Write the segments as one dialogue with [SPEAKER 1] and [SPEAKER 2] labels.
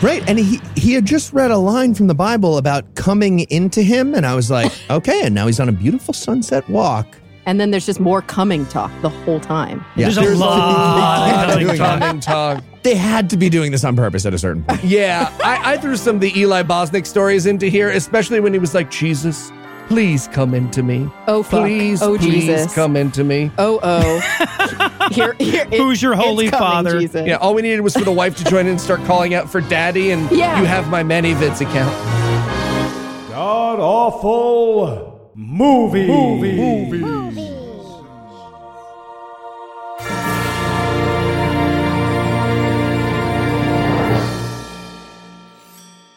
[SPEAKER 1] Right. And he, he had just read a line from the Bible about coming into him. And I was like, okay. And now he's on a beautiful sunset walk.
[SPEAKER 2] And then there's just more coming talk the whole time.
[SPEAKER 1] Yeah.
[SPEAKER 3] There's a
[SPEAKER 1] There's-
[SPEAKER 3] lot
[SPEAKER 1] They're
[SPEAKER 3] of
[SPEAKER 1] doing that.
[SPEAKER 3] coming talk.
[SPEAKER 1] They had to be doing this on purpose at a certain point.
[SPEAKER 3] Yeah, I, I threw some of the Eli Bosnick stories into here, especially when he was like, Jesus, please come into me.
[SPEAKER 2] Oh, fuck.
[SPEAKER 3] Please,
[SPEAKER 2] Oh,
[SPEAKER 3] please
[SPEAKER 2] Jesus.
[SPEAKER 3] come into me.
[SPEAKER 2] Oh, oh. here, here, it-
[SPEAKER 3] Who's your
[SPEAKER 2] it's
[SPEAKER 3] holy
[SPEAKER 2] coming,
[SPEAKER 3] father?
[SPEAKER 2] Jesus.
[SPEAKER 3] Yeah, all we needed was for the wife to join in and start calling out for daddy, and
[SPEAKER 2] Yeah.
[SPEAKER 3] you have my many vids account.
[SPEAKER 4] God awful movie. Movie.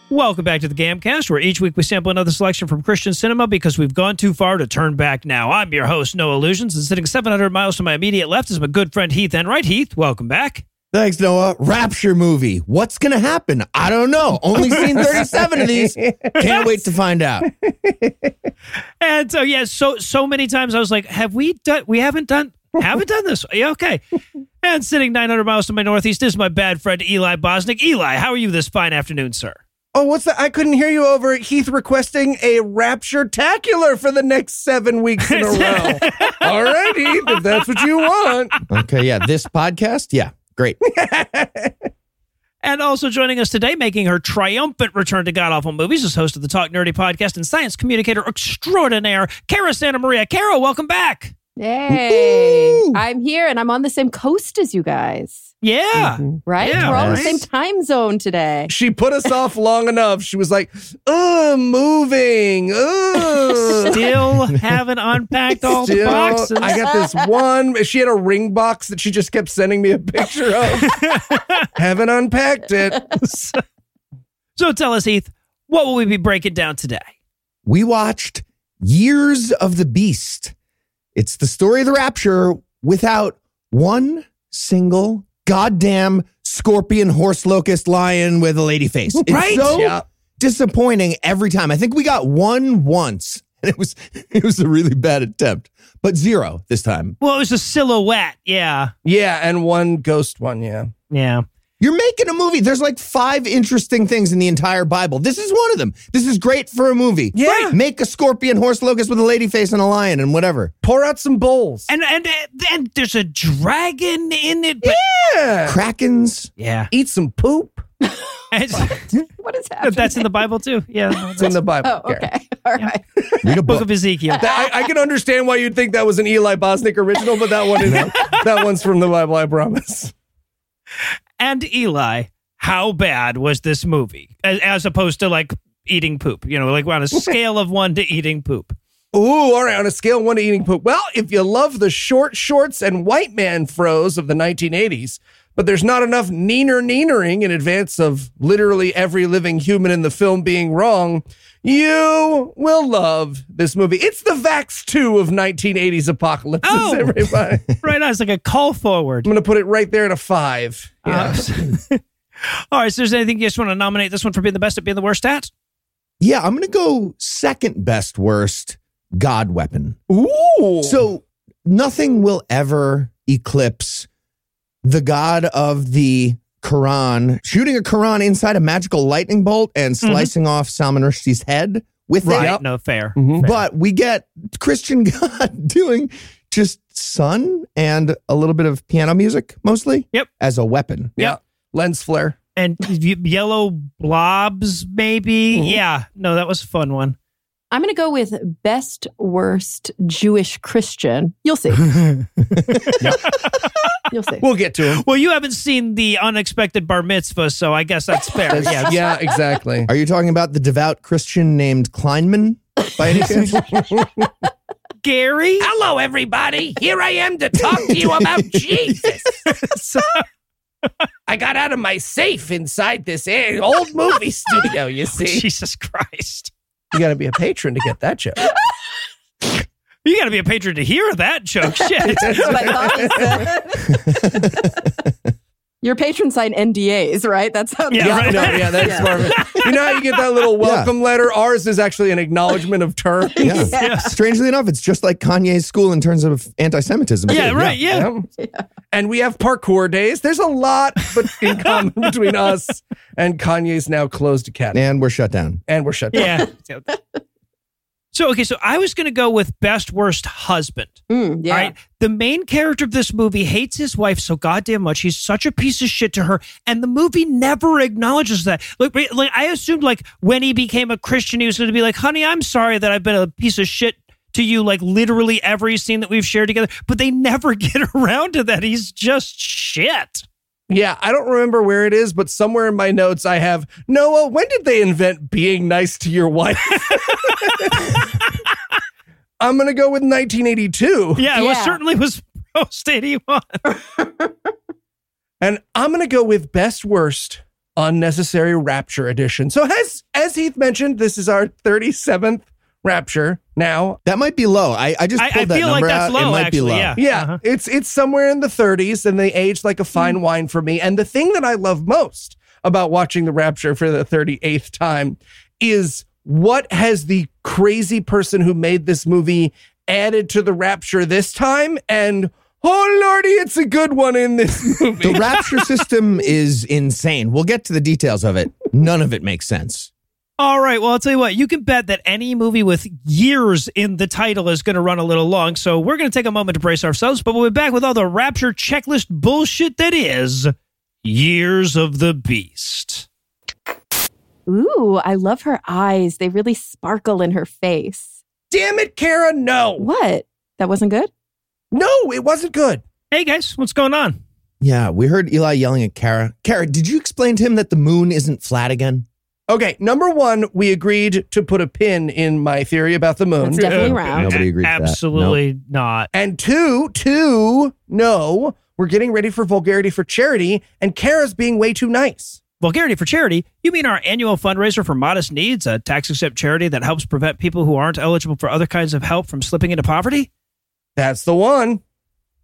[SPEAKER 5] Welcome back to the Gamcast, where each week we sample another selection from Christian cinema because we've gone too far to turn back now. I'm your host, No Illusions, and sitting 700 miles to my immediate left is my good friend Heath Enright. Heath, welcome back.
[SPEAKER 1] Thanks, Noah. Rapture movie. What's going to happen? I don't know. Only seen 37 of these. Can't wait to find out.
[SPEAKER 5] And so, yeah, so so many times I was like, "Have we done? We haven't done, haven't done this." Yeah, okay. And sitting 900 miles to my northeast is my bad friend Eli Bosnick. Eli, how are you this fine afternoon, sir?
[SPEAKER 3] Oh, what's that? I couldn't hear you over at Heath requesting a rapture tacular for the next seven weeks in a row. All right, Heath, if that's what you want.
[SPEAKER 1] Okay. Yeah. This podcast. Yeah. Great.
[SPEAKER 5] And also joining us today, making her triumphant return to God Awful Movies, is host of the Talk Nerdy podcast and science communicator extraordinaire, Kara Santa Maria. Kara, welcome back.
[SPEAKER 2] Yay.
[SPEAKER 1] Woo.
[SPEAKER 2] I'm here and I'm on the same coast as you guys,
[SPEAKER 5] Yeah.
[SPEAKER 2] right?
[SPEAKER 5] Yeah,
[SPEAKER 2] We're all in the
[SPEAKER 1] nice.
[SPEAKER 2] same time zone today.
[SPEAKER 3] She put us off long enough. She was like, "Uh, moving. Uh,
[SPEAKER 5] Still haven't unpacked all the
[SPEAKER 3] still-
[SPEAKER 5] boxes.
[SPEAKER 3] I got this one. She had a ring box that she just kept sending me a picture of. Haven't unpacked it.
[SPEAKER 5] so tell us, Heath, what will we be breaking down today?
[SPEAKER 1] we watched Years of the Beast. It's the story of the rapture without one single goddamn scorpion, horse, locust, lion with a lady face.
[SPEAKER 3] Right?
[SPEAKER 1] It's so
[SPEAKER 3] Yeah.
[SPEAKER 1] disappointing every time. I think we got one once, and it was it was a really bad attempt, but zero this time.
[SPEAKER 5] Well, it was a silhouette. Yeah.
[SPEAKER 3] Yeah, and one ghost one. Yeah.
[SPEAKER 5] Yeah.
[SPEAKER 1] You're making a movie. There's like five interesting things in the entire Bible. This is one of them. This is great for a movie.
[SPEAKER 3] Yeah. Right.
[SPEAKER 1] Make a scorpion, horse, locust with a lady face and a lion and whatever.
[SPEAKER 3] Pour out some bowls.
[SPEAKER 5] And and and there's a dragon in it. But
[SPEAKER 3] yeah.
[SPEAKER 1] Krakens.
[SPEAKER 5] yeah.
[SPEAKER 3] Eat some poop.
[SPEAKER 2] What is happening?
[SPEAKER 5] that's in the Bible too. Yeah.
[SPEAKER 3] It's in the Bible.
[SPEAKER 2] Oh,
[SPEAKER 3] Here.
[SPEAKER 2] okay. All
[SPEAKER 5] Yeah.
[SPEAKER 2] right.
[SPEAKER 1] Read a
[SPEAKER 5] Book
[SPEAKER 1] book.
[SPEAKER 5] of Ezekiel.
[SPEAKER 3] That- I, I can understand why you'd think that was an Eli Bosnick original, but that one is that one's from the Bible. I promise.
[SPEAKER 5] and Eli, how bad was this movie? As, as opposed to like eating poop, you know, like on a scale of one to eating poop.
[SPEAKER 3] Ooh, all right. On a scale of one to eating poop. Well, if you love the short shorts and white man froze of the 1980s, but there's not enough neener neenering in advance of literally every living human in the film being wrong, you will love this movie. It's the Vax 2 of 1980s apocalypse,
[SPEAKER 5] Oh.
[SPEAKER 3] everybody. I'm
[SPEAKER 5] Right on, it's like a call forward.
[SPEAKER 3] going to put it right there at a five. Yeah.
[SPEAKER 5] Uh, all right, so is there anything you just want to nominate this one for being the best at being the worst at?
[SPEAKER 1] Yeah, I'm going to go second best worst God weapon.
[SPEAKER 3] Ooh.
[SPEAKER 1] So nothing will ever eclipse the God of the Quran shooting a Quran inside a magical lightning bolt and
[SPEAKER 2] Mm-hmm.
[SPEAKER 1] slicing off Salman Rushdie's head with
[SPEAKER 5] Right.
[SPEAKER 1] it.
[SPEAKER 5] No, fair.
[SPEAKER 1] Mm-hmm. But we get Christian God doing just sun and a little bit of piano music mostly
[SPEAKER 5] Yep.
[SPEAKER 1] as a weapon.
[SPEAKER 3] yeah. Lens flare.
[SPEAKER 5] And y- yellow blobs, maybe. Yeah. No, that was a fun one.
[SPEAKER 2] I'm going to go with best worst Jewish Christian. You'll see. You'll see.
[SPEAKER 3] We'll get to him.
[SPEAKER 5] Well, you haven't seen the unexpected bar mitzvah, so I guess that's fair. yeah.
[SPEAKER 3] yeah, exactly.
[SPEAKER 1] Are you talking about the devout Christian named Kleinman by any chance?
[SPEAKER 5] Gary.
[SPEAKER 3] Hello, everybody. Here I am to talk to you about Jesus. I got out of my safe inside this eh, old movie studio, you see.
[SPEAKER 5] Jesus Christ.
[SPEAKER 3] You got to be a patron to get that joke.
[SPEAKER 5] You got to be a patron to hear that joke. Shit.
[SPEAKER 2] That's what I thought he said. Your patrons sign NDAs, right? That's how.
[SPEAKER 5] Yeah,
[SPEAKER 3] Yeah,
[SPEAKER 5] right.
[SPEAKER 3] no, yeah, that's
[SPEAKER 2] Yeah.
[SPEAKER 3] more of it. You know how you get that little welcome letter? Ours is actually an acknowledgement of terms.
[SPEAKER 1] Yeah.
[SPEAKER 5] Yeah.
[SPEAKER 1] Strangely enough, it's just like Kanye's school in terms of anti-Semitism.
[SPEAKER 5] Yeah, right. Yeah.
[SPEAKER 3] And we have parkour days. There's a lot but in common between us and Kanye's now closed academy.
[SPEAKER 1] And we're shut down.
[SPEAKER 3] And we're shut down.
[SPEAKER 5] Yeah. So okay, so I was gonna go with best worst husband.
[SPEAKER 2] Mm, yeah.
[SPEAKER 5] All right. The main character of this movie hates his wife so goddamn much. He's such a piece of shit to her. And the movie never acknowledges that. Like, re- like I assumed like when he became a Christian, he was going to be like, honey, I'm sorry that I've been a piece of shit to you, like literally every scene that we've shared together. But they never get around to that. He's just shit.
[SPEAKER 3] Yeah, I don't remember where it is, but somewhere in my notes I have Noah. When did they invent being nice to your wife? I'm gonna go with 1982,
[SPEAKER 5] Yeah, it was-
[SPEAKER 2] Yeah.
[SPEAKER 5] certainly was post 81.
[SPEAKER 3] and I'm gonna go with best worst unnecessary rapture edition. So as as Heath mentioned, this is our 37th rapture now.
[SPEAKER 1] That might be low. I, I just
[SPEAKER 5] I,
[SPEAKER 1] pulled
[SPEAKER 5] I
[SPEAKER 1] that
[SPEAKER 5] feel like
[SPEAKER 1] number
[SPEAKER 5] that's
[SPEAKER 1] out. it
[SPEAKER 5] low,
[SPEAKER 1] might be
[SPEAKER 5] actually.
[SPEAKER 1] low.
[SPEAKER 5] Yeah.
[SPEAKER 3] Yeah,
[SPEAKER 5] Uh-huh.
[SPEAKER 3] it's it's somewhere in the 30s, and they aged like a fine wine for me. And the thing that I love most about watching The Rapture for the 38th time is what has the crazy person who made this movie added to The Rapture this time? And oh lordy, it's a good one in this movie.
[SPEAKER 1] The rapture system is insane. We'll get to the details of it. None of it makes sense.
[SPEAKER 5] All right. Well, I'll tell you what. You can bet that any movie with years in the title is going to run a little long. So we're going to take a moment to brace ourselves, but we'll be back with all the rapture checklist bullshit that is Years of the Beast.
[SPEAKER 2] Ooh, I love her eyes. They really sparkle in her face.
[SPEAKER 3] Damn it, Kara, no.
[SPEAKER 2] What? That wasn't good?
[SPEAKER 3] No, it wasn't good.
[SPEAKER 5] Hey guys, what's going on?
[SPEAKER 1] Yeah, we heard Eli yelling at Kara. Kara, did you explain to him that the moon isn't flat again?
[SPEAKER 3] Okay, number one, we agreed to put a pin in my theory about the moon.
[SPEAKER 2] That's definitely
[SPEAKER 5] Yeah.
[SPEAKER 2] round.
[SPEAKER 1] Nobody agreed. to that.
[SPEAKER 5] Absolutely not.
[SPEAKER 3] And two, two, no, we're getting ready for vulgarity for charity, and Kara's being way too nice.
[SPEAKER 5] Vulgarity for Charity? You mean our annual fundraiser for modest needs, a tax exempt charity that helps prevent people who aren't eligible for other kinds of help from slipping into poverty?
[SPEAKER 3] That's the one.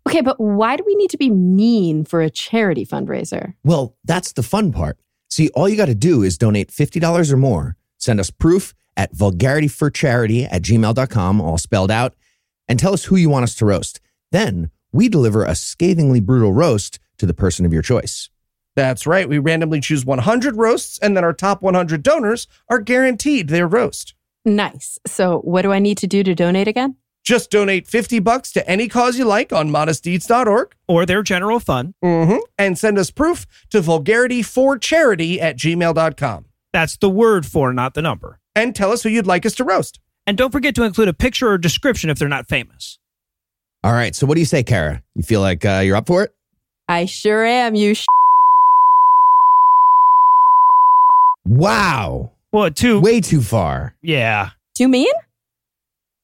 [SPEAKER 2] Okay, but why do we need to be mean for a charity fundraiser?
[SPEAKER 1] No. Well, that's the fun part. See, all you got to do is donate $50 or more. Send us proof at vulgarityforcharity at gmail.com, all spelled out, and tell us who you want us to roast. Then we deliver a scathingly brutal roast to the person of your choice.
[SPEAKER 3] That's right. We randomly choose 100 roasts, and then our top 100 donors are guaranteed their roast.
[SPEAKER 2] Nice. So, what do I need to do to donate again?
[SPEAKER 3] Just donate 50 bucks to any cause you like on modestdeeds.org
[SPEAKER 5] Or their general fund?
[SPEAKER 3] mm-hmm. and send us proof to vulgarityforcharity at gmail.com
[SPEAKER 5] That's the word for, not the number.
[SPEAKER 3] and tell us who you'd like us to roast.
[SPEAKER 5] And don't forget to include a picture or description if they're not famous.
[SPEAKER 1] All right. So, what do you say, Kara? You feel like uh, you're up for it?
[SPEAKER 2] I sure am, you sh.
[SPEAKER 1] Wow.
[SPEAKER 5] Well, two.
[SPEAKER 1] Way too far.
[SPEAKER 5] Yeah.
[SPEAKER 2] Too mean?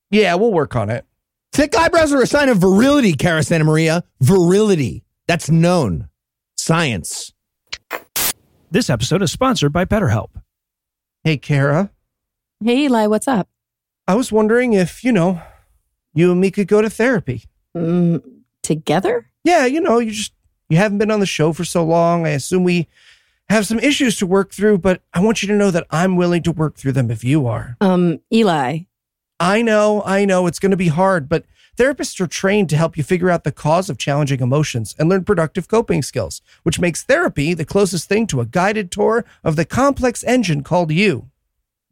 [SPEAKER 3] Yeah, we'll work on it.
[SPEAKER 1] Thick eyebrows are a sign of virility, Cara Santa Maria. Virility. That's known. Science.
[SPEAKER 5] This episode is sponsored by BetterHelp.
[SPEAKER 3] Hey, Kara.
[SPEAKER 2] Hey, Eli, what's up?
[SPEAKER 3] I was wondering if, you know, you and me could go to therapy.
[SPEAKER 2] Mm, together?
[SPEAKER 3] Yeah, you know, you just you haven't been on the show for so long. I assume we have some issues to work through, but I want you to know that I'm willing to work through them if you are.
[SPEAKER 2] Um, Eli,
[SPEAKER 3] I know, I know it's going to be hard, but therapists are trained to help you figure out the cause of challenging emotions and learn productive coping skills, which makes therapy the closest thing to a guided tour of the complex engine called you.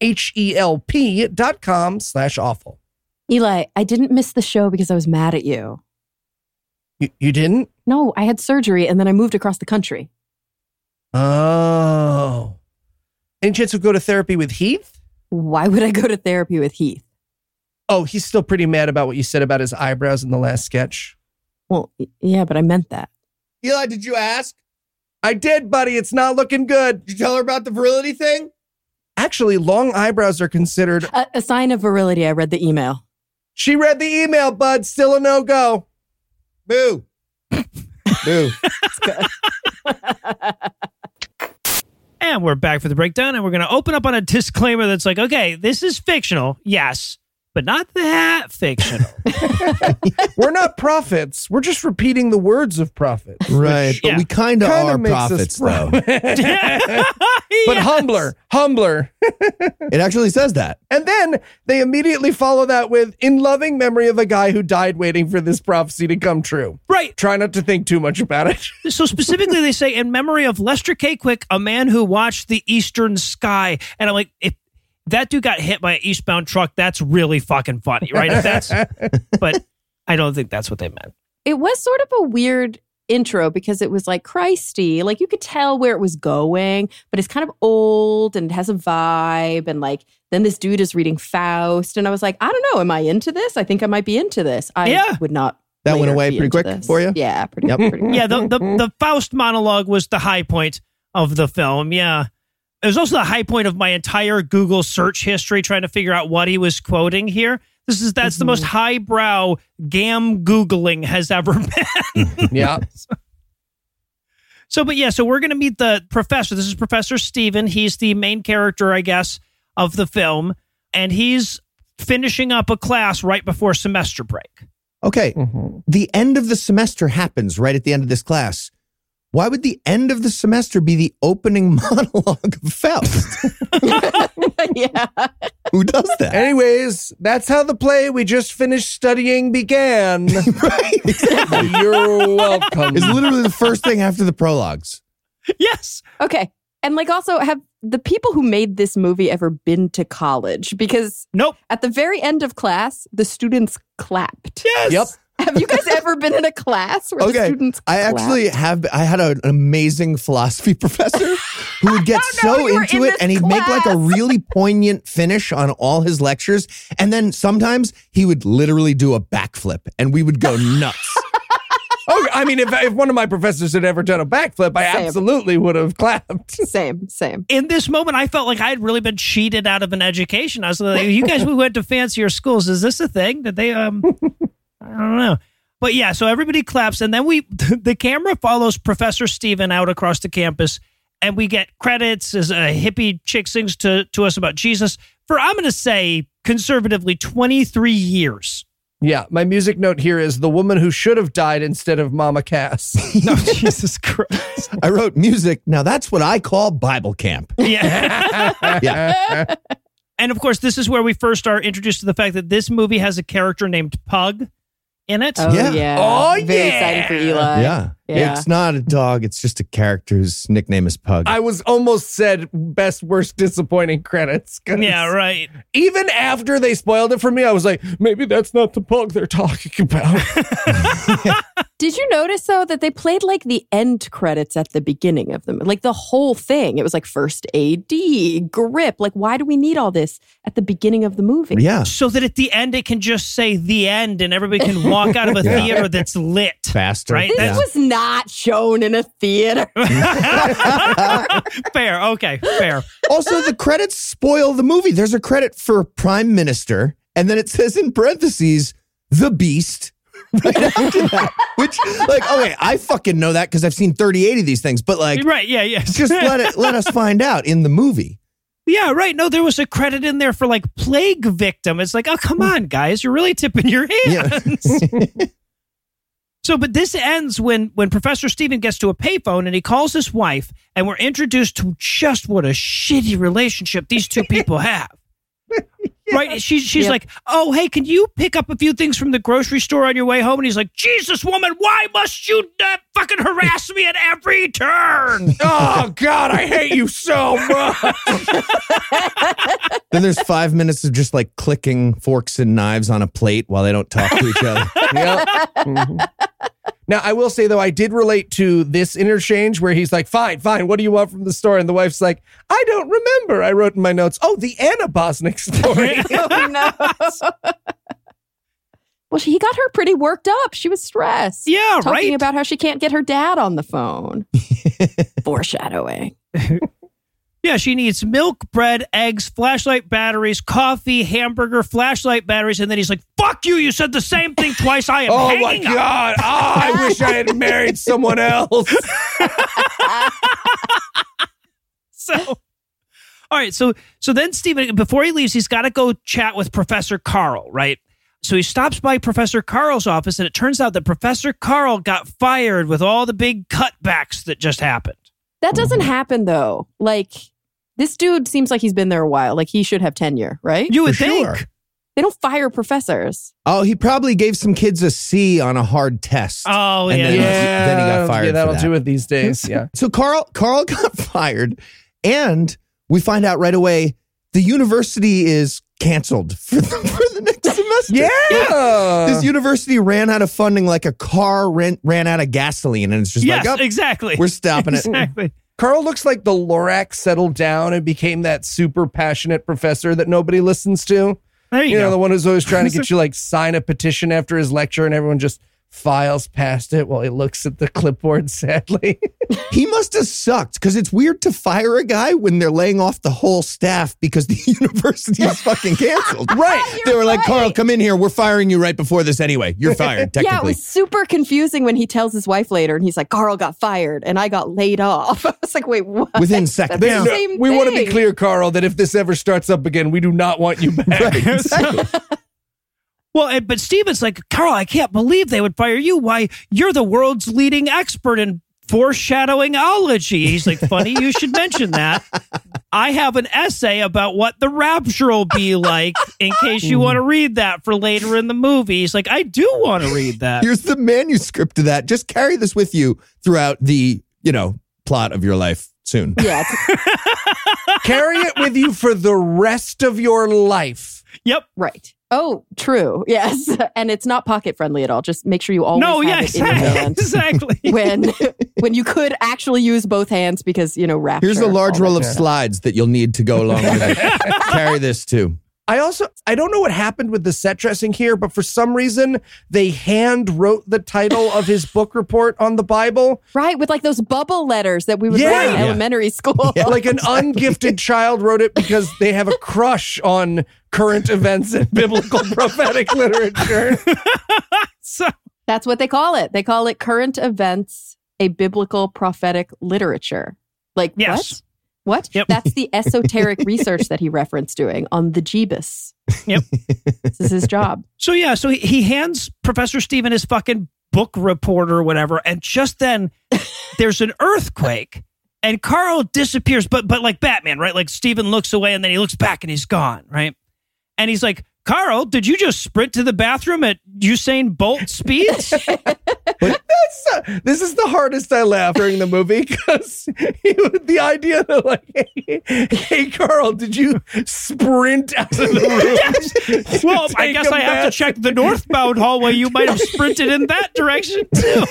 [SPEAKER 3] H-E-L-P dot com slash awful.
[SPEAKER 2] Eli, I didn't miss the show because I was mad at you.
[SPEAKER 3] You, you didn't?
[SPEAKER 2] No, I had surgery and then I moved across the country.
[SPEAKER 3] Oh. Any chance we'll go to therapy with Heath?
[SPEAKER 2] Why would I go to therapy with Heath?
[SPEAKER 3] Oh, he's still pretty mad about what you said about his eyebrows in the last sketch.
[SPEAKER 2] Well, y- yeah, but I meant that.
[SPEAKER 1] Eli, did you ask?
[SPEAKER 3] I did, buddy. It's not looking good.
[SPEAKER 1] Did you tell her about the virility thing?
[SPEAKER 3] Actually, long eyebrows are considered.
[SPEAKER 2] A, a sign of virility. I read the email.
[SPEAKER 3] She read the email, bud. Still a no go.
[SPEAKER 1] Boo. Boo.
[SPEAKER 5] And we're back for the breakdown, and we're going to open up on a disclaimer that's like, okay, this is fictional, yes, but not that fictional.
[SPEAKER 3] We're not prophets. We're just repeating the words of prophets.
[SPEAKER 1] Right.
[SPEAKER 5] yeah.
[SPEAKER 1] But we kind of
[SPEAKER 3] Kinda
[SPEAKER 1] are
[SPEAKER 3] makes
[SPEAKER 1] prophets,
[SPEAKER 3] us
[SPEAKER 1] though.
[SPEAKER 3] prophet. But
[SPEAKER 5] Yes.
[SPEAKER 3] humbler, humbler.
[SPEAKER 1] It actually says that.
[SPEAKER 3] And then they immediately follow that with in loving memory of a guy who died waiting for this prophecy to come true.
[SPEAKER 5] Right.
[SPEAKER 3] Try not to think too much about it.
[SPEAKER 5] So specifically, they say in memory of Lester K. Quick, a man who watched the eastern sky. And I'm like, if that dude got hit by an eastbound truck, that's really fucking funny, right? If that's, but I don't think that's what they meant.
[SPEAKER 2] It was sort of a weird intro because it was like Christy. Like you could tell where it was going, but it's kind of old and it has a vibe. And like then this dude is reading Faust, and I was like, I don't know, am I into this? I think I might be into this. I
[SPEAKER 5] Yeah.
[SPEAKER 2] would not.
[SPEAKER 1] That went
[SPEAKER 2] later
[SPEAKER 1] away
[SPEAKER 2] be
[SPEAKER 1] pretty
[SPEAKER 2] into
[SPEAKER 1] quick
[SPEAKER 2] this.
[SPEAKER 1] for you?
[SPEAKER 2] Yeah, pretty,
[SPEAKER 1] Yep.
[SPEAKER 2] pretty quick.
[SPEAKER 5] Yeah, the, the the Faust monologue was the high point of the film. Yeah. It was also the high point of my entire Google search history trying to figure out what he was quoting here. This is that's the most highbrow gam googling has ever been.
[SPEAKER 3] yeah.
[SPEAKER 5] So, but yeah, so we're going to meet the professor. This is Professor Steven. He's the main character, I guess, of the film. And he's finishing up a class right before semester break.
[SPEAKER 1] Okay.
[SPEAKER 3] Mm-hmm.
[SPEAKER 1] The end of the semester happens right at the end of this class. Why would the end of the semester be the opening monologue of Faust?
[SPEAKER 2] yeah.
[SPEAKER 1] Who does that?
[SPEAKER 3] Anyways, that's how the play we just finished studying began. You're welcome.
[SPEAKER 1] It's literally the first thing after the prologues.
[SPEAKER 5] Yes.
[SPEAKER 2] Okay. And like also have the people who made this movie ever been to college? Because
[SPEAKER 5] Nope.
[SPEAKER 2] at the very end of class, the students clapped.
[SPEAKER 5] Yes.
[SPEAKER 3] Yep.
[SPEAKER 2] Have you guys ever been in a class where the
[SPEAKER 1] Okay.
[SPEAKER 2] students
[SPEAKER 1] I
[SPEAKER 2] clapped?
[SPEAKER 1] actually have. I had an amazing philosophy professor who would get
[SPEAKER 2] I don't know,
[SPEAKER 1] so
[SPEAKER 2] Oh, you were
[SPEAKER 1] into
[SPEAKER 2] in
[SPEAKER 1] it,
[SPEAKER 2] this
[SPEAKER 1] and he'd make like a
[SPEAKER 2] class.
[SPEAKER 1] really poignant finish on all his lectures. And then sometimes he would literally do a backflip, and we would go nuts.
[SPEAKER 3] Oh, I mean, if, if one of my professors had ever done a backflip, I
[SPEAKER 2] Same.
[SPEAKER 3] absolutely would have clapped.
[SPEAKER 2] Same, same.
[SPEAKER 5] In this moment, I felt like I had really been cheated out of an education. I was like, you guys, we went to fancier schools. Is this a thing? Did they, um, I don't know. But yeah, so everybody claps. And then we, the camera follows Professor Steven out across the campus. And we get credits as a hippie chick sings to, to us about Jesus for, I'm going to say, conservatively 23 years.
[SPEAKER 3] Yeah, my music note here is the woman who should have died instead of Mama Cass.
[SPEAKER 5] No, Jesus Christ.
[SPEAKER 1] I wrote music. Now that's what I call Bible camp.
[SPEAKER 5] Yeah.
[SPEAKER 1] Yeah,
[SPEAKER 5] And of course, this is where we first are introduced to the fact that this movie has a character named Pug in it.
[SPEAKER 2] Oh
[SPEAKER 1] Yeah.
[SPEAKER 2] yeah.
[SPEAKER 3] Oh,
[SPEAKER 2] Very
[SPEAKER 3] yeah.
[SPEAKER 2] exciting for Eli.
[SPEAKER 1] yeah,
[SPEAKER 2] Yeah.
[SPEAKER 1] It's not a dog. It's just a character whose nickname is Pug.
[SPEAKER 3] I was almost said best, worst, disappointing credits. 'cause
[SPEAKER 5] Yeah, right.
[SPEAKER 3] Even after they spoiled it for me, I was like, maybe that's not the pug they're talking about.
[SPEAKER 2] Did you notice though that they played like the end credits at the beginning of them? Like the whole thing. It was like first AD, grip. Like why do we need all this at the beginning of the movie?
[SPEAKER 1] yeah,
[SPEAKER 5] So that at the end, it can just say the end and everybody can walk out of a
[SPEAKER 1] Yeah.
[SPEAKER 5] theater that's lit.
[SPEAKER 1] faster.
[SPEAKER 5] Right,
[SPEAKER 2] This
[SPEAKER 1] Yeah.
[SPEAKER 5] that's-
[SPEAKER 2] was not shown in a theater.
[SPEAKER 5] fair. Okay, fair.
[SPEAKER 1] also, the credits spoil the movie. There's a credit for Prime Minister, and then it says in parentheses, the Beast. Right after that, which like okay, I fucking know that because I've seen 38 of these things, but like
[SPEAKER 5] right, yeah, yeah.
[SPEAKER 1] just let it let us find out in the movie.
[SPEAKER 5] yeah, right. No, there was a credit in there for like plague victim. It's like, oh, come
[SPEAKER 1] Hmm.
[SPEAKER 5] on, guys. You're really tipping your hands. So, but this ends when when Professor Steven gets to a payphone and he calls his wife, and we're introduced to just what a shitty relationship these two people have. right? She, she's
[SPEAKER 2] Yep.
[SPEAKER 5] like, oh, hey, can you pick up a few things from the grocery store on your way home? And he's like, Jesus, woman, why must you uh, fucking harass me at every turn?
[SPEAKER 3] Oh God, I hate you so much.
[SPEAKER 1] Then there's five minutes of just like clicking forks and knives on a plate while they don't talk to each other.
[SPEAKER 3] yep. Now I will say though, I did relate to this interchange where he's like, "Fine, fine. What do you want from the store?" And the wife's like, "I don't remember." I wrote in my notes, "Oh, the Anna Bosnick story."
[SPEAKER 2] no. well, she, he got her pretty worked up. She was stressed.
[SPEAKER 5] yeah,
[SPEAKER 2] Talking
[SPEAKER 5] right.
[SPEAKER 2] about how she can't get her dad on the phone. Foreshadowing.
[SPEAKER 5] yeah, she needs milk, bread, eggs, flashlight batteries, coffee, hamburger, flashlight batteries. And then he's like, fuck you. You said the same thing twice. I am
[SPEAKER 3] oh my
[SPEAKER 5] hanging up.
[SPEAKER 3] God! Oh, I wish I had married someone else.
[SPEAKER 5] So, all right. So, so then Stephen, before he leaves, he's got to go chat with Professor Carl, right? So he stops by Professor Carl's office, and it turns out that Professor Carl got fired with all the big cutbacks that just happened.
[SPEAKER 2] That doesn't happen though. Like this dude seems like he's been there a while. Like he should have tenure, right?
[SPEAKER 5] You would
[SPEAKER 1] For
[SPEAKER 5] think.
[SPEAKER 1] sure.
[SPEAKER 2] they don't fire professors.
[SPEAKER 1] Oh, he probably gave some kids a C on a hard test.
[SPEAKER 5] Oh
[SPEAKER 1] And
[SPEAKER 5] yeah.
[SPEAKER 1] then- then he got fired
[SPEAKER 3] Yeah,
[SPEAKER 1] for
[SPEAKER 3] that'll
[SPEAKER 1] that.
[SPEAKER 3] do it these days. Yeah.
[SPEAKER 1] So Carl Carl got fired, and we find out right away the university is canceled for the, for the next semester.
[SPEAKER 3] Yeah.
[SPEAKER 1] This university ran out of funding like a car ran, ran out of gasoline, and it's just
[SPEAKER 5] yes,
[SPEAKER 1] like, oh,
[SPEAKER 5] exactly.
[SPEAKER 1] we're stopping it.
[SPEAKER 5] exactly.
[SPEAKER 3] Carl looks like the Lorax settled down and became that super passionate professor that nobody listens to.
[SPEAKER 5] There you,
[SPEAKER 3] You know, the
[SPEAKER 5] go.
[SPEAKER 3] one who's always trying to get you like sign a petition after his lecture and everyone just files past it while he looks at the clipboard sadly.
[SPEAKER 1] He must have sucked because it's weird to fire a guy when they're laying off the whole staff because the university is fucking canceled.
[SPEAKER 3] right.
[SPEAKER 1] they were like,
[SPEAKER 2] right.
[SPEAKER 1] Carl, come in here. We're firing you right before this anyway. You're fired,
[SPEAKER 2] Yeah, it
[SPEAKER 1] technically.
[SPEAKER 2] was super confusing when he tells his wife later and he's like, Carl got fired and I got laid off. I was like, wait, what?
[SPEAKER 1] Within seconds.
[SPEAKER 2] That's
[SPEAKER 1] Yeah.
[SPEAKER 2] the same
[SPEAKER 3] we want to be
[SPEAKER 2] thing.
[SPEAKER 3] clear, Carl, that if this ever starts up again, we do not want you back.
[SPEAKER 5] Well, and, but Steven's like, Carl, I can't believe they would fire you. Why? You're the world's leading expert in foreshadowingology. He's like, funny you should mention that. I have an essay about what the rapture will be like in case you want to read that for later in the movie. He's like, I do want to read that.
[SPEAKER 1] Here's the manuscript to that. Just carry this with you throughout the, you know, plot of your life soon.
[SPEAKER 2] Yeah, it's-
[SPEAKER 3] Carry it with you for the rest of your life.
[SPEAKER 5] Yep.
[SPEAKER 2] right. Oh, true. Yes. And it's not pocket friendly at all. Just make sure you always
[SPEAKER 5] no,
[SPEAKER 2] have
[SPEAKER 5] yeah,
[SPEAKER 2] it in your hand
[SPEAKER 5] exactly. exactly.
[SPEAKER 2] when when you could actually use both hands because, you know, rapture.
[SPEAKER 1] Here's a large
[SPEAKER 2] all
[SPEAKER 1] roll
[SPEAKER 2] that
[SPEAKER 1] of
[SPEAKER 2] stuff.
[SPEAKER 1] slides that you'll need to go along with it. carry this too.
[SPEAKER 3] I also I don't know what happened with the set dressing here, but for some reason they hand wrote the title of his book report on the Bible.
[SPEAKER 2] Right, with like those bubble letters that we would
[SPEAKER 3] Yeah.
[SPEAKER 2] write in
[SPEAKER 3] Yeah.
[SPEAKER 2] elementary school.
[SPEAKER 3] like an ungifted child wrote it because they have a crush on current events and biblical prophetic literature.
[SPEAKER 5] So,
[SPEAKER 2] That's what they call it. They call it current events, a biblical prophetic literature. Like
[SPEAKER 5] Yes.
[SPEAKER 2] what? What?
[SPEAKER 5] Yep.
[SPEAKER 2] That's the esoteric research that he referenced doing on the Jeebus.
[SPEAKER 5] Yep.
[SPEAKER 2] this is his job.
[SPEAKER 5] so yeah, so he, he hands Professor Steven his fucking book report or whatever, and just then there's an earthquake and Carl disappears, but but like Batman, right? Like Steven looks away and then he looks back and he's gone, right? And he's like, Carl, did you just sprint to the bathroom at Usain Bolt speeds?
[SPEAKER 3] So, this is the hardest I laughed during the movie because the idea that like, hey, hey, Carl, did you sprint out of the room?
[SPEAKER 5] well, I
[SPEAKER 3] Take
[SPEAKER 5] guess
[SPEAKER 3] a
[SPEAKER 5] I have to
[SPEAKER 3] bath?
[SPEAKER 5] check the northbound hallway. You might have sprinted in that direction too.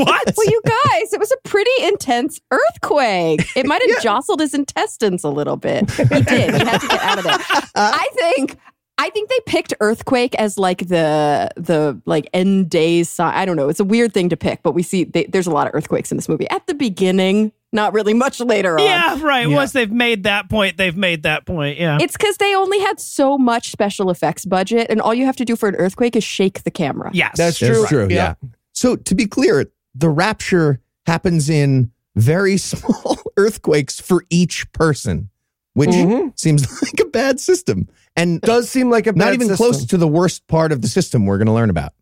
[SPEAKER 5] what?
[SPEAKER 2] Well, you guys, it was a pretty intense earthquake. It might have jostled his intestines a little bit. He did. He had to get out of there.
[SPEAKER 5] Uh-huh.
[SPEAKER 2] I think. I think they picked earthquake as like the the like end days sign. I don't know. It's a weird thing to pick, but we see they, there's a lot of earthquakes in this movie at the beginning, not really much later on.
[SPEAKER 5] Yeah, right. Once they've made that point, they've made that point. Yeah.
[SPEAKER 2] It's because they only had so much special effects budget, and all you have to do for an earthquake is shake the camera.
[SPEAKER 5] yes.
[SPEAKER 3] That's
[SPEAKER 1] That's
[SPEAKER 3] true.
[SPEAKER 1] true. Yeah. So to be clear, the rapture happens in very small earthquakes for each person, which
[SPEAKER 3] Mhm.
[SPEAKER 1] seems like a bad system. And
[SPEAKER 3] Does seem like a
[SPEAKER 1] not
[SPEAKER 3] bad
[SPEAKER 1] even
[SPEAKER 3] system.
[SPEAKER 1] close to the worst part of the system we're going to learn about.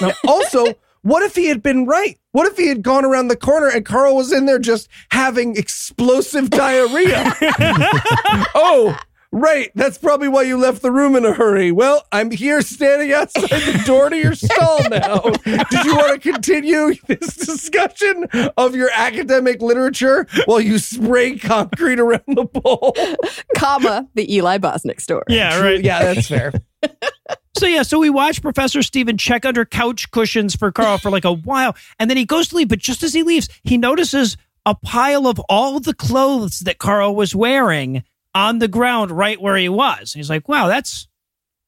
[SPEAKER 3] Now, also, what if he had been right? What if he had gone around the corner and Carl was in there just having explosive diarrhea? oh, Right, that's probably why you left the room in a hurry. Well, I'm here standing outside the door to your stall now. Did you want to continue this discussion of your academic literature while you spray concrete around the bowl?
[SPEAKER 2] comma the Eli Bosnick story.
[SPEAKER 5] Yeah, right.
[SPEAKER 3] Yeah, that's fair.
[SPEAKER 5] So yeah, so we watch Professor Steven check under couch cushions for Carl for like a while, and then he goes to leave. But just as he leaves, he notices a pile of all the clothes that Carl was wearing on the ground right where he was. He's like, "Wow, that's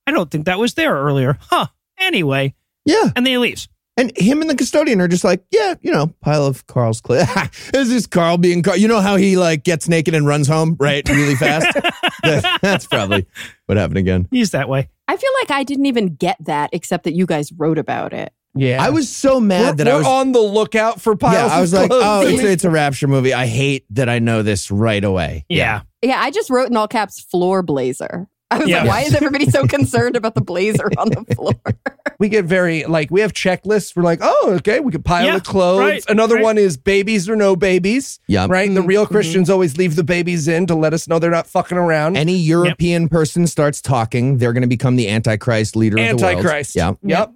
[SPEAKER 5] I don't think that was there earlier." Huh. Anyway,
[SPEAKER 1] Yeah.
[SPEAKER 5] and then he leaves.
[SPEAKER 1] And him and the custodian are just like, yeah, you know, pile of Carl's clothes. this is Carl being Carl. You know how he like gets naked and runs home, right? Really fast. That- that's probably what happened again.
[SPEAKER 5] He's that way.
[SPEAKER 2] I feel like I didn't even get that, except that you guys wrote about it.
[SPEAKER 3] Yeah.
[SPEAKER 1] I was so
[SPEAKER 3] we're,
[SPEAKER 1] mad that I
[SPEAKER 3] we're
[SPEAKER 1] was
[SPEAKER 3] on the lookout for piles.
[SPEAKER 1] Yeah, I
[SPEAKER 3] of
[SPEAKER 1] was like,
[SPEAKER 3] clothes.
[SPEAKER 1] oh, it's, it's a rapture movie. I hate that I know this right away.
[SPEAKER 5] Yeah.
[SPEAKER 2] Yeah, I just wrote in all caps floor blazer. I was
[SPEAKER 5] Yeah.
[SPEAKER 2] like, why is everybody so concerned about the blazer on the floor?
[SPEAKER 3] we get very like we have checklists. We're like, oh, okay, we could pile
[SPEAKER 5] Yeah,
[SPEAKER 3] the clothes.
[SPEAKER 5] right,
[SPEAKER 3] Another
[SPEAKER 5] right. Mm-hmm,
[SPEAKER 3] one is babies or no babies.
[SPEAKER 1] Yeah.
[SPEAKER 3] Right. The real Christians always leave the babies in to let us know they're not fucking around.
[SPEAKER 1] Any European person starts talking, they're going to become the Antichrist leader
[SPEAKER 3] Antichrist.
[SPEAKER 1] of the world.
[SPEAKER 3] Yep.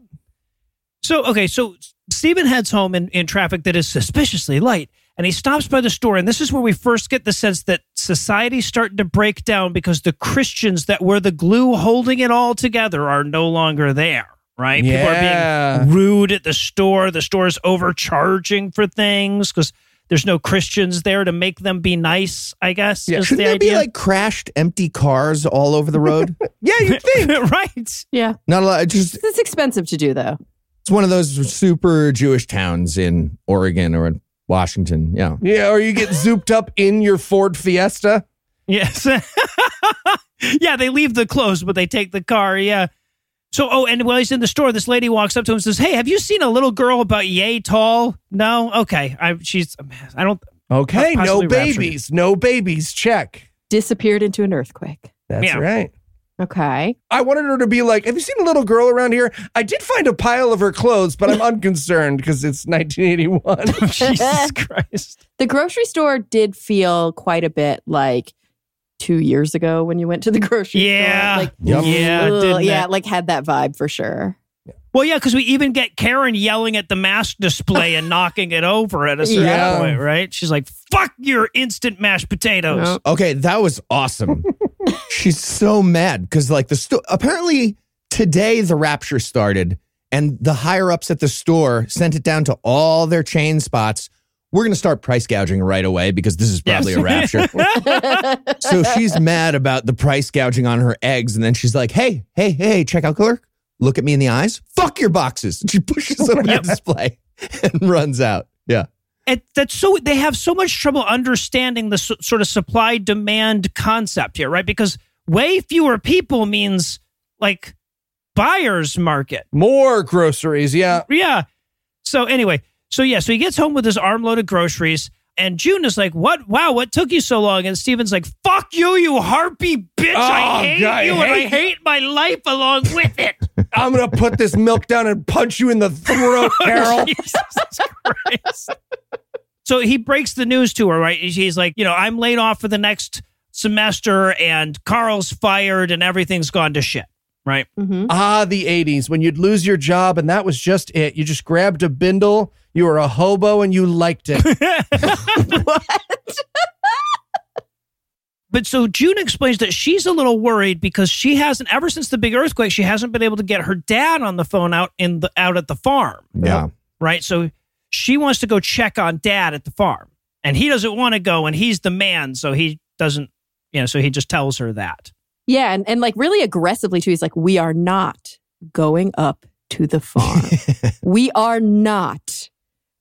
[SPEAKER 5] So okay, so Stephen heads home in, in traffic that is suspiciously light, and he stops by the store, and this is where we first get the sense that society's starting to break down because the Christians that were the glue holding it all together are no longer there. Right?
[SPEAKER 3] Yeah.
[SPEAKER 5] People are being rude at the store. The store's overcharging for things because there's no Christians there to make them be nice. I guess
[SPEAKER 3] Yeah.
[SPEAKER 5] is
[SPEAKER 1] Shouldn't
[SPEAKER 5] the
[SPEAKER 1] there be
[SPEAKER 5] idea.
[SPEAKER 1] like crashed, empty cars all over the road?
[SPEAKER 3] Yeah, you think.
[SPEAKER 5] right?
[SPEAKER 2] Yeah.
[SPEAKER 1] Not a lot. It's just
[SPEAKER 2] It's expensive to do though.
[SPEAKER 1] it's one of those super Jewish towns in Oregon or in Washington. Yeah.
[SPEAKER 3] yeah, or you get zooped up in your Ford Fiesta.
[SPEAKER 5] Yes. yeah, they leave the clothes, but they take the car. Yeah. So, oh, and while he's in the store, this lady walks up to him and says, "Hey, have you seen a little girl about yay tall?" No. Okay. I she's I don't.
[SPEAKER 3] Okay, no
[SPEAKER 5] Possibly raptured.
[SPEAKER 3] babies, no babies. Check.
[SPEAKER 2] Disappeared into an earthquake.
[SPEAKER 3] That's
[SPEAKER 5] Yeah.
[SPEAKER 3] right.
[SPEAKER 2] Okay.
[SPEAKER 3] I wanted her to be like, "Have you seen a little girl around here?" I did find a pile of her clothes, but I'm unconcerned because it's 1981.
[SPEAKER 5] Jesus Christ.
[SPEAKER 2] The grocery store did feel quite a bit like two years ago when you went to the grocery
[SPEAKER 5] Yeah.
[SPEAKER 2] store. Like,
[SPEAKER 1] Yep.
[SPEAKER 5] Yeah.
[SPEAKER 2] ugh,
[SPEAKER 5] didn't
[SPEAKER 2] yeah,
[SPEAKER 5] it?
[SPEAKER 2] like had that vibe for sure.
[SPEAKER 5] Well, yeah, because we even get Karen yelling at the mask display and knocking it over at a certain
[SPEAKER 3] Yeah.
[SPEAKER 5] point, right? She's like, "Fuck your instant mashed potatoes."
[SPEAKER 2] Yeah.
[SPEAKER 1] Okay, that was awesome. She's so mad because, like, the store apparently today the rapture started, and the higher ups at the store sent it down to all their chain spots. We're going to start price gouging right away because this is probably a rapture. so she's mad about the price gouging on her eggs, and then she's like, "Hey, hey, hey, checkout clerk, look at me in the eyes. Fuck your boxes." And she pushes open the display and runs out. Yeah.
[SPEAKER 5] it, that's so they have so much trouble understanding the s- sort of supply demand concept here, right? Because way fewer people means like buyer's market.
[SPEAKER 3] More groceries, yeah.
[SPEAKER 5] Yeah. So anyway, so yeah, so he gets home with his armload of groceries, and June is like, "What? Wow, what took you so long?" And Steven's like, "Fuck you, you harpy bitch! I
[SPEAKER 3] Oh,
[SPEAKER 5] hate
[SPEAKER 3] God, I
[SPEAKER 5] you, and I
[SPEAKER 3] hate-
[SPEAKER 5] hate my life along with it."
[SPEAKER 3] I'm gonna put this milk down and punch you in the throat,
[SPEAKER 2] Oh,
[SPEAKER 3] Carol.
[SPEAKER 5] Jesus Christ. So he breaks the news to her, right? He's like, you know, I'm laid off for the next semester and Carl's fired and everything's gone to shit, right?
[SPEAKER 2] hmm
[SPEAKER 3] ah, the 80s, when you'd lose your job and that was just it. You just grabbed a bindle, you were a hobo, and you liked it.
[SPEAKER 5] But so June explains that she's a little worried because she hasn't ever since the big earthquake, she hasn't been able to get her dad on the phone out in the out at the farm.
[SPEAKER 1] Yeah.
[SPEAKER 5] right? So she wants to go check on dad at the farm, and he doesn't want to go, and he's the man, so he doesn't, you know, so he just tells her that.
[SPEAKER 2] Yeah, and, and like really aggressively too. He's like, We are not going up to the farm. we are not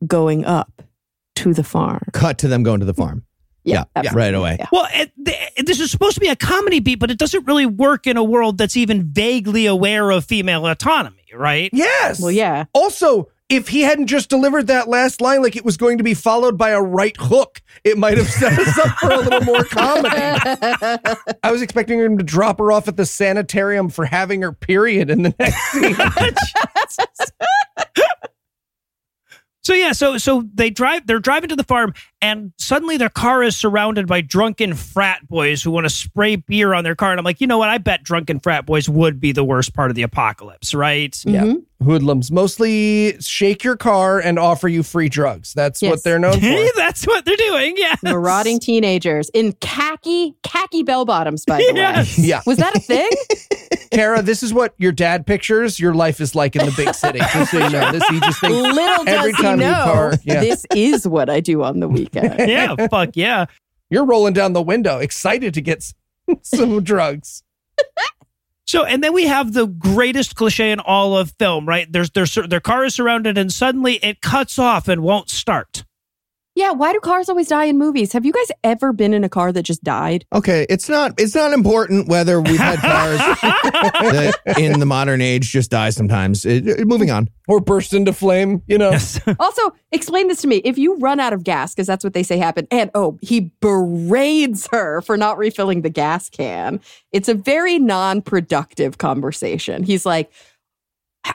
[SPEAKER 2] going up to the farm.
[SPEAKER 1] Cut to them going to the farm.
[SPEAKER 2] Yeah, absolutely.
[SPEAKER 1] Right away.
[SPEAKER 2] Yeah.
[SPEAKER 5] Well, it, th- this is supposed to be a comedy beat, but it doesn't really work in a world that's even vaguely aware of female autonomy, right?
[SPEAKER 3] yes.
[SPEAKER 2] Well, yeah.
[SPEAKER 3] Also, if he hadn't just delivered that last line like it was going to be followed by a right hook, it might have set us up for a little more comedy. I was expecting him to drop her off at the sanitarium for having her period in the next scene.
[SPEAKER 5] so So yeah, so so they drive they're driving to the farm and suddenly their car is surrounded by drunken frat boys who want to spray beer on their car and I'm like, "You know what? I bet drunken frat boys would be the worst part of the apocalypse, right?"
[SPEAKER 3] Yeah. Hoodlums mostly shake your car and offer you free drugs. That's what
[SPEAKER 2] Yes.
[SPEAKER 3] they're known for.
[SPEAKER 5] That's what they're doing. Yeah.
[SPEAKER 2] Marauding teenagers in khaki, khaki bell bottoms, by the way.
[SPEAKER 5] Yes.
[SPEAKER 3] Yeah.
[SPEAKER 2] Was that a thing?
[SPEAKER 3] Tara, this is what your dad pictures your life is like in the big city. Just so you know, this, he just thinks
[SPEAKER 2] Little does
[SPEAKER 3] every
[SPEAKER 2] he
[SPEAKER 3] time you
[SPEAKER 2] know,
[SPEAKER 3] car. Yeah.
[SPEAKER 2] this is what I do on the weekend.
[SPEAKER 5] Yeah, fuck yeah.
[SPEAKER 3] You're rolling down the window, excited to get s- some drugs.
[SPEAKER 5] So, and then we have the greatest cliche in all of film, right? There's, there's, their car is surrounded, and suddenly it cuts off and won't start.
[SPEAKER 2] Yeah, why do cars always die in movies? Have you guys ever been in a car that just died?
[SPEAKER 1] Okay, it's not it's not important whether we've had cars that in the modern age just die sometimes. It- it- moving on.
[SPEAKER 3] Or burst into flame, you know?
[SPEAKER 2] Also, explain this to me. If you run out of gas, because that's what they say happened, and oh, he berates her for not refilling the gas can, it's a very non productive conversation. He's like,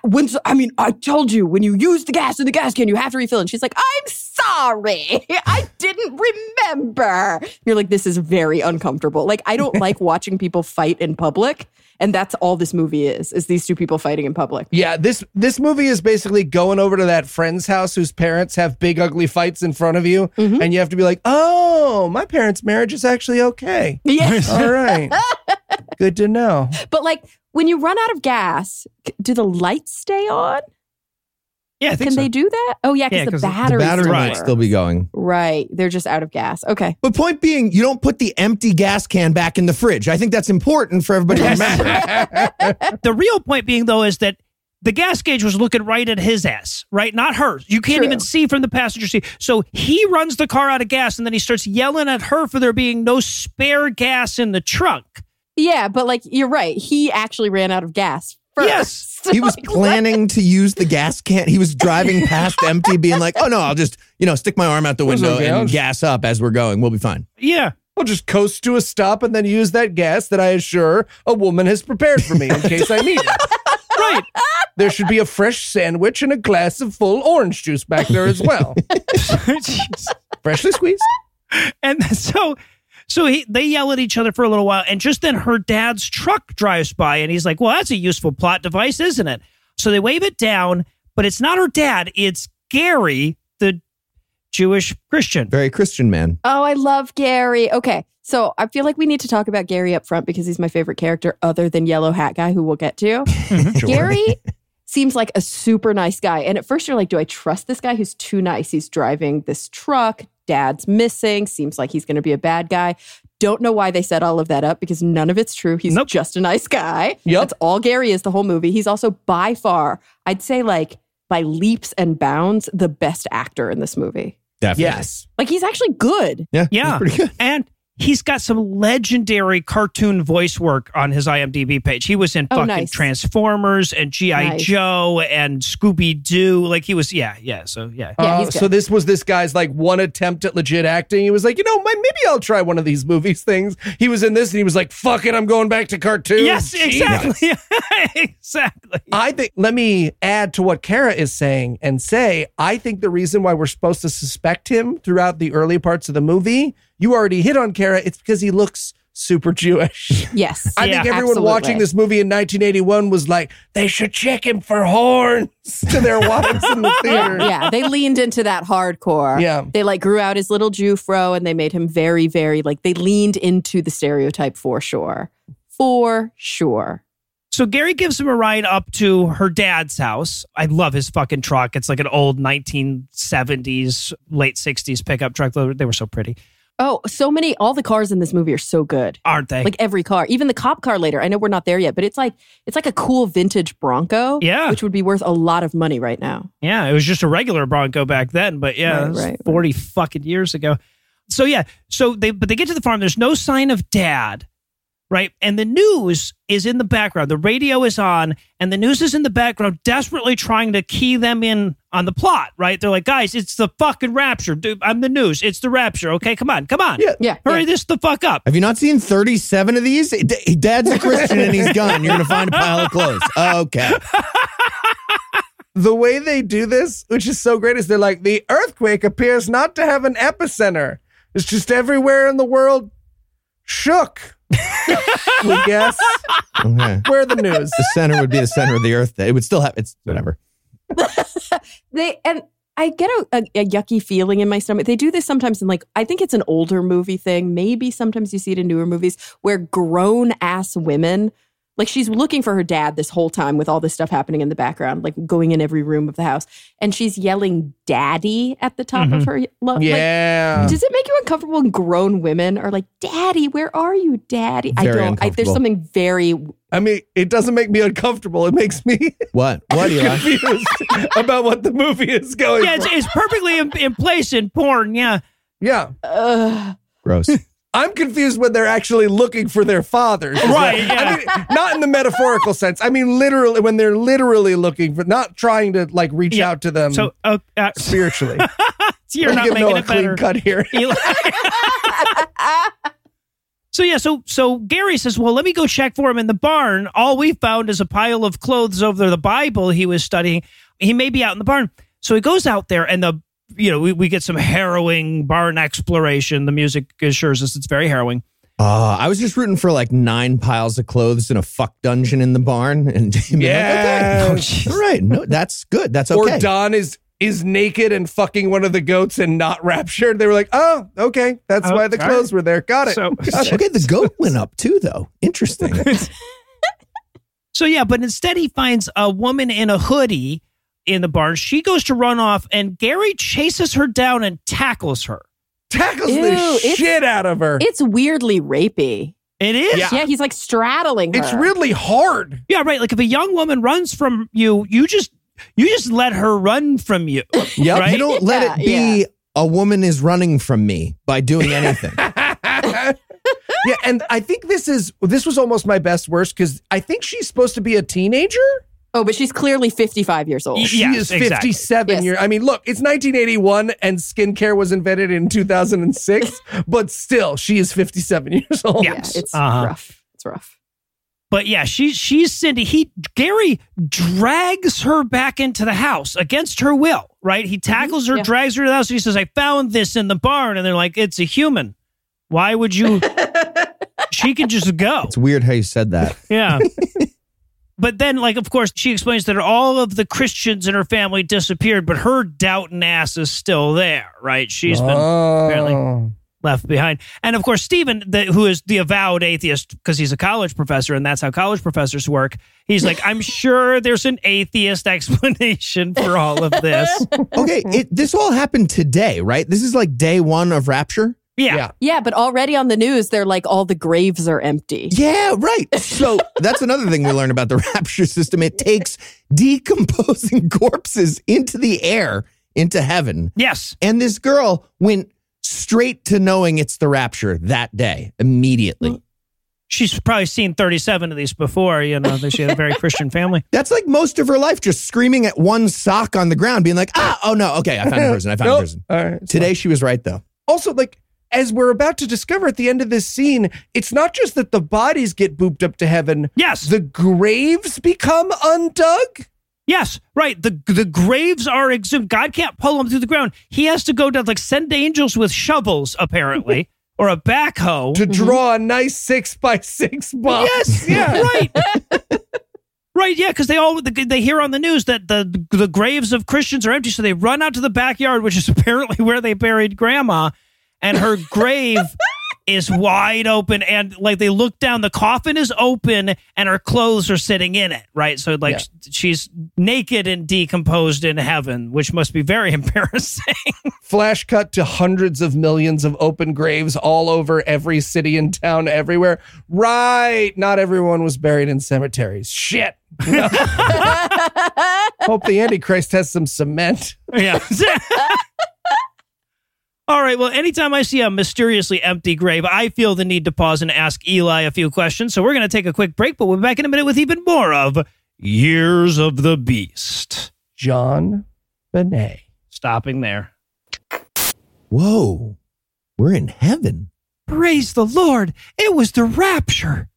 [SPEAKER 2] when, I mean, I told you when you use the gas in the gas can, you have to refill. And she's like, I'm sorry. I didn't remember. You're like, this is very uncomfortable. Like, I don't like watching people fight in public. And that's all this movie is, is these two people fighting in public.
[SPEAKER 3] Yeah, this this movie is basically going over to that friend's house whose parents have big ugly fights in front of you, and you have to be like, "Oh, my parents' marriage is actually okay."
[SPEAKER 2] Yes.
[SPEAKER 3] All right, good to know.
[SPEAKER 2] But like when you run out of gas, c- do the lights stay on?
[SPEAKER 5] Yeah, I think
[SPEAKER 2] Can they do that? Oh yeah, because
[SPEAKER 5] Yeah,
[SPEAKER 2] the
[SPEAKER 5] 'cause the
[SPEAKER 2] battery
[SPEAKER 1] battery might
[SPEAKER 2] right.
[SPEAKER 1] still be going.
[SPEAKER 2] right. They're just out of gas. Okay.
[SPEAKER 1] But point being, you don't put the empty gas can back in the fridge. I think that's important for everybody to remember.
[SPEAKER 5] the real point being, though, is that the gas gauge was looking right at his ass, right? Not hers. You can't
[SPEAKER 2] True.
[SPEAKER 5] even see from the passenger seat. So he runs the car out of gas, and then he starts yelling at her for there being no spare gas in the trunk.
[SPEAKER 2] Yeah, but like you're right. He actually ran out of gas first.
[SPEAKER 5] Yes.
[SPEAKER 1] He was
[SPEAKER 2] Like,
[SPEAKER 1] planning to use the gas can. He was driving past empty, being like, "Oh no, I'll just you know stick my arm out the
[SPEAKER 3] It's
[SPEAKER 1] window
[SPEAKER 3] okay, I'll
[SPEAKER 1] and
[SPEAKER 3] just-
[SPEAKER 1] gas up as we're going. We'll be fine."
[SPEAKER 5] Yeah.
[SPEAKER 3] I'll just coast to a stop and then use that gas that I assure a woman has prepared for me in case I need it.
[SPEAKER 5] Right.
[SPEAKER 3] There should be a fresh sandwich and a glass of full orange juice back there as well,
[SPEAKER 5] Jeez.
[SPEAKER 3] freshly squeezed.
[SPEAKER 5] And so so he, they yell at each other for a little while, and just then her dad's truck drives by, and he's like, "Well, that's a useful plot device, isn't it?" So they wave it down, but it's not her dad; it's Gary, the Jewish Christian.
[SPEAKER 1] Very Christian man.
[SPEAKER 2] Oh, I love Gary. Okay. So I feel like we need to talk about Gary up front because he's my favorite character other than Yellow Hat Guy, who we'll get to. Gary seems like a super nice guy. And at first you're like, do I trust this guy who's too nice? He's driving this truck, dad's missing, seems like he's going to be a bad guy. Don't know why they set all of that up because none of it's true. He's
[SPEAKER 5] Nope.
[SPEAKER 2] just a nice guy.
[SPEAKER 3] Yep.
[SPEAKER 2] That's all Gary is the whole movie. He's also by far, I'd say like by leaps and bounds, the best actor in this movie.
[SPEAKER 1] Definitely.
[SPEAKER 3] Yes.
[SPEAKER 2] Like he's actually good.
[SPEAKER 1] Yeah.
[SPEAKER 5] Yeah.
[SPEAKER 1] Pretty good.
[SPEAKER 5] And he's got some legendary cartoon voice work on his IMDb page. He was in
[SPEAKER 2] Oh,
[SPEAKER 5] fucking
[SPEAKER 2] nice.
[SPEAKER 5] Transformers and G.I.
[SPEAKER 2] Nice.
[SPEAKER 5] Joe and Scooby Doo. Like he was, yeah, yeah. So, yeah.
[SPEAKER 1] Oh,
[SPEAKER 2] Yeah, he's
[SPEAKER 3] Uh,
[SPEAKER 2] good.
[SPEAKER 3] so this was this guy's like one attempt at legit acting. He was like, you know, my, maybe I'll try one of these movies things. He was in this and he was like, fuck it, I'm going back to cartoons.
[SPEAKER 5] Yes,
[SPEAKER 3] Jesus.
[SPEAKER 5] exactly. exactly.
[SPEAKER 3] I think let me add to what Kara is saying and say I think the reason why we're supposed to suspect him throughout the early parts of the movie, you already hit on Kara, it's because he looks super Jewish.
[SPEAKER 2] Yes.
[SPEAKER 3] I
[SPEAKER 5] Yeah,
[SPEAKER 3] think everyone
[SPEAKER 2] absolutely.
[SPEAKER 3] watching this movie in 1981 was like, they should check him for horns to their wives in the theater.
[SPEAKER 2] yeah, they leaned into that hardcore.
[SPEAKER 3] Yeah.
[SPEAKER 2] They like grew out his little Jew fro and they made him very, very like they leaned into the stereotype for sure. For sure.
[SPEAKER 5] So Gary gives him a ride up to her dad's house. I love his fucking truck. It's like an old 1970s, late 60s pickup truck. They were so pretty,
[SPEAKER 2] Oh, so many all the cars in this movie are so good.
[SPEAKER 5] aren't they?
[SPEAKER 2] Like every car, even the cop car later. I know we're not there yet, but it's like it's like a cool vintage Bronco.
[SPEAKER 5] Yeah.
[SPEAKER 2] Which would be worth a lot of money right now.
[SPEAKER 5] Yeah, it was just a regular Bronco back then, but yeah,
[SPEAKER 2] Right,
[SPEAKER 5] that was
[SPEAKER 2] right, right.
[SPEAKER 5] forty fucking years ago. So yeah, so they but they get to the farm. There's no sign of Dad, right? And the news is in the background. The radio is on, and the news is in the background, desperately trying to key them in on the plot. Right? They're like, guys, it's the fucking rapture, dude. I'm the news. It's the rapture. Okay, come on, come on.
[SPEAKER 2] Yeah.
[SPEAKER 5] Hurry
[SPEAKER 2] yeah.
[SPEAKER 5] this the fuck up.
[SPEAKER 1] Have you not seen 37 of these? D- Dad's a Christian and he's gone. You're going to find a pile of clothes. Okay.
[SPEAKER 3] the way they do this, which is so great, is they're like, the earthquake appears not to have an epicenter. It's just everywhere in the world shook. we guess.
[SPEAKER 1] Okay.
[SPEAKER 3] Where the news?
[SPEAKER 1] The center would be the center of the earth. It would still have, it's whatever.
[SPEAKER 2] They and I get a, a, a yucky feeling in my stomach. They do this sometimes in like I think it's an older movie thing. Maybe sometimes you see it in newer movies where grown ass women like she's looking for her dad this whole time with all this stuff happening in the background, like going in every room of the house, and she's yelling "daddy" at the top of her. Lo- like,
[SPEAKER 3] Yeah.
[SPEAKER 2] does it make you uncomfortable when grown women are like, "Daddy, where are you, Daddy?" I
[SPEAKER 1] Very
[SPEAKER 2] don't. I, there's
[SPEAKER 1] uncomfortable.
[SPEAKER 2] something very
[SPEAKER 3] I mean, it doesn't make me uncomfortable. It makes me
[SPEAKER 1] What? What, Eli?
[SPEAKER 3] confused about what the movie is going
[SPEAKER 5] Yeah, it's,
[SPEAKER 3] for.
[SPEAKER 5] it's perfectly in, in place in porn. Yeah.
[SPEAKER 3] Yeah.
[SPEAKER 2] uh,
[SPEAKER 1] Gross.
[SPEAKER 3] I'm confused when they're actually looking for their fathers. is
[SPEAKER 5] Right,
[SPEAKER 3] what- I mean, not in the metaphorical sense. I mean, literally, when they're literally looking for, not trying to like reach
[SPEAKER 5] Yeah.
[SPEAKER 3] out to them
[SPEAKER 5] So uh, uh,
[SPEAKER 3] spiritually. Let
[SPEAKER 5] you're
[SPEAKER 3] me
[SPEAKER 5] not
[SPEAKER 3] give
[SPEAKER 5] making
[SPEAKER 3] Noah a
[SPEAKER 5] it
[SPEAKER 3] clean
[SPEAKER 5] better.
[SPEAKER 3] cut here.
[SPEAKER 5] Eli. so yeah, so so Gary says, "Well, let me go check for him in the barn. All we found is a pile of clothes over the Bible he was studying. He may be out in the barn." So he goes out there, and the you know we, we get some harrowing barn exploration. The music assures us it's very harrowing.
[SPEAKER 1] Uh, I was just rooting for like nine piles of clothes in a fuck dungeon in the barn, and being like, okay,
[SPEAKER 3] Yes.
[SPEAKER 1] all right, no, that's good, that's
[SPEAKER 3] Oh, Or
[SPEAKER 1] okay.
[SPEAKER 3] Don is is naked and fucking one of the goats and not raptured. They were like, oh, okay, that's
[SPEAKER 5] Oh,
[SPEAKER 3] why the
[SPEAKER 5] all
[SPEAKER 3] clothes were there. Got it.
[SPEAKER 5] So
[SPEAKER 1] okay, the goat went up too, though. Interesting.
[SPEAKER 5] So yeah, but instead he finds a woman in a hoodie in the barn. She goes to run off, and Gary chases her down and tackles her.
[SPEAKER 3] Tackles
[SPEAKER 2] Ew,
[SPEAKER 3] the
[SPEAKER 2] it's-
[SPEAKER 3] shit out of her.
[SPEAKER 2] it's weirdly rapey.
[SPEAKER 5] It is.
[SPEAKER 2] Yeah, he's like straddling her.
[SPEAKER 3] It's really hard.
[SPEAKER 5] Yeah, right. Like if a young woman runs from you, you just you just let her run from you.
[SPEAKER 1] yep,
[SPEAKER 5] Right?
[SPEAKER 1] you don't let
[SPEAKER 2] Yeah,
[SPEAKER 1] it be a woman is running from me by doing anything.
[SPEAKER 3] yeah, and I think this is this was almost my best worst because I think she's supposed to be a teenager.
[SPEAKER 2] Oh, but she's clearly 55 years old.
[SPEAKER 5] Yes,
[SPEAKER 3] she is
[SPEAKER 5] exactly.
[SPEAKER 3] fifty-seven
[SPEAKER 2] Yes.
[SPEAKER 3] years. I mean, look, it's 1981, and skincare was invented in 2006, but still, she is fifty-seven years old.
[SPEAKER 2] Yeah, it's
[SPEAKER 5] Uh-huh.
[SPEAKER 2] rough. It's rough.
[SPEAKER 5] But yeah, she she's Cindy. He Gary drags her back into the house against her will. Right? He tackles her,
[SPEAKER 2] Yeah.
[SPEAKER 5] drags her to the house. He says, "I found this in the barn," and they're like, "It's a human. Why would you?" she can just go.
[SPEAKER 1] It's weird how you said that.
[SPEAKER 5] Yeah. but then, like, of course, she explains that all of the Christians in her family disappeared, but her doubting ass is still there, right? She's been apparently- left behind. And of course, Stephen, the, who is the avowed atheist because he's a college professor and that's how college professors work, he's like, I'm sure there's an atheist explanation for all of this.
[SPEAKER 1] Okay, it, this all happened today, right? This is like day one of Rapture.
[SPEAKER 5] Yeah.
[SPEAKER 3] Yeah.
[SPEAKER 2] Yeah, but already on the news, they're like, all the graves are empty.
[SPEAKER 1] Yeah, right. So that's another thing we learned about the rapture system. It takes decomposing corpses into the air, into heaven.
[SPEAKER 5] Yes.
[SPEAKER 1] And this girl went straight to knowing it's the rapture that day immediately.
[SPEAKER 5] She's probably seen 37 of these before. You know, that she had a very Christian family.
[SPEAKER 1] That's like most of her life, just screaming at one sock on the ground, being like, ah, oh no, okay, I found a person. I found
[SPEAKER 3] Nope.
[SPEAKER 1] a person.
[SPEAKER 3] All right. it's
[SPEAKER 1] Today she was right though.
[SPEAKER 3] also like as we're about to discover at the end of this scene it's not just that the bodies get booped up to heaven
[SPEAKER 5] Yes.
[SPEAKER 3] the graves become undug
[SPEAKER 5] Yes, right. The the graves are exhumed. God can't pull them through the ground. He has to go down like send angels with shovels, apparently, or a backhoe.
[SPEAKER 3] to draw a nice six by six box
[SPEAKER 5] Yes,
[SPEAKER 3] yeah
[SPEAKER 5] right, right. Yeah, because they all they hear on the news that the the graves of Christians are empty, so they run out to the backyard, which is apparently where they buried Grandma, and her grave. Is wide open and like they look down, the coffin is open and her clothes are sitting in it, right? So, like, sh- she's naked and decomposed in heaven, which must be very embarrassing.
[SPEAKER 3] flash cut to hundreds of millions of open graves all over every city and town everywhere right not everyone was buried in cemeteries shit hope the antichrist has some cement
[SPEAKER 5] Yeah. All right. Well, anytime I see a mysteriously empty grave, I feel the need to pause and ask Eli a few questions. So we're going to take a quick break, but we'll be back in a minute with even more of Years of the Beast.
[SPEAKER 3] john benet
[SPEAKER 5] Stopping there.
[SPEAKER 1] Whoa, we're in heaven.
[SPEAKER 5] Praise the Lord. It was the rapture.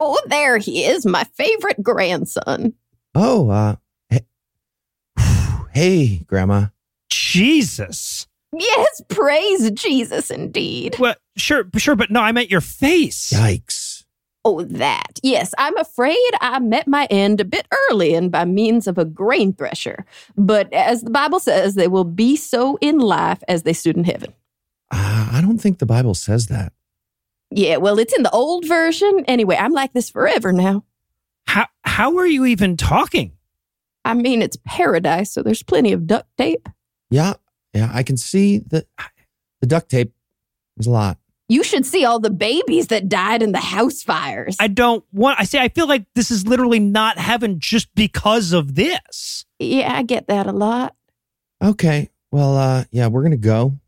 [SPEAKER 2] Oh, there he is, my favorite grandson.
[SPEAKER 1] Oh, uh, he- Hey, Grandma.
[SPEAKER 5] Jesus.
[SPEAKER 2] Yes, praise Jesus indeed.
[SPEAKER 5] Well, sure, sure, but no, I meant your face.
[SPEAKER 1] Yikes.
[SPEAKER 2] Oh, that. Yes, I'm afraid I met my end a bit early and by means of a grain thresher. But as the Bible says, they will be so in life as they stood in heaven.
[SPEAKER 1] Uh, I don't think the Bible says that.
[SPEAKER 2] Yeah, well, it's in the old version. Anyway, I'm like this forever now.
[SPEAKER 5] How how are you even talking?
[SPEAKER 2] I mean, it's paradise, so there's plenty of duct tape.
[SPEAKER 1] Yeah, yeah, I can see that the duct tape is a lot.
[SPEAKER 2] You should see all the babies that died in the house fires.
[SPEAKER 5] I don't want I say I feel like this is literally not heaven just because of this.
[SPEAKER 2] yeah, I get that a lot.
[SPEAKER 1] Okay. Well, uh, yeah, we're gonna go.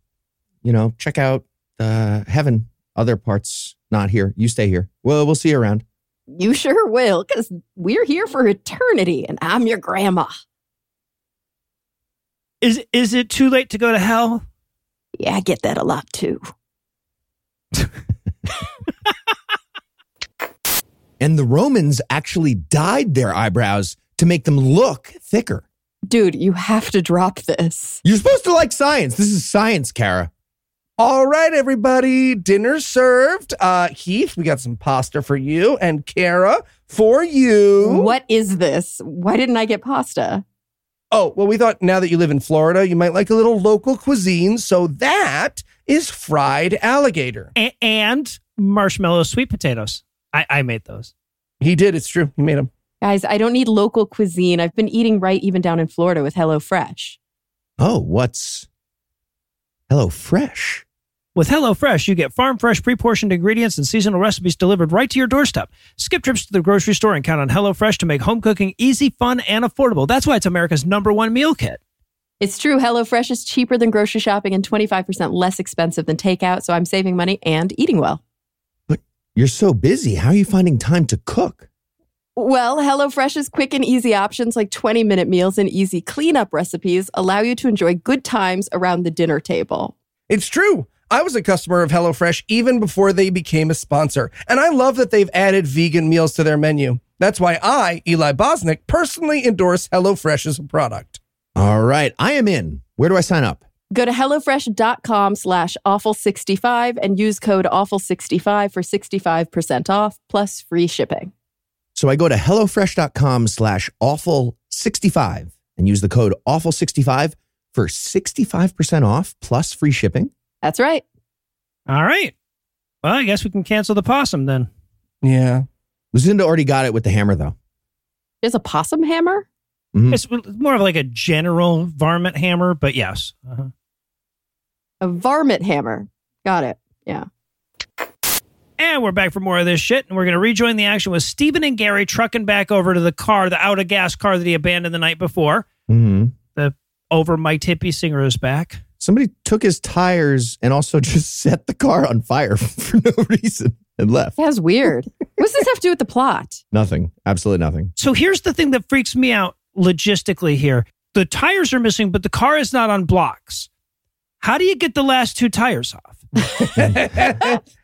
[SPEAKER 1] You know, check out uh, heaven. Other parts not here. You stay here. Well, we'll see you around.
[SPEAKER 2] You sure will, because we're here for eternity and I'm your grandma.
[SPEAKER 5] Is is it too late to go to hell?
[SPEAKER 2] Yeah, I get that a lot too.
[SPEAKER 1] And the Romans actually dyed their eyebrows to make them look thicker.
[SPEAKER 2] Dude, you have to drop this.
[SPEAKER 1] You're supposed to like science. This is science, Kara.
[SPEAKER 3] All right, everybody, dinner served. Uh, Heath, we got some pasta for you, and Kara for you.
[SPEAKER 2] What is this? Why didn't I get pasta?
[SPEAKER 3] Oh, well, we thought now that you live in Florida, you might like a little local cuisine. So that is fried alligator.
[SPEAKER 5] A- and marshmallow sweet potatoes. I, I made those.
[SPEAKER 3] He did. It's true. He made them.
[SPEAKER 2] Guys, I don't need local cuisine. I've been eating right even down in Florida with HelloFresh.
[SPEAKER 1] Oh, what's Hello Fresh?
[SPEAKER 5] With HelloFresh, you get farm fresh, pre portioned ingredients and seasonal recipes delivered right to your doorstep. Skip trips to the grocery store and count on HelloFresh to make home cooking easy, fun, and affordable. That's why it's America's number one meal kit.
[SPEAKER 2] It's true, HelloFresh is cheaper than grocery shopping and 25% less expensive than takeout, so I'm saving money and eating well.
[SPEAKER 1] You're so busy. How are you finding time to cook?
[SPEAKER 2] Well, HelloFresh's quick and easy options like 20 minute meals and easy cleanup recipes allow you to enjoy good times around the dinner table.
[SPEAKER 3] It's true. I was a customer of HelloFresh even before they became a sponsor. And I love that they've added vegan meals to their menu. That's why I, Eli Bosnick, personally endorse HelloFresh as a product.
[SPEAKER 1] All right, I am in. Where do I sign up?
[SPEAKER 2] Go to HelloFresh.com slash awful65 and use code awful65 for 65% off plus free shipping.
[SPEAKER 1] So I go to HelloFresh.com slash awful65 and use the code awful65 for 65% off plus free shipping.
[SPEAKER 2] That's right.
[SPEAKER 5] All right. Well, I guess we can cancel the possum then.
[SPEAKER 3] Yeah.
[SPEAKER 1] Lucinda already got it with the hammer though.
[SPEAKER 2] There's a possum hammer?
[SPEAKER 1] Mhm.
[SPEAKER 5] It's more of like a general varmint hammer, but yes. Uh-huh.
[SPEAKER 2] A varmint hammer. Got it. Yeah.
[SPEAKER 5] And we're back for more of this shit, and we're going to rejoin the action with Stephen and Gary trucking back over to the car, the out of gas car that he abandoned the night before.
[SPEAKER 3] Mm-hmm.
[SPEAKER 1] Mhm.
[SPEAKER 5] Over my tippy singer is back.
[SPEAKER 1] Somebody took his tires and also just set the car on fire for no reason and left.
[SPEAKER 2] That was weird. what does this have to do with the plot?
[SPEAKER 1] Nothing. Absolutely nothing.
[SPEAKER 5] So here's the thing that freaks me out logistically here. The tires are missing, but the car is not on blocks. How do you get the last two tires off?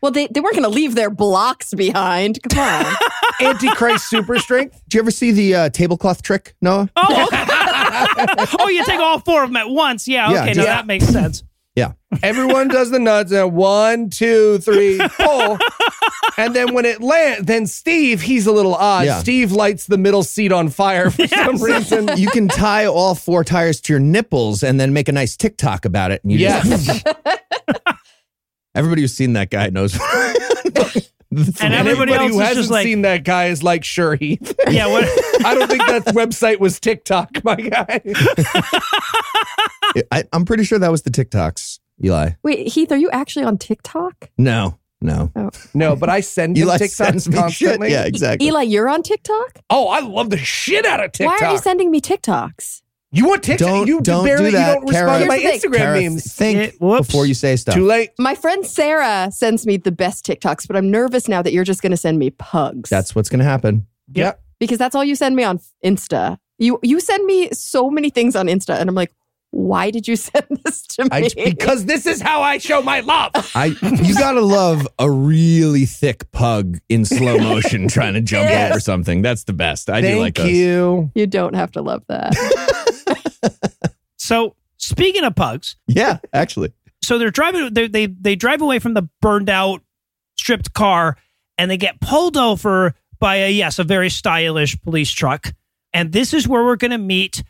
[SPEAKER 2] Well, they, they weren't going to leave their blocks behind. Come on.
[SPEAKER 3] Antichrist super strength.
[SPEAKER 1] Did you ever see the uh, tablecloth trick, Noah?
[SPEAKER 5] Oh, okay. oh, you take all four of them at once. Yeah, okay,
[SPEAKER 1] Yeah,
[SPEAKER 5] now
[SPEAKER 1] just-
[SPEAKER 5] that makes sense.
[SPEAKER 3] Everyone does the nuts. Now, one, two, three, pull. And then when it lands, then Steve, he's a little odd.
[SPEAKER 1] Yeah.
[SPEAKER 3] Steve lights the middle seat on fire for some reason.
[SPEAKER 1] You can tie all four tires to your nipples and then make a nice TikTok about it. And you just-
[SPEAKER 3] Yes.
[SPEAKER 1] everybody who's seen that guy knows.
[SPEAKER 5] And everybody else
[SPEAKER 3] who
[SPEAKER 5] is
[SPEAKER 3] hasn't
[SPEAKER 5] just like-
[SPEAKER 3] seen that guy is like, sure, he.
[SPEAKER 5] Yeah, what,
[SPEAKER 3] I don't think that website was TikTok, my guy.
[SPEAKER 1] I, I'm pretty sure that was the TikToks, Eli.
[SPEAKER 2] Wait, Heath, are you actually on TikTok?
[SPEAKER 1] No, no.
[SPEAKER 3] No, but I send him
[SPEAKER 1] Eli
[SPEAKER 3] TikToks
[SPEAKER 1] sends me
[SPEAKER 3] constantly.
[SPEAKER 1] shit. Yeah, exactly.
[SPEAKER 2] Eli, you're on TikTok?
[SPEAKER 3] Oh, I love the shit out of TikTok.
[SPEAKER 2] Why are you sending me TikToks?
[SPEAKER 3] You want TikTok?
[SPEAKER 1] Don't-
[SPEAKER 3] you
[SPEAKER 1] don't
[SPEAKER 3] barely
[SPEAKER 1] do that,
[SPEAKER 3] you don't respond
[SPEAKER 1] Kara.
[SPEAKER 3] to my
[SPEAKER 2] Here's the
[SPEAKER 3] Instagram
[SPEAKER 1] Kara,
[SPEAKER 3] memes.
[SPEAKER 1] think
[SPEAKER 5] Yeah, whoops.
[SPEAKER 1] before you say stuff.
[SPEAKER 3] Too late.
[SPEAKER 2] My friend Sarah sends me the best TikToks, but I'm nervous now that you're just going to send me pugs.
[SPEAKER 1] That's what's going to happen.
[SPEAKER 3] Yeah.
[SPEAKER 2] because that's all you send me on Insta. You you send me so many things on Insta, and I'm like, why did you send this to me?
[SPEAKER 3] I, because this is how I show my love.
[SPEAKER 1] I you gotta love a really thick pug in slow motion trying to jump
[SPEAKER 2] Yes.
[SPEAKER 1] over something. That's the best. I
[SPEAKER 3] Thank
[SPEAKER 1] do like those.
[SPEAKER 3] you.
[SPEAKER 2] you don't have to love that.
[SPEAKER 5] So speaking of pugs,
[SPEAKER 1] Yeah, actually.
[SPEAKER 5] so they're driving they they, they drive away from the burned out stripped car and they get pulled over by a yes a very stylish police truck and this is where we're going to meet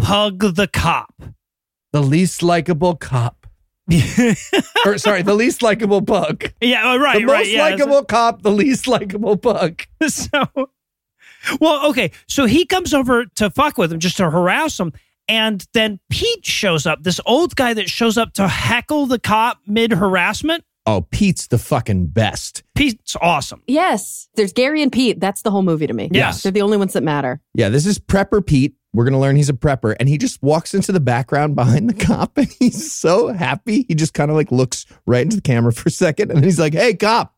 [SPEAKER 5] pug the cop
[SPEAKER 3] The least likable cop. or sorry, the least likable pug.
[SPEAKER 5] yeah oh, right
[SPEAKER 3] The most
[SPEAKER 5] right yeah.
[SPEAKER 3] likable cop, the least likable pug.
[SPEAKER 5] so well okay so he comes over to fuck with him just to harass him and then pete shows up this old guy that shows up to heckle the cop mid harassment
[SPEAKER 1] Oh, Pete's the fucking best.
[SPEAKER 5] pete's awesome
[SPEAKER 2] Yes. There's Gary and Pete. That's the whole movie to me.
[SPEAKER 5] Yes.
[SPEAKER 2] They're the only ones that matter.
[SPEAKER 1] Yeah, this is Prepper Pete. We're going to learn he's a prepper. And he just walks into the background behind the cop and he's so happy. He just kind of like looks right into the camera for a second and then he's like, hey, cop,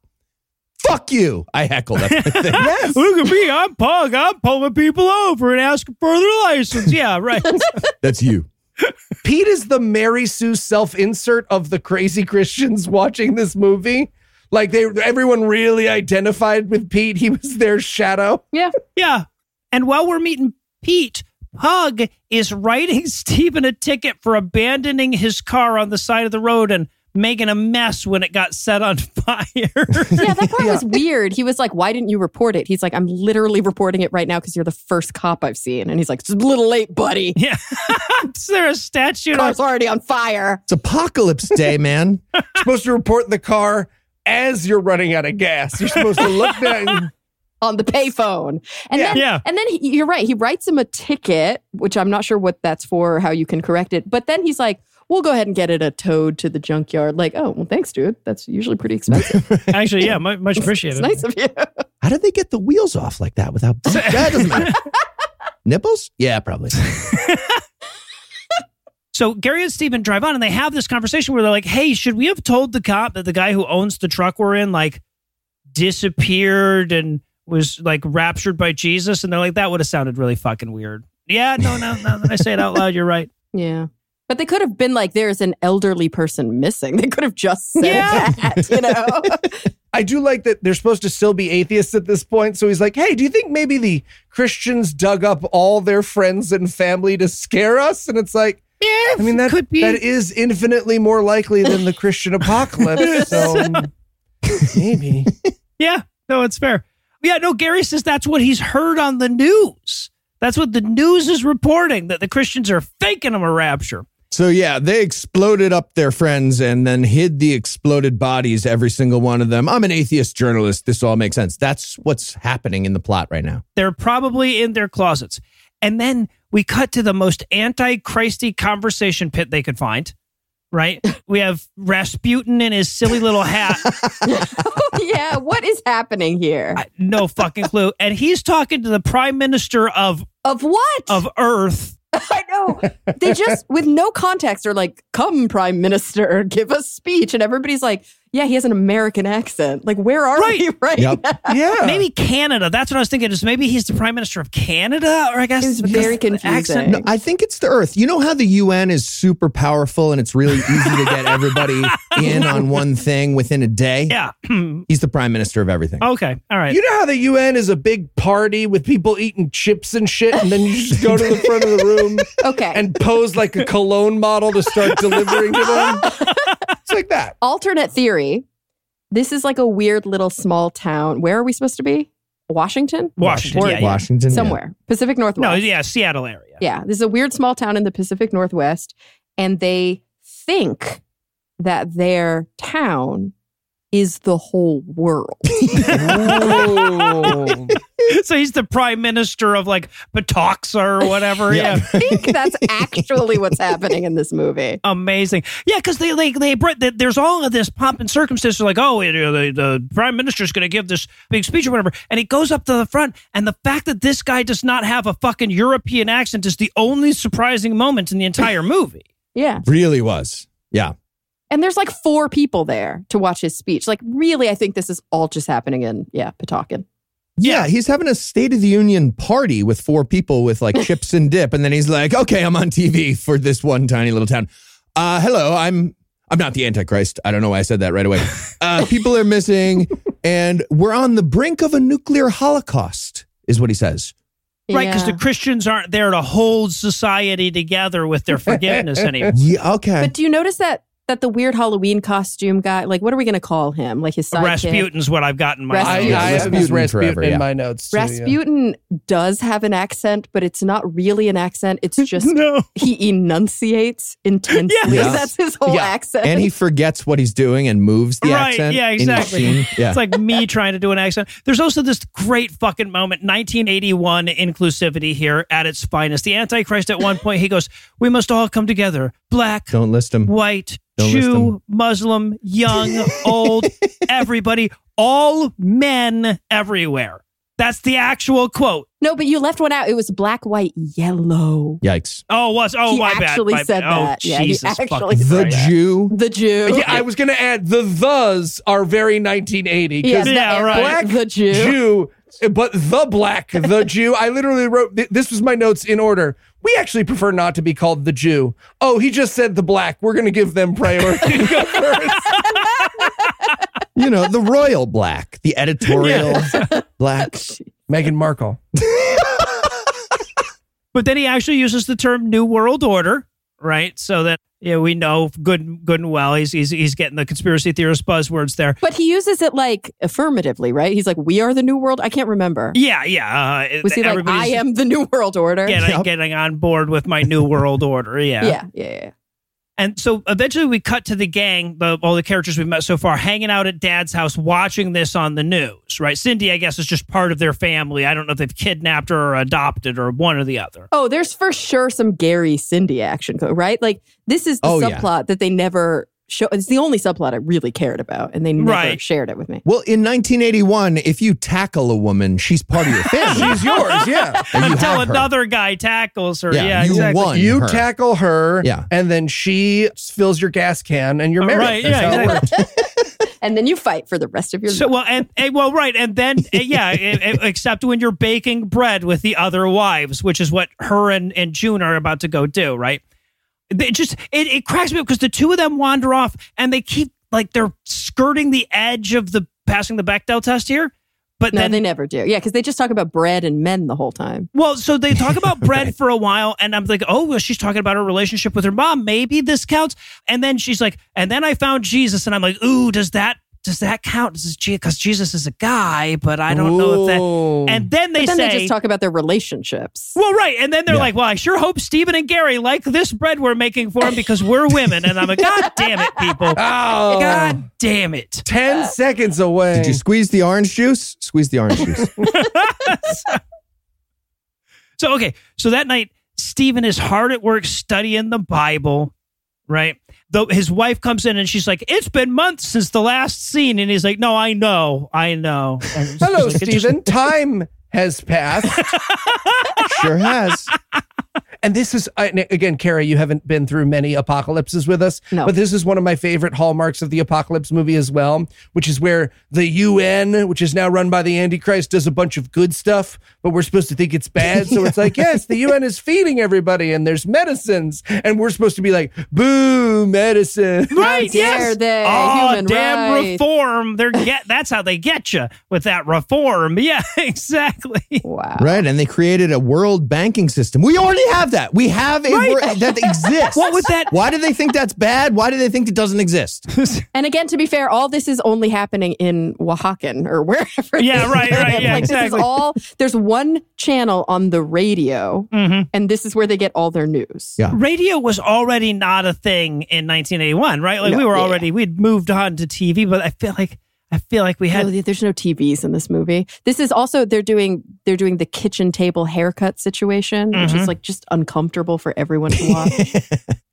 [SPEAKER 1] fuck you. I heckle. That's my thing. yes.
[SPEAKER 5] Look at me, I'm Pug. I'm pulling people over and asking for their license. Yeah, right.
[SPEAKER 1] That's you.
[SPEAKER 3] Pete is the Mary Sue self insert of the crazy Christians watching this movie. Like they, everyone really identified with Pete. He was their shadow.
[SPEAKER 2] Yeah.
[SPEAKER 5] yeah. And while we're meeting Pete, Pug is writing Steven a ticket for abandoning his car on the side of the road and making a mess when it got set on fire.
[SPEAKER 2] Yeah, that part was weird. He was like, Why didn't you report it? He's like, I'm literally reporting it right now because you're the first cop I've seen. And he's like, It's a little late, buddy.
[SPEAKER 5] yeah. is there a statute? on-
[SPEAKER 2] Car's already on fire.
[SPEAKER 1] It's apocalypse day, man.
[SPEAKER 3] supposed to report the car as you're running out of gas. You're supposed to look down.
[SPEAKER 2] on the payphone. And then,
[SPEAKER 5] Yeah.
[SPEAKER 2] and then he, you're right. He writes him a ticket, which I'm not sure what that's for or how you can correct it. But then he's like, "We'll go ahead and get it a towed to the junkyard." Like, oh, well, thanks, dude. That's usually pretty expensive.
[SPEAKER 5] Actually, yeah, mu- much appreciated.
[SPEAKER 2] it's nice of you.
[SPEAKER 1] How did they get the wheels off like that without? That doesn't matter. Nipples? Yeah, probably.
[SPEAKER 5] So Gary and Steven drive on and they have this conversation where they're like, hey, should we have told the cop that the guy who owns the truck we're in, like, disappeared and was like raptured by Jesus? And they're like, that would have sounded really fucking weird. Yeah, no, no, no. that I say it out loud, you're right.
[SPEAKER 2] Yeah. But they could have been like, "There's an elderly person missing." They could have just said
[SPEAKER 5] Yeah.
[SPEAKER 2] that, you know.
[SPEAKER 3] I do like that they're supposed to still be atheists at this point. So he's like, hey, do you think maybe the Christians dug up all their friends and family to scare us? And it's like,
[SPEAKER 5] Yeah,
[SPEAKER 3] I mean, that,
[SPEAKER 5] could be.
[SPEAKER 3] that is infinitely more likely than the Christian apocalypse. So maybe.
[SPEAKER 5] yeah, no, it's fair. Yeah, no, Gary says that's what he's heard on the news. That's what the news is reporting that the Christians are faking him a rapture.
[SPEAKER 1] So yeah, they exploded up their friends and then hid the exploded bodies, every single one of them. I'm an atheist journalist. This all makes sense. That's what's happening in the plot right now.
[SPEAKER 5] They're probably in their closets. And then we cut to the most anti Christy conversation pit they could find, right? we have Rasputin in his silly little hat.
[SPEAKER 2] yeah, what is happening here?
[SPEAKER 5] I- no fucking clue. And he's talking to the prime minister of,
[SPEAKER 2] of what?
[SPEAKER 5] of Earth.
[SPEAKER 2] I know. They just, with no context, are like, come, Prime Minister, give a speech. And everybody's like, yeah, he has an American accent. Like, where are we
[SPEAKER 5] Right.
[SPEAKER 2] right
[SPEAKER 1] Yep.
[SPEAKER 2] now?
[SPEAKER 3] Yeah.
[SPEAKER 5] Maybe Canada. That's what I was thinking. Is maybe he's the prime minister of Canada, or I guess
[SPEAKER 2] It was
[SPEAKER 5] because
[SPEAKER 2] very
[SPEAKER 5] the accent-
[SPEAKER 2] confusing.
[SPEAKER 1] No, I think it's the Earth. You know how the UN is super powerful and it's really easy to get everybody in on one thing within a day.
[SPEAKER 5] Yeah. Oh,
[SPEAKER 1] He's the prime minister of everything.
[SPEAKER 5] okay. All right.
[SPEAKER 3] You know how the UN is a big party with people eating chips and shit, and then you just go to the front of the room
[SPEAKER 2] Okay.
[SPEAKER 3] and pose like a cologne model to start delivering to them? It's like that.
[SPEAKER 2] Alternate theory. This is like a weird little small town. Where are we supposed to be? Washington?
[SPEAKER 5] Washington.
[SPEAKER 2] Or-
[SPEAKER 5] Yeah, yeah.
[SPEAKER 1] Washington. yeah.
[SPEAKER 2] Somewhere. Pacific
[SPEAKER 5] no.
[SPEAKER 2] Northwest.
[SPEAKER 5] Yeah. Seattle area.
[SPEAKER 2] Yeah, this is a weird small town in the Pacific Northwest, and they think that their town is the whole world.
[SPEAKER 3] Oh.
[SPEAKER 5] So he's the prime minister of like Patuxa or whatever. yeah.
[SPEAKER 2] I think that's actually what's happening in this movie.
[SPEAKER 5] Amazing. Yeah, because they like they, br- they there's all of this pomp and circumstance. They're like, oh, you know, the, the prime minister's going to give this big speech or whatever, and he goes up to the front, and the fact that this guy does not have a fucking European accent is the only surprising moment in the entire movie.
[SPEAKER 2] Yeah.
[SPEAKER 1] Really was. Yeah.
[SPEAKER 2] And there's like four people there to watch his speech. Like, really, I think this is all just happening in, yeah, Pawtucket.
[SPEAKER 1] Yeah, he's having a State of the Union party with four people with like chips and dip, and then he's like, "Okay, I'm on TV for this one tiny little town. Uh, hello, I'm I'm not the Antichrist. I don't know why I said that right away. Uh, people are missing, and we're on the brink of a nuclear holocaust, is what he says.
[SPEAKER 5] Right, because
[SPEAKER 2] Yeah.
[SPEAKER 5] the Christians aren't there to hold society together with their forgiveness anymore.
[SPEAKER 1] Yeah, okay.
[SPEAKER 2] But do you notice that that the weird Halloween costume guy, like what are we going to call him? Like his sidekick.
[SPEAKER 5] Rasputin's what I've got in my
[SPEAKER 3] I,
[SPEAKER 2] Rasputin.
[SPEAKER 3] I have used
[SPEAKER 1] Rasputin
[SPEAKER 3] Rasputin
[SPEAKER 1] forever,
[SPEAKER 3] in
[SPEAKER 1] yeah.
[SPEAKER 3] my notes. too, yeah.
[SPEAKER 2] Rasputin does have an accent, but it's not really an accent. It's just
[SPEAKER 5] No.
[SPEAKER 2] he enunciates intensely.
[SPEAKER 1] Yes.
[SPEAKER 2] That's his whole
[SPEAKER 3] Yeah.
[SPEAKER 2] accent.
[SPEAKER 1] And he forgets what he's doing and moves the
[SPEAKER 5] right,
[SPEAKER 1] accent.
[SPEAKER 5] yeah,
[SPEAKER 1] in each
[SPEAKER 5] exactly.
[SPEAKER 1] scene. Yeah.
[SPEAKER 5] It's like me trying to do an accent. There's also this great fucking moment, 1981 inclusivity here at its finest. The Antichrist at one point he goes, "We must all come together, black,
[SPEAKER 1] Don't list him.
[SPEAKER 5] white,
[SPEAKER 1] Don't list them.
[SPEAKER 5] Jew, Muslim, young, old, everybody, all men everywhere." That's the actual quote.
[SPEAKER 2] no, but you left one out. It was black, white, yellow.
[SPEAKER 1] Yikes.
[SPEAKER 5] Oh, it was oh
[SPEAKER 2] He
[SPEAKER 5] my
[SPEAKER 2] actually
[SPEAKER 5] bad. my
[SPEAKER 2] said
[SPEAKER 5] bad. Oh,
[SPEAKER 2] that. Yeah, he
[SPEAKER 5] Jesus
[SPEAKER 2] actually
[SPEAKER 5] fucking
[SPEAKER 2] said
[SPEAKER 1] The
[SPEAKER 5] Christ.
[SPEAKER 1] Jew.
[SPEAKER 2] The Jew.
[SPEAKER 3] Yeah, I was going to add the thes are very 1980
[SPEAKER 2] Yeah,
[SPEAKER 3] because
[SPEAKER 2] the,
[SPEAKER 5] Yeah, right.
[SPEAKER 2] Black, the Jew.
[SPEAKER 3] Jew, but the black, the Jew. I literally wrote th- this was my notes in order. We actually prefer not to be called the Jew. Oh, he just said the black. We're going to give them priority to go first.
[SPEAKER 1] You know, the royal black, the editorial black.
[SPEAKER 3] Meghan Markle.
[SPEAKER 5] But then he actually uses the term New World Order, right? So that yeah, we know good good and well. He's he's, he's getting the conspiracy theorist buzzwords there.
[SPEAKER 2] But he uses it like affirmatively, right? He's like, we are the new world. I can't remember.
[SPEAKER 5] Yeah, yeah. Uh,
[SPEAKER 2] Was he like, I
[SPEAKER 5] everybody's
[SPEAKER 2] am the new world order?
[SPEAKER 5] Getting,
[SPEAKER 1] Yep.
[SPEAKER 5] getting on board with my new world order, yeah.
[SPEAKER 2] yeah, yeah, yeah.
[SPEAKER 5] And so eventually we cut to the gang, the, all the characters we've met so far, hanging out at dad's house, watching this on the news, right? Cindy, I guess, is just part of their family. I don't know if they've kidnapped her or adopted or one or the other.
[SPEAKER 2] Oh, there's for sure some Gary Cindy action, co- right? Like this is the
[SPEAKER 1] Oh, yeah.
[SPEAKER 2] subplot that they never show. It's the only subplot I really cared about, and they never
[SPEAKER 5] Right.
[SPEAKER 2] shared it with me.
[SPEAKER 1] Well, in 1981, if you tackle a woman, she's part of your family.
[SPEAKER 3] She's yours. Yeah.
[SPEAKER 1] And you
[SPEAKER 5] Until
[SPEAKER 1] have her.
[SPEAKER 5] another guy tackles her.
[SPEAKER 1] Yeah,
[SPEAKER 5] Yeah,
[SPEAKER 1] you
[SPEAKER 5] exactly.
[SPEAKER 1] won.
[SPEAKER 3] You
[SPEAKER 1] her.
[SPEAKER 3] tackle her.
[SPEAKER 1] Yeah.
[SPEAKER 3] And then she fills your gas can and you're married.
[SPEAKER 5] Right,
[SPEAKER 3] That's
[SPEAKER 5] yeah,
[SPEAKER 3] how it
[SPEAKER 5] exactly.
[SPEAKER 3] works.
[SPEAKER 2] And then you fight for the rest of your
[SPEAKER 5] So
[SPEAKER 2] life.
[SPEAKER 5] well, and, and- well, right, and then eh, yeah, eh, eh, except when you're baking bread with the other wives, which is what her and, and June are about to go do, right? It just it, it cracks me up because the two of them wander off and they keep like they're skirting the edge of the passing the Bechdel test here, but
[SPEAKER 2] No,
[SPEAKER 5] then
[SPEAKER 2] they never do. Yeah, because they just talk about bread and men the whole time.
[SPEAKER 5] well, so they talk about bread for a while, and I'm like, oh, well, she's talking about her relationship with her mom. Maybe this counts. And then she's like, and then I found Jesus, and I'm like, ooh, does that does that count? Because Jesus is a guy, but I don't know if
[SPEAKER 3] Ooh.
[SPEAKER 5] that. And then they
[SPEAKER 2] But then
[SPEAKER 5] say,
[SPEAKER 2] they just talk about their relationships.
[SPEAKER 5] well, right, and then they're like, well, I sure hope Stephen and Gary like this bread we're making for him because we're women. And I'm like, god damn it, people,
[SPEAKER 3] Oh.
[SPEAKER 5] god damn it.
[SPEAKER 3] 10 seconds away.
[SPEAKER 1] Did you squeeze the orange juice? Squeeze the orange juice.
[SPEAKER 5] So okay, so that night Stephen is hard at work studying the Bible, right? Though his wife comes in and she's like, "It's been months since the last scene," and he's like, "No, I know, I know." And she's
[SPEAKER 3] Hello,
[SPEAKER 5] like, "It just-
[SPEAKER 3] Stephen. Time has passed.
[SPEAKER 1] Sure has.
[SPEAKER 3] And this is I- and again, Carrie, you haven't been through many apocalypses with us,
[SPEAKER 2] No.
[SPEAKER 3] but this is one of my favorite hallmarks of the apocalypse movie as well, which is where the UN, which is now run by the Antichrist, does a bunch of good stuff, but we're supposed to think it's bad. So it's like, yes, the UN is feeding everybody, and there's medicines, and we're supposed to be like, boo, medicine.
[SPEAKER 5] Right?
[SPEAKER 2] How dare
[SPEAKER 5] yes.
[SPEAKER 2] they,
[SPEAKER 5] Oh,
[SPEAKER 2] human
[SPEAKER 5] damn
[SPEAKER 2] rights.
[SPEAKER 5] reform! They're get. That's how they get you with that reform. Yeah, exactly.
[SPEAKER 2] Wow.
[SPEAKER 1] Right. And they created a world banking system. We already have that. We have a
[SPEAKER 5] Right.
[SPEAKER 1] world that exists.
[SPEAKER 5] What was that?
[SPEAKER 1] Why do they think that's bad? Why do they think it doesn't exist?
[SPEAKER 2] And again, to be fair, all this is only happening in Oaxacan or wherever. it
[SPEAKER 5] Yeah,
[SPEAKER 2] is.
[SPEAKER 5] right, right, yeah,
[SPEAKER 2] like this
[SPEAKER 5] exactly.
[SPEAKER 2] is all. There's one channel on the radio,
[SPEAKER 5] Mm-hmm.
[SPEAKER 2] and this is where they get all their news.
[SPEAKER 1] Yeah.
[SPEAKER 5] radio was already not a thing in 1981, right? Like
[SPEAKER 2] No,
[SPEAKER 5] we were
[SPEAKER 2] yeah.
[SPEAKER 5] already we'd moved on to TV, but I feel like I feel like we had
[SPEAKER 2] No, Oh, there's no TVs in this movie. This is also they're doing they're doing the kitchen table haircut situation, which
[SPEAKER 5] Mm-hmm.
[SPEAKER 2] is like just uncomfortable for everyone to watch.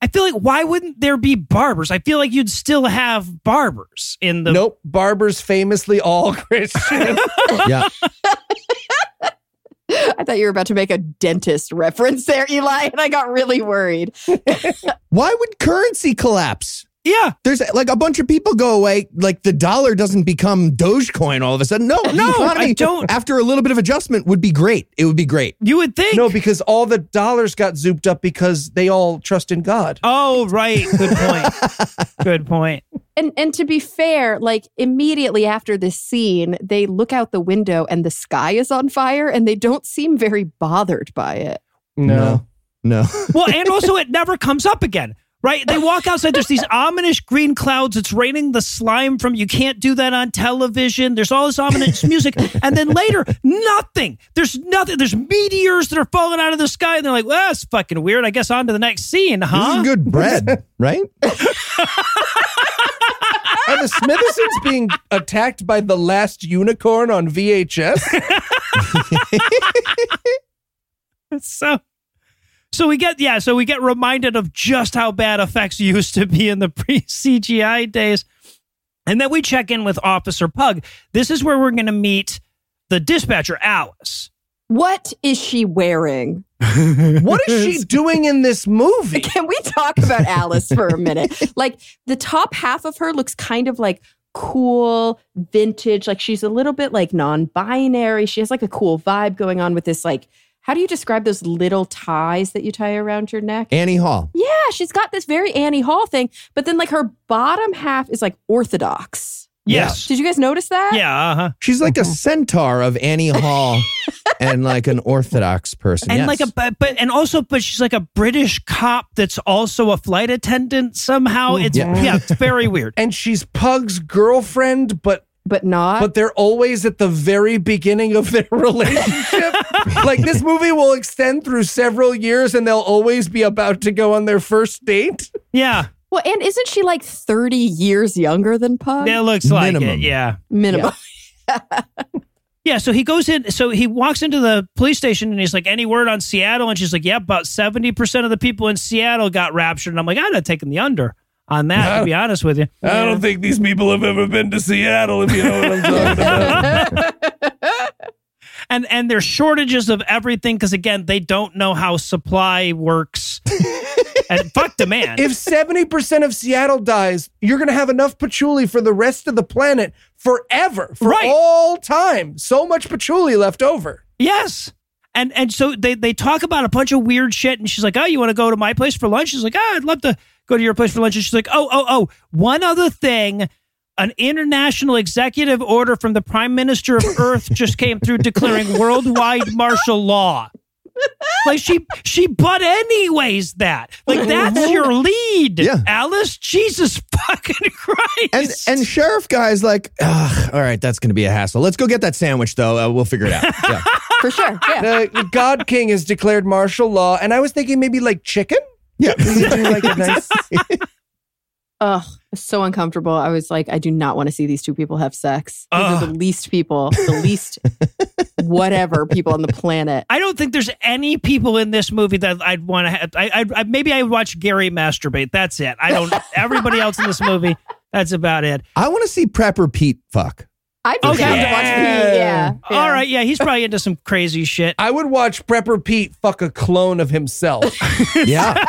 [SPEAKER 5] I feel like why wouldn't there be barbers? I feel like you'd still have barbers in the
[SPEAKER 3] Nope, barbers famously all Christian.
[SPEAKER 1] Yeah.
[SPEAKER 2] I thought you were about to make a dentist reference there, Eli, and I got really worried.
[SPEAKER 1] Why would currency collapse?
[SPEAKER 5] Yeah.
[SPEAKER 1] There's like a bunch of people go away. Like the dollar doesn't become Dogecoin all of a sudden. No, no,
[SPEAKER 5] I don't.
[SPEAKER 1] After a little bit of adjustment, would be great. It would be great.
[SPEAKER 5] You would think.
[SPEAKER 3] no, because all the dollars got zooped up because they all trust in God.
[SPEAKER 5] Oh, right. Good point. Good point.
[SPEAKER 2] and and to be fair, like immediately after this scene, they look out the window and the sky is on fire, and they don't seem very bothered by it.
[SPEAKER 1] No. No.
[SPEAKER 5] Well, and also it never comes up again, right? They walk outside. There's these ominous green clouds. It's raining the slime from. You can't do that on television. There's all this ominous music, and then later nothing. There's nothing. There's meteors that are falling out of the sky, and they're like, "Well, that's fucking weird." I guess on to the next scene,
[SPEAKER 1] This
[SPEAKER 5] huh?
[SPEAKER 1] is good bread, right?
[SPEAKER 3] Are the Smithersons being attacked by the last unicorn on VHS?
[SPEAKER 5] So, so we get yeah. So we get reminded of just how bad effects used to be in the pre CGI days, and then we check in with Officer Pug. This is where we're going to meet the dispatcher, Alice.
[SPEAKER 2] What is she wearing?
[SPEAKER 3] What is she doing in this movie?
[SPEAKER 2] Can we talk about Alice for a minute? Like the top half of her looks kind of like cool, vintage. Like she's a little bit like non-binary. She has like a cool vibe going on with this like how do you describe those little ties that you tie around your neck?
[SPEAKER 1] Annie Hall.
[SPEAKER 2] yeah, she's got this very Annie Hall thing, but then like her bottom half is like orthodox.
[SPEAKER 5] Yes.
[SPEAKER 2] Did you guys notice that?
[SPEAKER 5] Yeah. Uh-huh.
[SPEAKER 1] She's like a centaur of Annie Hall and like an Orthodox person.
[SPEAKER 5] and
[SPEAKER 1] yes.
[SPEAKER 5] like a but, but and also but she's like a british cop that's also a flight attendant somehow it's
[SPEAKER 1] Yeah.
[SPEAKER 5] yeah, it's very weird
[SPEAKER 3] And she's Pug's girlfriend, but
[SPEAKER 2] But not.
[SPEAKER 3] but they're always at the very beginning of their relationship. like this movie will extend through several years and they'll always be about to go on their first date.
[SPEAKER 5] yeah
[SPEAKER 2] well, and isn't she like 30 years younger than Pug?
[SPEAKER 5] that looks like
[SPEAKER 1] Minimum.
[SPEAKER 5] it yeah
[SPEAKER 2] Um, Minimum.
[SPEAKER 5] yeah so he goes in so he walks into the police station and he's like any word on seattle and she's like yeah about 70% of the people in seattle got raptured and i'm like i'd have taken the under on that to be honest with you
[SPEAKER 3] I don't think these people have ever been to Seattle, if you know what I'm talking about.
[SPEAKER 5] and and there's shortages of everything because again they don't know how supply works and fuck demand
[SPEAKER 3] If 70% of Seattle dies, you're going to have enough patchouli for the rest of the planet forever, for
[SPEAKER 5] Right.
[SPEAKER 3] all time. So much patchouli left over.
[SPEAKER 5] Yes. And and so they they talk about a bunch of weird shit and she's like, "Oh, you want to go to my place for lunch?" She's like, "Ah, I'd love to go to your place for lunch." And she's like, "Oh, oh, oh, one other thing. An international executive order from the Prime Minister of Earth just came through declaring worldwide martial law." Like she she but anyways that. Like that's your lead,
[SPEAKER 1] Yeah.
[SPEAKER 5] Alice. Jesus fucking Christ.
[SPEAKER 1] and, and sheriff guy's like, Ugh, all right, that's going to be a hassle. Let's go get that sandwich, though. Uh, we'll figure it out. Yeah.
[SPEAKER 2] For sure. Yeah.
[SPEAKER 3] The the God King has declared martial law, and I was thinking maybe like chicken.
[SPEAKER 1] yeah.
[SPEAKER 3] Maybe do, like, a nice-
[SPEAKER 2] Ugh, so uncomfortable. I was like, I do not want to see these two people have sex. These are
[SPEAKER 5] Ugh.
[SPEAKER 2] the least people, the least whatever people on the planet.
[SPEAKER 5] I don't think there's any people in this movie that I'd want to have. I, I, I maybe I would watch Gary masturbate. That's it. I don't. everybody else in this movie, that's about it.
[SPEAKER 1] I want to see Prepper Pete fuck.
[SPEAKER 2] I'd be
[SPEAKER 5] Okay.
[SPEAKER 2] down to watch me. Yeah. yeah.
[SPEAKER 5] All right. Yeah, he's probably into some crazy shit.
[SPEAKER 3] I would watch Prepper Pete fuck a clone of himself.
[SPEAKER 1] Yeah.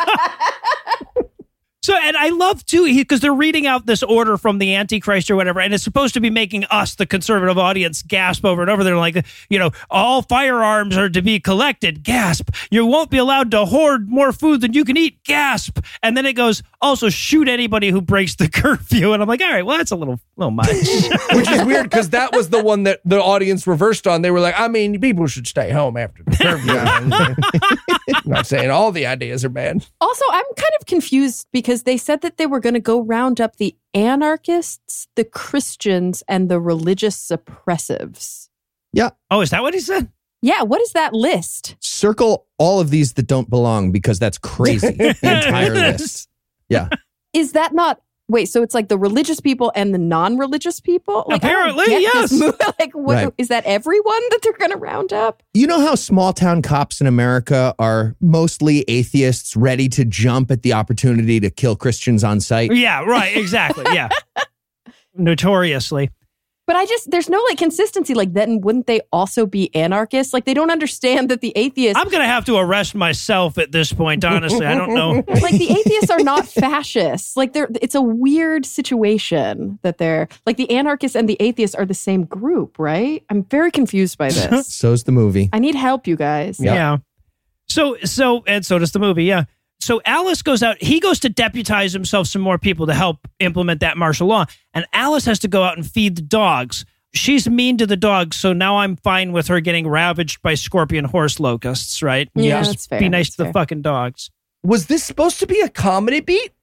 [SPEAKER 5] So, and I love too because they're reading out this order from the Antichrist or whatever, and it's supposed to be making us, the conservative audience, gasp over and over. They're like, you know, all firearms are to be collected. Gasp! You won't be allowed to hoard more food than you can eat. Gasp! And then it goes, also shoot anybody who breaks the curfew. And I'm like, all right, well, that's a little, little much.
[SPEAKER 3] Which is weird because that was the one that the audience reversed on. They were like, I mean, people should stay home after the curfew. I'm not saying all the ideas are bad.
[SPEAKER 2] Also, I'm kind of confused because they said that they were going to go round up the anarchists, the Christians, and the religious suppressives.
[SPEAKER 5] Oh, is that what he said?
[SPEAKER 2] Yeah. What is that list?
[SPEAKER 1] Circle all of these that don't belong because that's crazy. The entire list. Yeah.
[SPEAKER 2] Is that not? Wait, so it's like the religious people and the non-religious people. Like, I don't
[SPEAKER 5] Apparently,
[SPEAKER 2] get this
[SPEAKER 5] yes.
[SPEAKER 2] movie. like, what,
[SPEAKER 1] Right.
[SPEAKER 2] is that everyone that they're going to round up?
[SPEAKER 1] You know how small town cops in America are mostly atheists ready to jump at the opportunity to kill Christians on sight?
[SPEAKER 5] Yeah, right. Exactly. Yeah. Notoriously.
[SPEAKER 2] But I just there's no like consistency. Like then wouldn't they also be anarchists? Like they don't understand that the atheists
[SPEAKER 5] I'm going to have to arrest myself at this point, honestly. I don't know.
[SPEAKER 2] like the atheists are not fascists. Like they're it's a weird situation that they're like the anarchists and the atheists are the same group, right? I'm very confused by this.
[SPEAKER 1] So's the movie.
[SPEAKER 2] I need help, you guys.
[SPEAKER 1] Yeah.
[SPEAKER 5] Yeah. So so and so does the movie. Yeah. so Alice goes out. He goes to deputize himself some more people to help implement that martial law. And Alice has to go out and feed the dogs. She's mean to the dogs, so now I'm fine with her getting ravaged by scorpion horse locusts, right?
[SPEAKER 2] Yeah,
[SPEAKER 5] Just
[SPEAKER 2] that's fair,
[SPEAKER 5] Be nice
[SPEAKER 2] that's
[SPEAKER 5] to the
[SPEAKER 2] fair.
[SPEAKER 5] fucking dogs.
[SPEAKER 3] Was this supposed to be a comedy beat?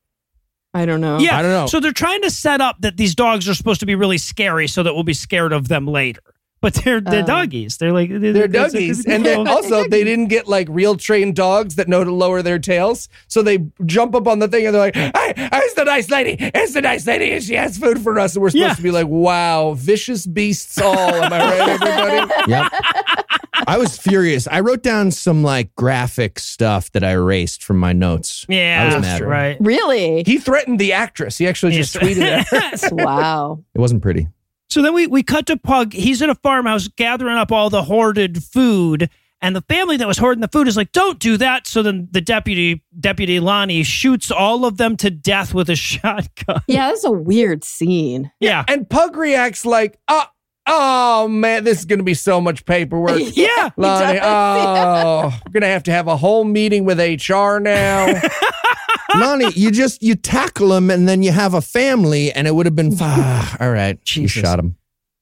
[SPEAKER 2] I don't know.
[SPEAKER 5] Yeah,
[SPEAKER 1] I don't know.
[SPEAKER 5] So they're trying to set up that these dogs are supposed to be really scary, so that we'll be scared of them later. But they're they're
[SPEAKER 2] Oh.
[SPEAKER 5] doggies. They're like they're,
[SPEAKER 3] They're doggies. And then also, they didn't get like real trained dogs that know to lower their tails. So they jump up on the thing and they're like, hey, it's the nice lady. It's the nice lady. And she has food for us. And we're supposed
[SPEAKER 5] Yeah.
[SPEAKER 3] to be like, wow, vicious beasts all. Am I right, everybody?
[SPEAKER 1] Yep. I was furious. I wrote down some like graphic stuff that I erased from my notes. I was
[SPEAKER 5] yeah,
[SPEAKER 1] mad.
[SPEAKER 5] right.
[SPEAKER 2] Really?
[SPEAKER 3] He threatened the actress. He actually just
[SPEAKER 5] Yes.
[SPEAKER 3] tweeted it.
[SPEAKER 2] wow.
[SPEAKER 1] It wasn't pretty.
[SPEAKER 5] So then we, we cut to Pug. He's in a farmhouse gathering up all the hoarded food. And the family that was hoarding the food is like, don't do that. So then the deputy, Deputy Lonnie, shoots all of them to death with a shotgun.
[SPEAKER 2] Yeah, that's a weird scene.
[SPEAKER 5] Yeah.
[SPEAKER 3] And Pug reacts like, oh, oh man, this is going to be so much paperwork.
[SPEAKER 5] Yeah.
[SPEAKER 3] Lonnie,
[SPEAKER 2] does,
[SPEAKER 3] oh, we're going to have to have a whole meeting with HR now.
[SPEAKER 1] Lonnie, you just you tackle him and then you have a family and it would have been ah, all right.
[SPEAKER 5] Jesus.
[SPEAKER 1] You shot him.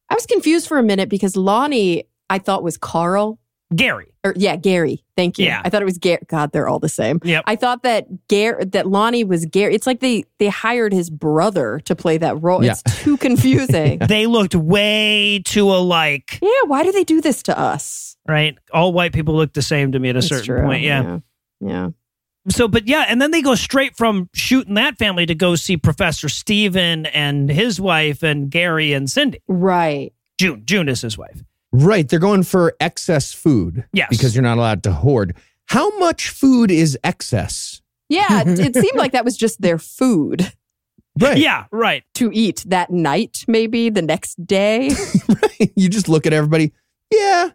[SPEAKER 2] I was confused for a minute because Lonnie, I thought was Carl.
[SPEAKER 5] Gary.
[SPEAKER 2] Or yeah, Gary. Thank you.
[SPEAKER 5] Yeah.
[SPEAKER 2] I thought it was Gary. God, they're all the same.
[SPEAKER 5] Yep.
[SPEAKER 2] I thought that Gary, that Lonnie was Gary. It's like they they hired his brother to play that role.
[SPEAKER 1] Yeah.
[SPEAKER 2] It's too confusing.
[SPEAKER 5] They looked way too alike,
[SPEAKER 2] yeah, why do they do this to us?
[SPEAKER 5] right? All white people look the same to me at a
[SPEAKER 2] That's
[SPEAKER 5] certain
[SPEAKER 2] true.
[SPEAKER 5] point. Yeah.
[SPEAKER 2] yeah. Yeah.
[SPEAKER 5] So, but yeah. And then they go straight from shooting that family to go see Professor Steven and his wife and Gary and Cindy.
[SPEAKER 2] Right.
[SPEAKER 5] June. June is his wife.
[SPEAKER 1] Right. They're going for excess food.
[SPEAKER 5] Yes.
[SPEAKER 1] Because you're not allowed to hoard. How much food is excess?
[SPEAKER 2] Yeah, it, it seemed like that was just their food
[SPEAKER 1] Right.
[SPEAKER 5] Yeah. Right.
[SPEAKER 2] to eat that night, maybe the next day.
[SPEAKER 1] you just look at everybody. Yeah.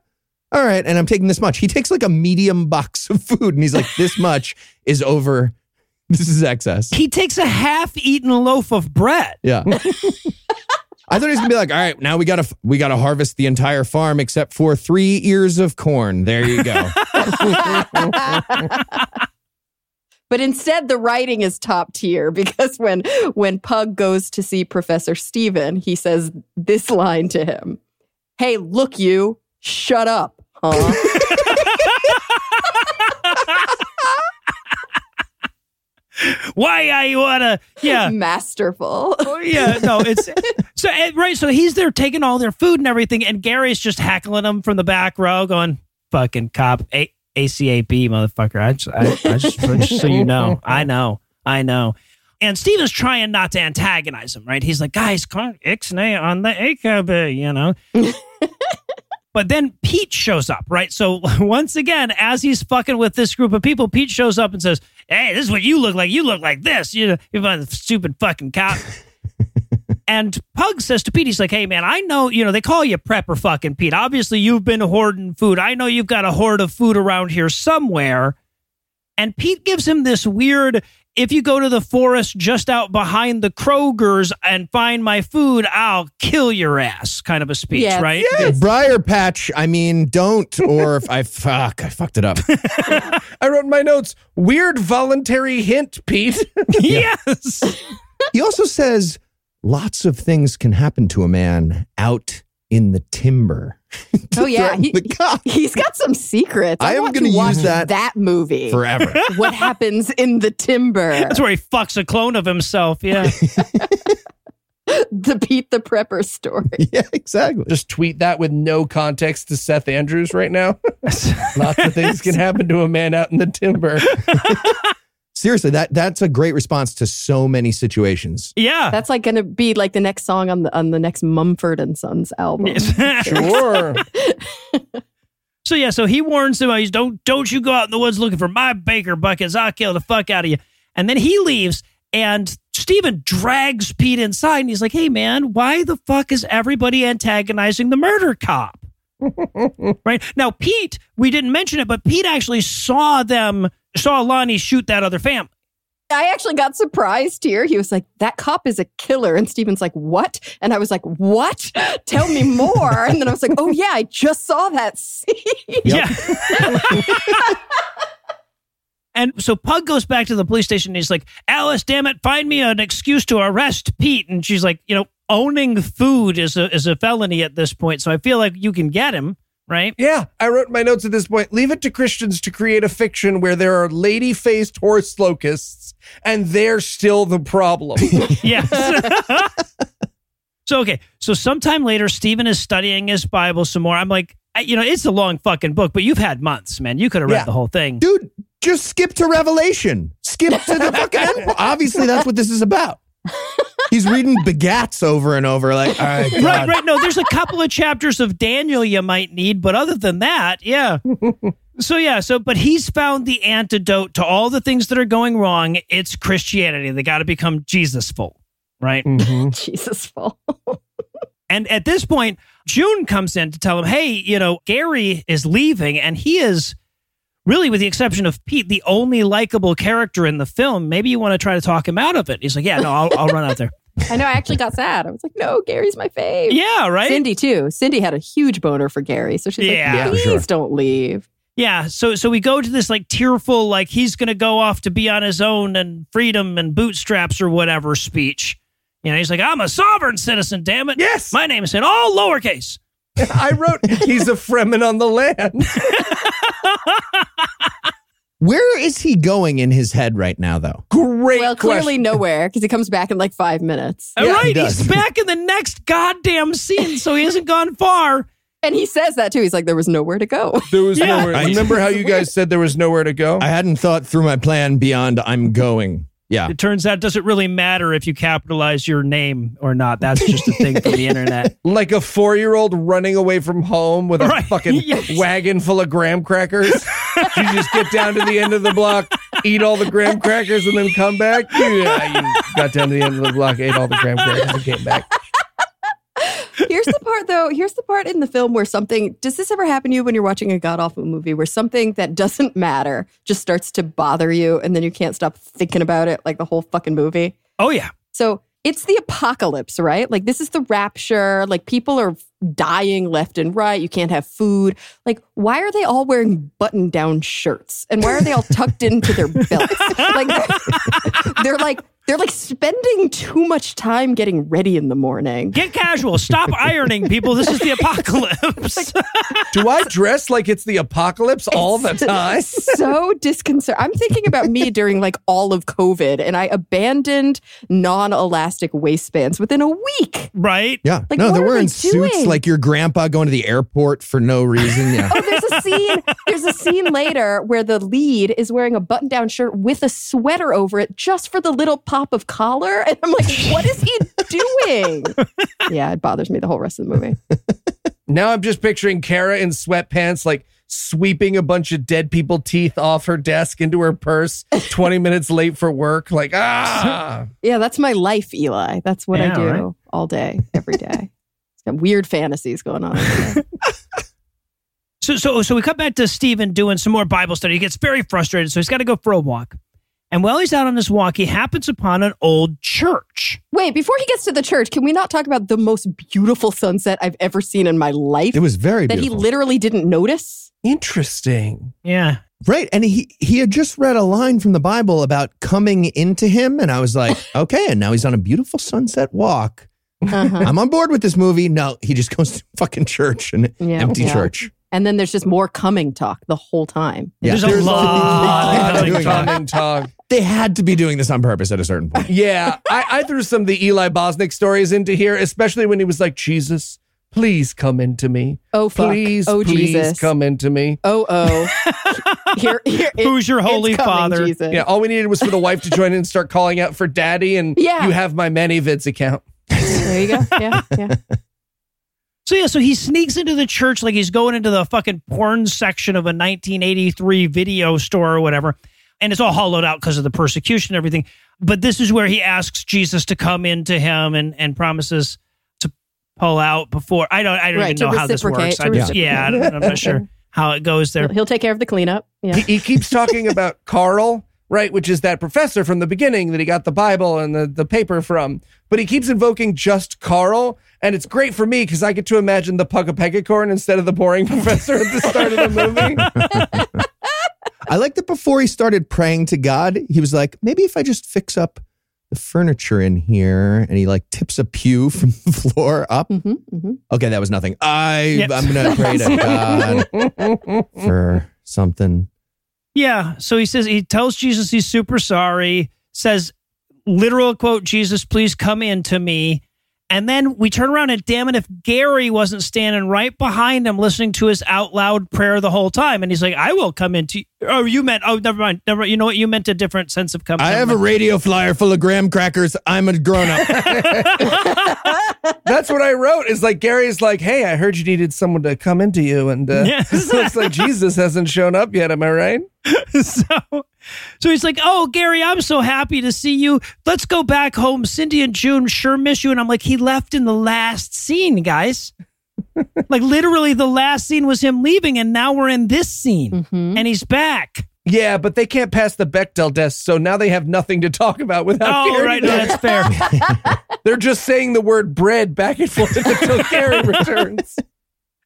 [SPEAKER 1] All right. And I'm taking this much. He takes like a medium box of food and he's like, this much is over. This is excess.
[SPEAKER 5] He takes a half-eaten loaf of bread.
[SPEAKER 1] Yeah. I thought he was gonna be like, all right, now we gotta we gotta harvest the entire farm except for three ears of corn. There you go.
[SPEAKER 2] But instead, the writing is top tier because when when Pug goes to see Professor Steven, he says this line to him: "Hey, look, you, shut up, huh?"
[SPEAKER 5] Why I wanna? Yeah,
[SPEAKER 2] Masterful.
[SPEAKER 5] Oh, yeah. No, it's so and- right. So he's there taking all their food and everything, and Gary's just heckling him from the back row, going, "Fucking cop, A- ACAB, motherfucker." I just, I, I just, just so you know, I know, I know. And Steve is trying not to antagonize him, right? He's like, guys, call Ixnay on the ACAB, you know? But then Pete shows up, right? So once again, as he's fucking with this group of people, Pete shows up and says, "Hey, this is what you look like. You look like this. You know, you fucking stupid fucking cop." and Pug says to Pete, "He's like, hey man, I know. You know, they call you prepper fucking Pete. Obviously, you've been hoarding food. I know you've got a hoard of food around here somewhere." And Pete gives him this weird if you go to the forest just out behind the Kroger's and find my food, I'll kill your ass kind of a speech,
[SPEAKER 2] Yeah.
[SPEAKER 5] right?
[SPEAKER 1] Briar patch, I mean, don't or if I fuck, I fucked it up.
[SPEAKER 3] I wrote in my notes, weird voluntary hint, Pete.
[SPEAKER 5] Yes.
[SPEAKER 1] He also says lots of things can happen to a man out in the timber.
[SPEAKER 2] Oh yeah,
[SPEAKER 1] Threaten the cop
[SPEAKER 2] he's got some secrets.
[SPEAKER 1] I am
[SPEAKER 2] want to
[SPEAKER 1] gonna use
[SPEAKER 2] watch
[SPEAKER 1] that
[SPEAKER 2] that movie.
[SPEAKER 1] forever.
[SPEAKER 2] what happens in the timber?
[SPEAKER 5] That's where he fucks a clone of himself. Yeah.
[SPEAKER 2] The Pete the Prepper story.
[SPEAKER 1] yeah, exactly.
[SPEAKER 3] Just tweet that with no context to Seth Andrews right now. Lots of things can happen to a man out in the timber.
[SPEAKER 1] Seriously, that that's a great response to so many situations.
[SPEAKER 5] yeah.
[SPEAKER 2] That's like going to be like the next song on the on the next Mumford and Sons album.
[SPEAKER 3] Sure.
[SPEAKER 5] so yeah, so he warns him, he's don't don't you go out in the woods looking for my baker buckets. I'll kill the fuck out of you. And then he leaves and Steven drags Pete inside and he's like, Hey man, why the fuck is everybody antagonizing the murder cop? right? Now Pete, we didn't mention it, but Pete actually saw them saw Lonnie shoot that other family.
[SPEAKER 2] I actually got surprised here. He was like, That cop is a killer. And Steven's like, What? And I was like, What? Tell me more. and then I was like, Oh, yeah, I just saw that scene.
[SPEAKER 5] Yeah. And so Pug goes back to the police station and he's like, Alice, damn it, find me an excuse to arrest Pete. And she's like, you know, owning food is a, is a felony at this point. So I feel like you can get him, right?
[SPEAKER 3] Yeah, I wrote my notes at this point. Leave it to Christians to create a fiction where there are lady faced horse locusts and they're still the problem.
[SPEAKER 5] Yes. so okay. So sometime later, Stephen is studying his Bible some more. I'm like, I- you know, it's a long fucking book, but you've had months, man. You could have read
[SPEAKER 3] Yeah.
[SPEAKER 5] the whole thing.
[SPEAKER 1] Dude, just skip to Revelation. Skip to the fucking end. Obviously, that's what this is about. He's reading begats over and over, like, all right, God.
[SPEAKER 5] Right, right. No, there's a couple of chapters of Daniel you might need, but other than that, yeah. So yeah, so but he's found the antidote to all the things that are going wrong. It's Christianity. They got to become Jesusful, right?
[SPEAKER 2] Jesus, full.
[SPEAKER 5] And at this point, June comes in to tell him, hey, you know, Gary is leaving, and he is really, with the exception of Pete, the only likable character in the film. Maybe you want to try to talk him out of it. He's like, yeah, no, I'll, I'll run out there.
[SPEAKER 2] I know. I actually got sad. I was like, no, Gary's my fave.
[SPEAKER 5] Yeah, right?
[SPEAKER 2] Cindy too. Cindy had a huge boner for Gary, so she's
[SPEAKER 5] Yeah,
[SPEAKER 2] like,
[SPEAKER 5] for
[SPEAKER 2] please
[SPEAKER 1] sure.
[SPEAKER 2] don't leave.
[SPEAKER 5] Yeah. So, so we go to this like tearful, like he's going to go off to be on his own and freedom and bootstraps or whatever speech. You know, he's like, I'm a sovereign citizen, damn it.
[SPEAKER 3] Yes.
[SPEAKER 5] My name is in all lowercase.
[SPEAKER 3] I wrote, he's a Fremen on the land.
[SPEAKER 1] Where is he going in his head right now, though?
[SPEAKER 3] Great
[SPEAKER 2] well,
[SPEAKER 3] question.
[SPEAKER 2] clearly nowhere because he comes back in like five minutes,
[SPEAKER 5] All
[SPEAKER 3] Yeah,
[SPEAKER 5] right.
[SPEAKER 1] he does.
[SPEAKER 5] he's back in the next goddamn scene. So he hasn't gone far.
[SPEAKER 2] and he says that too. He's like, there was nowhere to go.
[SPEAKER 3] There was
[SPEAKER 5] Yeah.
[SPEAKER 3] nowhere. Remember how you guys said there was nowhere to go?
[SPEAKER 1] I hadn't thought through my plan beyond I'm going. Yeah.
[SPEAKER 5] It turns out it doesn't really matter if you capitalize your name or not. That's just a thing for the internet.
[SPEAKER 3] like a four year old running away from home with a
[SPEAKER 5] Right.
[SPEAKER 3] fucking
[SPEAKER 5] Yes.
[SPEAKER 3] wagon full of graham crackers. you just get down to the end of the block, eat all the graham crackers, and then come back. Yeah, you got down to the end of the block, ate all the graham crackers, and came back.
[SPEAKER 2] Here's the part though. Here's the part in the film where something does this ever happen to you when you're watching a god awful movie where something that doesn't matter just starts to bother you and then you can't stop thinking about it like the whole fucking movie.
[SPEAKER 5] Oh, yeah.
[SPEAKER 2] So it's the apocalypse, right? Like this is the rapture. Like people are dying left and right. You can't have food. Like why are they all wearing button-down shirts and why are they all tucked into their belts? like they're, they're like they're like spending too much time getting ready in the morning.
[SPEAKER 5] Get casual. Stop ironing, people. This is the apocalypse.
[SPEAKER 3] Do I dress like it's the apocalypse all the time?
[SPEAKER 2] so disconcerting. I'm thinking about me during like all of COVID, and I abandoned non-elastic waistbands within a week.
[SPEAKER 5] right?
[SPEAKER 1] Yeah.
[SPEAKER 2] Like,
[SPEAKER 1] no,
[SPEAKER 2] what
[SPEAKER 1] they're
[SPEAKER 2] are we
[SPEAKER 1] wearing suits
[SPEAKER 2] doing?
[SPEAKER 1] like your grandpa going to the airport for no reason. Yeah.
[SPEAKER 2] Oh, there's a scene. There's a scene later where the lead is wearing a button-down shirt with a sweater over it, just for the little pop of collar. And I'm like, what is he doing? yeah, it bothers me the whole rest of the movie.
[SPEAKER 3] Now I'm just picturing Kara in sweatpants, like sweeping a bunch of dead people teeth off her desk into her purse 20 minutes late for work like ah
[SPEAKER 2] Yeah, that's my life, Eli. That's what
[SPEAKER 5] Yeah,
[SPEAKER 2] I do
[SPEAKER 5] right.
[SPEAKER 2] all day, every day. It's got weird fantasies going on. over there.
[SPEAKER 5] So, so, so we cut back to Stephen doing some more Bible study. He gets very frustrated, so he's got to go for a walk. And while he's out on this walk, he happens upon an old church.
[SPEAKER 2] Wait, before he gets to the church, can we not talk about the most beautiful sunset I've ever seen in my life
[SPEAKER 1] It was very
[SPEAKER 2] that
[SPEAKER 1] beautiful.
[SPEAKER 2] he literally didn't notice?
[SPEAKER 3] interesting
[SPEAKER 5] Yeah.
[SPEAKER 1] right. And he, he had just read a line from the Bible about coming into him. And I was like, okay. And now he's on a beautiful sunset walk.
[SPEAKER 2] Uh-huh.
[SPEAKER 1] I'm on board with this movie. No, he just goes to fucking church, an
[SPEAKER 2] Yeah,
[SPEAKER 1] empty
[SPEAKER 2] yeah.
[SPEAKER 1] church.
[SPEAKER 2] And then there's just more coming talk the whole time.
[SPEAKER 1] Yeah.
[SPEAKER 5] There's a
[SPEAKER 3] There's a
[SPEAKER 5] lot
[SPEAKER 1] lot
[SPEAKER 5] of
[SPEAKER 1] of doing
[SPEAKER 5] coming talk.
[SPEAKER 1] that.
[SPEAKER 3] Common talk.
[SPEAKER 1] They had to be doing this on purpose at a certain point.
[SPEAKER 3] Yeah, I, I threw some of the Eli Bosnick stories into here, especially when he was like, Jesus, please come into me.
[SPEAKER 2] Oh, fuck.
[SPEAKER 3] Please,
[SPEAKER 2] oh,
[SPEAKER 3] please
[SPEAKER 2] Jesus.
[SPEAKER 3] come into me.
[SPEAKER 2] Oh, oh. here, here, it-
[SPEAKER 5] Who's your
[SPEAKER 2] it's
[SPEAKER 5] holy
[SPEAKER 2] coming,
[SPEAKER 5] father?
[SPEAKER 2] Jesus.
[SPEAKER 3] Yeah, all we needed was for the wife to join in and start calling out for daddy, and
[SPEAKER 2] Yeah.
[SPEAKER 3] you have my ManyVids account.
[SPEAKER 2] There you go. Yeah, yeah.
[SPEAKER 5] So yeah, so he sneaks into the church like he's going into the fucking porn section of a 1983 video store or whatever, and it's all hollowed out because of the persecution and everything. But this is where he asks Jesus to come into him and and promises to pull out before. I don't I don't
[SPEAKER 2] Right,
[SPEAKER 5] even
[SPEAKER 2] to
[SPEAKER 5] know how this
[SPEAKER 2] reciprocate,
[SPEAKER 5] works.
[SPEAKER 2] to
[SPEAKER 5] I just,
[SPEAKER 2] reciprocate.
[SPEAKER 5] yeah, I don't, I'm not sure how it goes there.
[SPEAKER 2] He'll, he'll take care of the cleanup. Yeah.
[SPEAKER 3] He, he keeps talking about Carl, right, which is that professor from the beginning that he got the Bible and the, the paper from, but he keeps invoking just Carl, and it's great for me because I get to imagine the Pugga Pegacorn instead of the boring professor at the start of the movie.
[SPEAKER 1] I like that before he started praying to God, he was like, maybe if I just fix up the furniture in here, and he like tips a pew from the floor up.
[SPEAKER 2] hmm hmm
[SPEAKER 1] Okay, that was nothing. I
[SPEAKER 5] Yep.
[SPEAKER 1] I'm gonna pray to God for something.
[SPEAKER 5] Yeah. So he says he tells Jesus he's super sorry, says literal quote, Jesus, please come into me. And then we turn around and damn it, if Gary wasn't standing right behind him listening to his out loud prayer the whole time. And he's like, I will come into you. Oh, you meant, oh, never mind. Never, you know what? You meant a different sense of coming.
[SPEAKER 1] I have a radio flyer full of graham crackers. I'm a grown up.
[SPEAKER 3] That's what I wrote. Is like Gary's like, hey, I heard you needed someone to come into you, and uh,
[SPEAKER 5] Yes.
[SPEAKER 3] it looks like Jesus hasn't shown up yet. Am I right?
[SPEAKER 5] so, so he's like, "Oh, Gary, I'm so happy to see you. Let's go back home. Cindy and June sure miss you." And I'm like, "He left in the last scene, guys. like literally, the last scene was him leaving, and now we're in this scene, and he's back.
[SPEAKER 3] Yeah, but they can't pass the Bechdel test, so now they have nothing to talk about without.
[SPEAKER 5] oh,
[SPEAKER 3] Gary.
[SPEAKER 5] right, no, that's fair.
[SPEAKER 3] They're just saying the word bread back and forth until Gary returns.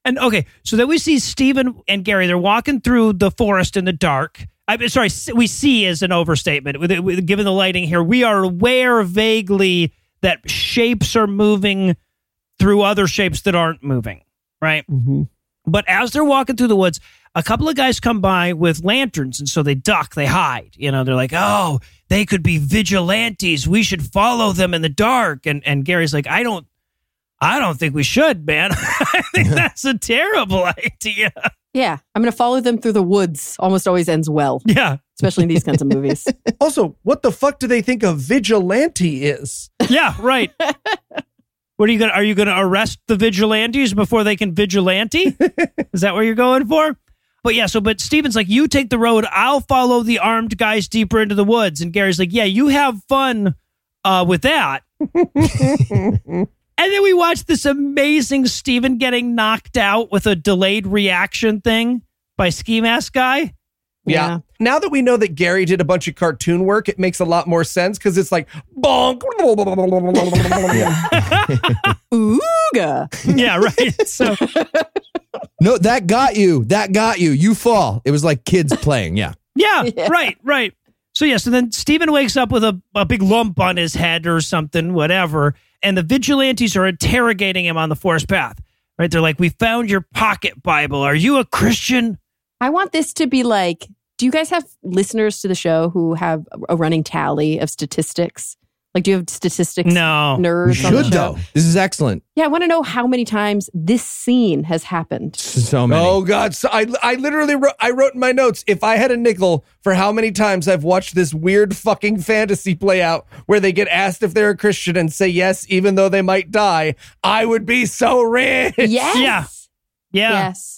[SPEAKER 5] and okay, so then we see Stephen and Gary. They're walking through the forest in the dark. I'm sorry, s- we see is an overstatement. With, with, given the lighting here, we are aware vaguely that shapes are moving through other shapes that aren't moving, right? But as they're walking through the woods, a couple of guys come by with lanterns, and so they duck, they hide. You know, they're like, "Oh, they could be vigilantes. We should follow them in the dark." And and Gary's like, "I don't, I don't think we should, man. I think that's a terrible idea."
[SPEAKER 2] Yeah, I'm going to follow them through the woods. Almost always ends well,
[SPEAKER 5] Yeah,
[SPEAKER 2] especially in these kinds of movies.
[SPEAKER 3] Also, what the fuck do they think a vigilante is?
[SPEAKER 5] yeah, right. What are you gonna? Are you gonna arrest the vigilantes before they can vigilante? Is that what you're going for? But yeah, so but Steven's like, you take the road, I'll follow the armed guys deeper into the woods, and Gary's like, yeah, you have fun uh, with that. and then we watch this amazing Steven getting knocked out with a delayed reaction thing by ski mask guy.
[SPEAKER 2] Yeah.
[SPEAKER 3] Now that we know that Gary did a bunch of cartoon work, it makes a lot more sense because it's like bonk.
[SPEAKER 2] Ooga.
[SPEAKER 5] yeah, right. So
[SPEAKER 1] no, that got you. That got you. You fall. It was like kids playing. Yeah.
[SPEAKER 5] Yeah,
[SPEAKER 2] Yeah.
[SPEAKER 5] right, right. So yeah, so then Stephen wakes up with a, a big lump on his head or something, whatever, and the vigilantes are interrogating him on the forest path. Right? They're like, We found your pocket Bible. Are you a Christian?
[SPEAKER 2] I want this to be like, do you guys have listeners to the show who have a running tally of statistics? Like, do you have statistics
[SPEAKER 5] No.
[SPEAKER 1] We
[SPEAKER 2] nerds on the
[SPEAKER 1] should
[SPEAKER 2] show?
[SPEAKER 1] though. This is excellent.
[SPEAKER 2] Yeah, I want to know how many times this scene has happened.
[SPEAKER 1] So many.
[SPEAKER 3] Oh God! So I I literally wrote I wrote in my notes if I had a nickel for how many times I've watched this weird fucking fantasy play out where they get asked if they're a Christian and say yes even though they might die, I would be so rich.
[SPEAKER 2] Yes.
[SPEAKER 5] Yeah. Yeah.
[SPEAKER 2] Yes.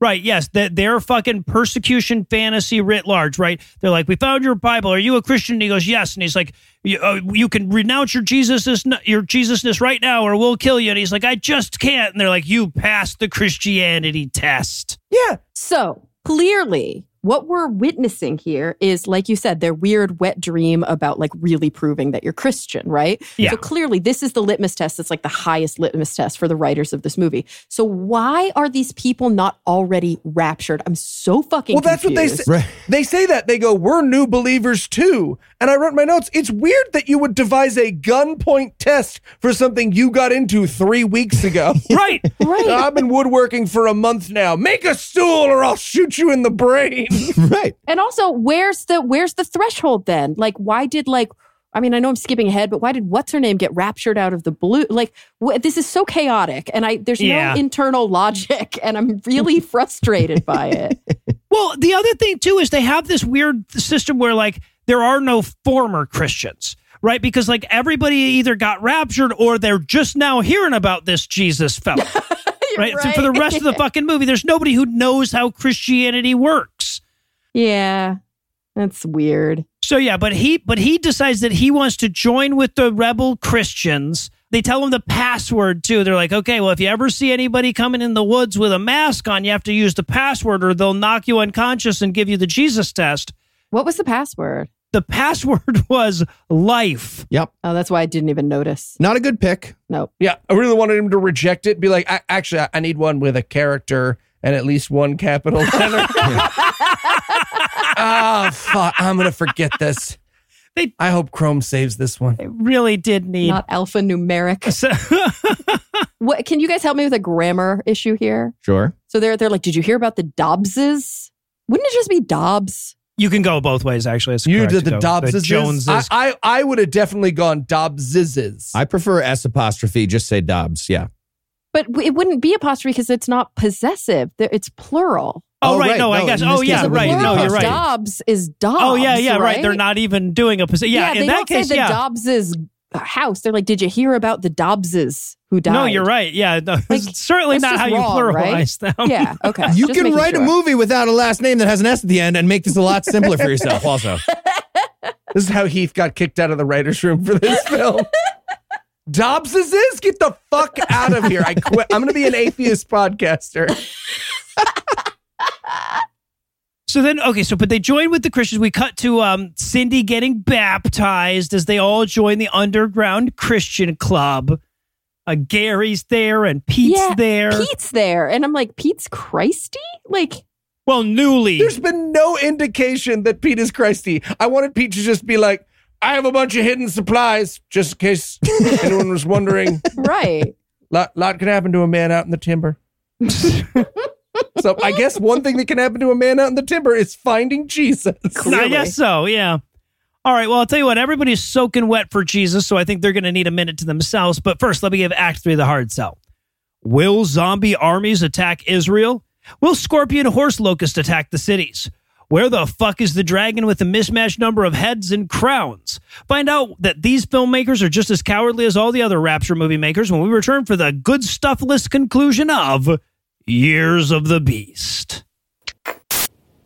[SPEAKER 5] Right. Yes. That they're fucking persecution fantasy writ large, right? They're like, We found your Bible. Are you a Christian? And he goes, Yes. And he's like, You, uh, you can renounce your Jesus your Jesusness right now or we'll kill you. And he's like, I just can't. And they're like, You passed the Christianity test.
[SPEAKER 3] Yeah,
[SPEAKER 2] So clearly, what we're witnessing here is, like you said, their weird wet dream about like really proving that you're Christian, right?
[SPEAKER 5] Yeah.
[SPEAKER 2] So clearly, this is the litmus test that's like the highest litmus test for the writers of this movie. So why are these people not already raptured? I'm so fucking
[SPEAKER 3] Well, that's what they
[SPEAKER 2] confused.
[SPEAKER 3] say.
[SPEAKER 1] Right.
[SPEAKER 3] They say that they go, "We're new believers too." And I wrote in my notes. It's weird that you would devise a gunpoint test for something you got into three weeks ago.
[SPEAKER 5] right.
[SPEAKER 2] Right.
[SPEAKER 3] I've been woodworking for a month now. Make a stool, or I'll shoot you in the brain.
[SPEAKER 1] right.
[SPEAKER 2] And also, where's the where's the threshold then? Like, why did like I mean, I know I'm skipping ahead, but why did what's her name get raptured out of the blue? Like, wh- this is so chaotic, and I there's
[SPEAKER 5] Yeah.
[SPEAKER 2] no internal logic, and I'm really frustrated by it.
[SPEAKER 5] Well, the other thing too is they have this weird system where like there are no former Christians, right? Because like everybody either got raptured or they're just now hearing about this Jesus fellow. right? So for the rest of the fucking movie, there's nobody who knows how Christianity works.
[SPEAKER 2] yeah, that's weird.
[SPEAKER 5] So yeah, but he but he decides that he wants to join with the rebel Christians. They tell him the password too. They're like, okay, well, if you ever see anybody coming in the woods with a mask on, you have to use the password, or they'll knock you unconscious and give you the Jesus test.
[SPEAKER 2] What was the password?
[SPEAKER 5] The password was life.
[SPEAKER 1] Yep.
[SPEAKER 2] Oh, that's why I didn't even notice.
[SPEAKER 1] Not a good pick.
[SPEAKER 2] Nope.
[SPEAKER 3] yeah, I really wanted him to reject it. Be like, I, actually, I, I need one with a character and at least one capital letter. oh, fuck. I'm going to forget this.
[SPEAKER 5] They-
[SPEAKER 3] I hope Chrome saves this one.
[SPEAKER 5] It really did need.
[SPEAKER 2] Not alphanumeric.
[SPEAKER 5] So-
[SPEAKER 2] What can you guys help me with a grammar issue here?
[SPEAKER 1] Sure.
[SPEAKER 2] So they're they're like, did you hear about the Dobbses? Wouldn't it just be Dobbs?
[SPEAKER 5] you can go both ways, actually. It's
[SPEAKER 3] You
[SPEAKER 5] correct
[SPEAKER 3] did
[SPEAKER 5] to
[SPEAKER 3] the
[SPEAKER 5] go.
[SPEAKER 3] Dobbses.
[SPEAKER 5] The Joneses.
[SPEAKER 3] I, I, I would have definitely gone Dobbses.
[SPEAKER 1] I prefer S apostrophe. Just say Dobbs. Yeah.
[SPEAKER 2] But w- it wouldn't be apostrophe because it's not possessive. There- It's plural.
[SPEAKER 5] oh,
[SPEAKER 1] Oh,
[SPEAKER 5] right.
[SPEAKER 1] right.
[SPEAKER 5] No, I
[SPEAKER 1] No,
[SPEAKER 5] guess.
[SPEAKER 1] in this
[SPEAKER 5] Oh,
[SPEAKER 1] case,
[SPEAKER 5] yeah.
[SPEAKER 1] it
[SPEAKER 2] the
[SPEAKER 1] wouldn't
[SPEAKER 5] Right.
[SPEAKER 1] be
[SPEAKER 2] plural
[SPEAKER 5] No,
[SPEAKER 2] of
[SPEAKER 5] you're right.
[SPEAKER 2] Dobbs is Dobbs.
[SPEAKER 5] Oh, yeah, yeah.
[SPEAKER 2] right.
[SPEAKER 5] Right. They're not even doing a position. Yeah.
[SPEAKER 2] they
[SPEAKER 5] in
[SPEAKER 2] don't
[SPEAKER 5] that case,
[SPEAKER 2] say the
[SPEAKER 5] yeah.
[SPEAKER 2] Dobbses house. They're like, did you hear about the Dobbses who died?
[SPEAKER 5] No, you're right. Yeah. No, it's
[SPEAKER 2] Like,
[SPEAKER 5] certainly
[SPEAKER 2] that's
[SPEAKER 5] not
[SPEAKER 2] just
[SPEAKER 5] how you
[SPEAKER 2] wrong, right?
[SPEAKER 5] pluralize them.
[SPEAKER 2] Yeah. Okay.
[SPEAKER 1] You
[SPEAKER 2] Just
[SPEAKER 1] can
[SPEAKER 2] making
[SPEAKER 1] write
[SPEAKER 2] sure.
[SPEAKER 1] a movie without a last name that has an S at the end and make this a lot simpler for yourself, also.
[SPEAKER 3] This is how Heath got kicked out of the writer's room for this film. Dobbs is this. Get the fuck out of here. I quit. I'm going to be an atheist podcaster.
[SPEAKER 5] So then, okay, so but they join with the Christians. We cut to um, Cindy getting baptized as they all join the underground Christian club. Uh, Gary's there and Pete's
[SPEAKER 2] Yeah,
[SPEAKER 5] there.
[SPEAKER 2] Pete's there, and I'm like, Pete's Christy. Like,
[SPEAKER 5] Well, newly.
[SPEAKER 3] There's been no indication that Pete is Christy. I wanted Pete to just be like, I have a bunch of hidden supplies, just in case anyone was wondering.
[SPEAKER 2] right?
[SPEAKER 3] Lot, lot can happen to a man out in the timber. so I guess one thing that can happen to a man out in the timber is finding Jesus.
[SPEAKER 5] I guess so, yeah. All right, well, I'll tell you what, everybody's soaking wet for Jesus, so I think they're going to need a minute to themselves. But first, let me give Act 3 the hard sell. Will zombie armies attack Israel? Will scorpion horse locust attack the cities? Where the fuck is the dragon with the mismatched number of heads and crowns? Find out that these filmmakers are just as cowardly as all the other Rapture movie makers when we return for the good stuff list conclusion of Years of the Beast.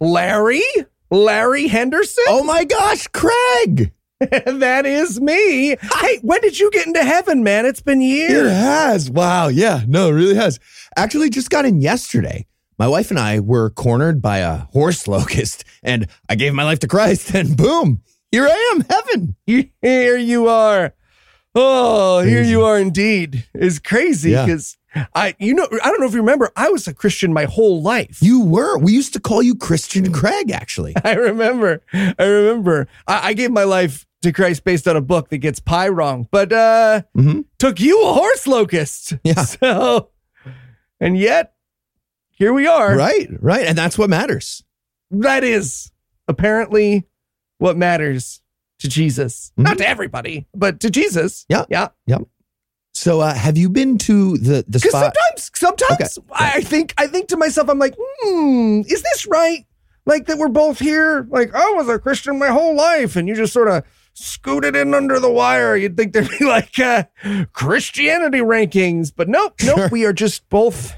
[SPEAKER 3] Larry? Larry Henderson?
[SPEAKER 1] Oh my gosh, Craig!
[SPEAKER 3] that is me. Hey, when did you get into heaven, man? It's been
[SPEAKER 1] It
[SPEAKER 3] years.
[SPEAKER 1] has. Wow. Yeah. No, it really has. Actually, just got in yesterday. My wife and I were cornered by a horse locust, and I gave my life to Christ, and boom, here I am, heaven.
[SPEAKER 3] Here you are. Oh, here you are indeed. It's crazy
[SPEAKER 1] Yeah.
[SPEAKER 3] because I, you know, I don't know if you remember, I was a Christian my whole life.
[SPEAKER 1] You were. We used to call you Christian Craig, actually.
[SPEAKER 3] I remember. I remember. I, I gave my life to Christ based on a book that gets pie wrong, but uh
[SPEAKER 1] Mhm.
[SPEAKER 3] took you a horse locust.
[SPEAKER 1] Yeah.
[SPEAKER 3] So, and yet, here we are.
[SPEAKER 1] Right, right. And that's what matters.
[SPEAKER 3] that is apparently what matters to Jesus.
[SPEAKER 1] Mhm.
[SPEAKER 3] Not to everybody, but to Jesus.
[SPEAKER 1] Yeah.
[SPEAKER 3] Yeah.
[SPEAKER 1] So, uh, have you been to the, the
[SPEAKER 3] Because
[SPEAKER 1] spot?
[SPEAKER 3] sometimes, sometimes I I think, I think to myself, I'm like, hmm, is this right? Like that we're both here. Like I was a Christian my whole life, and you just sort of scooted in under the wire. You'd think there'd be like uh, Christianity rankings, but nope, nope.
[SPEAKER 1] Sure.
[SPEAKER 3] We are just both,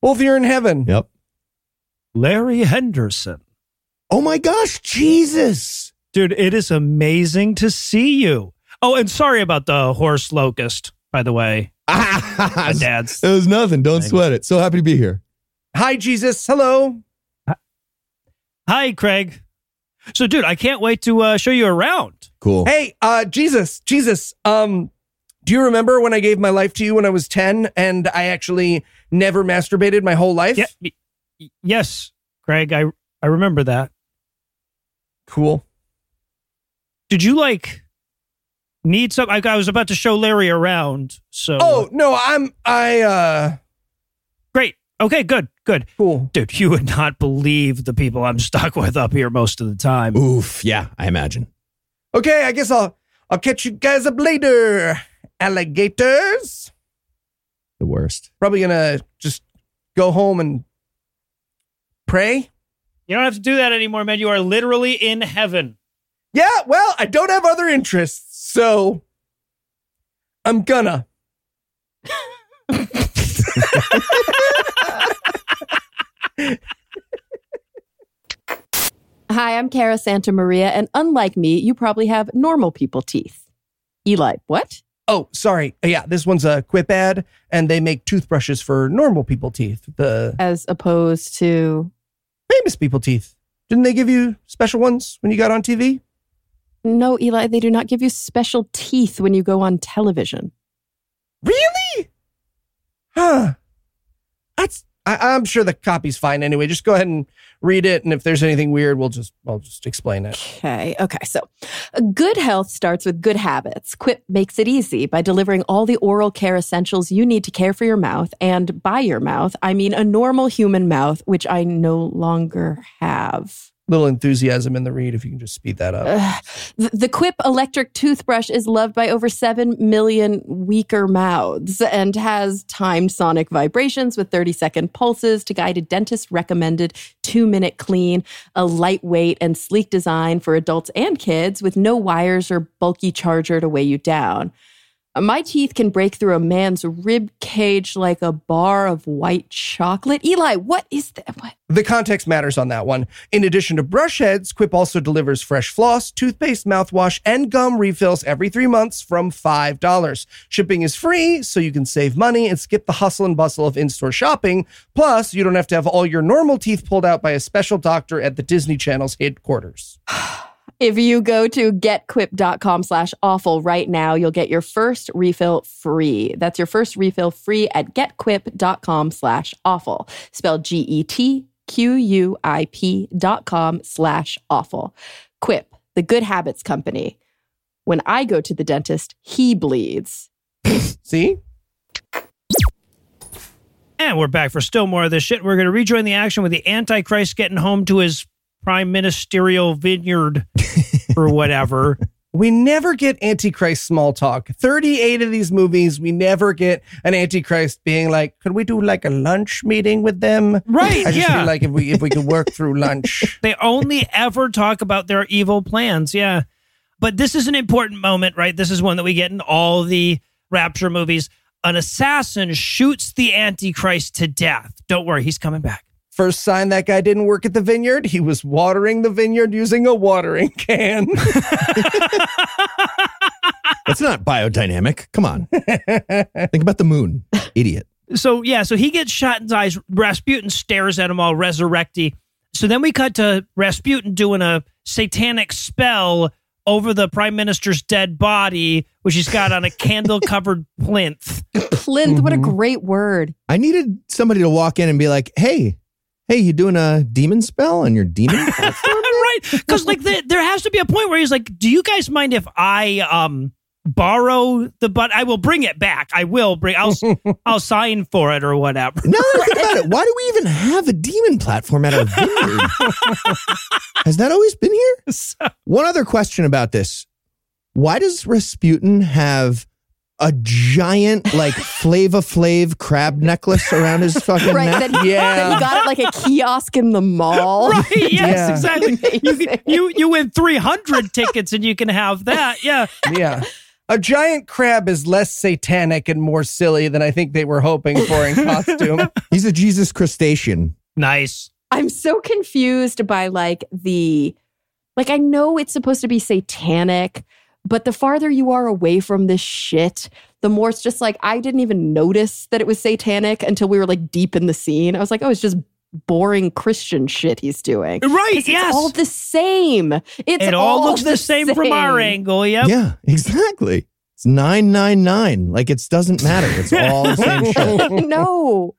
[SPEAKER 3] both here in heaven.
[SPEAKER 1] Yep.
[SPEAKER 5] Larry Henderson.
[SPEAKER 1] Oh my gosh, Jesus.
[SPEAKER 5] Dude, it is amazing to see you. Oh, and sorry about the horse locust, by the way.
[SPEAKER 1] Ah,
[SPEAKER 5] My dad's.
[SPEAKER 1] it was nothing. Don't
[SPEAKER 5] Thank
[SPEAKER 1] sweat it. So happy to be here.
[SPEAKER 3] Hi, Jesus. Hello.
[SPEAKER 5] Hi, Craig. So, dude, I can't wait to uh, show you around.
[SPEAKER 1] Cool.
[SPEAKER 3] Hey, uh, Jesus, Jesus, um, do you remember when I gave my life to you when I was 10 and I actually never masturbated my whole life?
[SPEAKER 5] Yeah, y- y- yes, Craig, I, I remember that.
[SPEAKER 3] Cool.
[SPEAKER 5] Did you like need some? I, I was about to show Larry around. So, uh,
[SPEAKER 3] Oh, no, I'm, I, uh,
[SPEAKER 5] great. Okay, good, good.
[SPEAKER 3] cool.
[SPEAKER 5] Dude, you would not believe the people I'm stuck with up here most of the time.
[SPEAKER 1] Oof. Yeah, I imagine.
[SPEAKER 3] Okay, I guess I'll, I'll catch you guys up later, alligators.
[SPEAKER 1] The worst.
[SPEAKER 3] Probably gonna just go home and pray.
[SPEAKER 5] You don't have to do that anymore, man. You are literally in heaven.
[SPEAKER 3] Yeah, well, I don't have other interests, so I'm gonna.
[SPEAKER 2] Hi, I'm Kara Santa Maria, and unlike me, you probably have normal people teeth. Eli, what?
[SPEAKER 3] Oh, sorry. Yeah, this one's a Quip ad, and they make toothbrushes for normal people teeth, the
[SPEAKER 2] As opposed to
[SPEAKER 3] famous people teeth. Didn't they give you special ones when you got on TV?
[SPEAKER 2] no, Eli, they do not give you special teeth when you go on television.
[SPEAKER 3] Really? Huh. That's I, I'm sure the copy's fine anyway. Just go ahead and read it, and if there's anything weird, we'll just I'll just explain it.
[SPEAKER 2] Okay. Okay. So, good health starts with good habits. Quip makes it easy by delivering all the oral care essentials you need to care for your mouth. And by your mouth, I mean a normal human mouth, which I no longer have.
[SPEAKER 3] Little enthusiasm in the read, if you can just speed that up.
[SPEAKER 2] Ugh. The, the Quip electric toothbrush is loved by over 7 million weaker mouths and has timed sonic vibrations with 30 second pulses to guide a dentist recommended two minute clean, a lightweight and sleek design for adults and kids with no wires or bulky charger to weigh you down. My teeth can break through a man's rib cage like a bar of white chocolate. Eli, what is that? What?
[SPEAKER 3] The context matters on that one. In addition to brush heads, Quip also delivers fresh floss, toothpaste, mouthwash, and gum refills every three months from $5. Shipping is free, so you can save money and skip the hustle and bustle of in store shopping. Plus, you don't have to have all your normal teeth pulled out by a special doctor at the Disney Channel's headquarters.
[SPEAKER 2] If you go to getquip.com slash awful right now, you'll get your first refill free. That's your first refill free at getquip.com slash awful. Spelled G E T Q U I P dot com slash awful. Quip, the good habits company. When I go to the dentist, he bleeds.
[SPEAKER 3] See?
[SPEAKER 5] And we're back for still more of this shit. We're going to rejoin the action with the Antichrist getting home to his prime ministerial vineyard or whatever.
[SPEAKER 3] We never get Antichrist small talk. 38 of these movies, we never get an Antichrist being like, could we do like a lunch meeting with them?
[SPEAKER 5] Right,
[SPEAKER 3] I just
[SPEAKER 5] yeah.
[SPEAKER 3] feel like if we if we could work through lunch.
[SPEAKER 5] They only ever talk about their evil plans. Yeah. But this is an important moment, right? This is one that we get in all the Rapture movies. An assassin shoots the Antichrist to death. Don't worry, he's coming back.
[SPEAKER 3] First sign that guy didn't work at the vineyard, he was watering the vineyard using a watering can.
[SPEAKER 1] That's not biodynamic. Come on. Think about the moon, idiot.
[SPEAKER 5] So yeah, so he gets shot in the eyes. Rasputin stares at him all resurrecty. So then we cut to Rasputin doing a satanic spell over the prime minister's dead body, which he's got on a candle covered plinth.
[SPEAKER 2] Plinth, what a great word.
[SPEAKER 1] I needed somebody to walk in and be like, hey, hey, you doing a demon spell on your demon? platform?"
[SPEAKER 5] right? Because like the, there has to be a point where he's like, "Do you guys mind if I um borrow the but? I will bring it back. I will bring. I'll I'll sign for it or whatever."
[SPEAKER 1] now that I think about it, why do we even have a demon platform at our vineyard? Has that always been here?
[SPEAKER 5] So-
[SPEAKER 1] One other question about this. Why does Rasputin have a giant like Flava Flav crab necklace around his fucking
[SPEAKER 2] Right.
[SPEAKER 1] neck?
[SPEAKER 2] That he,
[SPEAKER 3] Yeah.
[SPEAKER 2] that he got it like a kiosk in the mall.
[SPEAKER 5] Right. Yes.
[SPEAKER 3] Yeah.
[SPEAKER 5] Exactly. You, you you win three hundred tickets and you can have that. Yeah.
[SPEAKER 3] yeah. A giant crab is less satanic and more silly than I think they were hoping for in costume.
[SPEAKER 1] He's a Jesus crustacean.
[SPEAKER 5] Nice.
[SPEAKER 2] I'm so confused by like the like I know it's supposed to be satanic, but the farther you are away from this shit, the more it's just like I didn't even notice that it was satanic until we were like deep in the scene. I was like, oh, it's just boring Christian shit he's doing.
[SPEAKER 5] Right.
[SPEAKER 2] It's all the same. It's
[SPEAKER 5] it all looks
[SPEAKER 2] the,
[SPEAKER 5] the same, from our
[SPEAKER 2] same.
[SPEAKER 5] angle. Yep.
[SPEAKER 1] Yeah, exactly. It's 999. Like it doesn't matter. It's all the same shit.
[SPEAKER 2] no.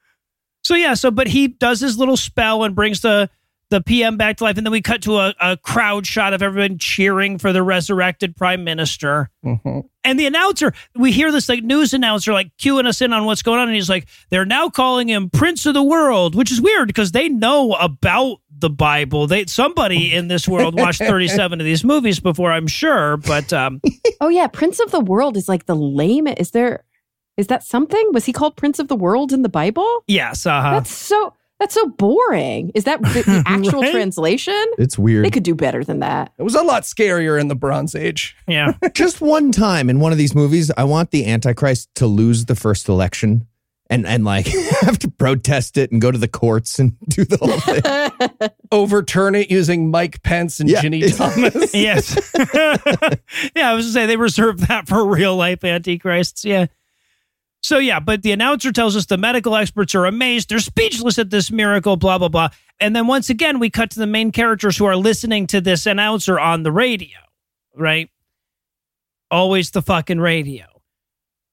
[SPEAKER 5] So yeah, so but he does his little spell and brings the the PM back to life, and then we cut to a, a crowd shot of everyone cheering for the resurrected prime minister.
[SPEAKER 3] Mm-hmm.
[SPEAKER 5] And the announcer, we hear this like news announcer like cueing us in on what's going on, and he's like, "They're now calling him Prince of the World," which is weird because they know about the Bible. They somebody in this world watched thirty seven of these movies before, I'm sure. But um,
[SPEAKER 2] Oh yeah, Prince of the World is like the lame. Is there is that something? Was he called Prince of the World in the Bible?
[SPEAKER 5] yes, uh-huh.
[SPEAKER 2] That's so that's so boring. Is that the, the actual
[SPEAKER 5] Right?
[SPEAKER 2] translation?
[SPEAKER 1] It's
[SPEAKER 2] They
[SPEAKER 1] weird.
[SPEAKER 2] could do better than that.
[SPEAKER 3] It was a lot scarier in the Bronze Age.
[SPEAKER 5] yeah.
[SPEAKER 1] Just one time in one of these movies, I want the Antichrist to lose the first election and, and like have to protest it and go to the courts and do the whole thing.
[SPEAKER 3] Overturn it using Mike Pence and
[SPEAKER 1] Yeah.
[SPEAKER 3] Ginny Thomas.
[SPEAKER 5] Yes. yeah, I was gonna say they reserve that for real life antichrists. Yeah. So yeah, but the announcer tells us the medical experts are amazed. They're speechless at this miracle, blah, blah, blah. And then once again, we cut to the main characters who are listening to this announcer on the radio, right? Always the fucking radio.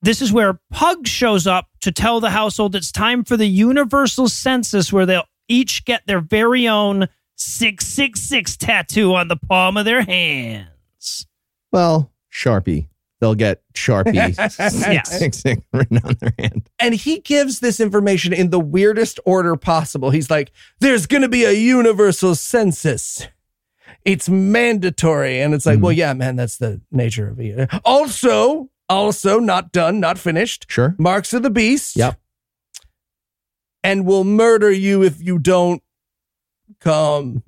[SPEAKER 5] This is where Pug shows up to tell the household it's time for the universal census where they'll each get their very own 666 tattoo on the palm of their hands.
[SPEAKER 1] Well, Sharpie. They'll get Sharpie
[SPEAKER 5] Yes.
[SPEAKER 1] six, six, written on their hand.
[SPEAKER 3] And he gives this information in the weirdest order possible. He's like, there's going to be a universal census. It's mandatory. And it's like,
[SPEAKER 1] Mhm.
[SPEAKER 3] well, yeah, man, that's the nature of it. Also, also not done, not finished.
[SPEAKER 1] Sure.
[SPEAKER 3] Marks of the Beast.
[SPEAKER 1] Yep.
[SPEAKER 3] And will murder you if you don't come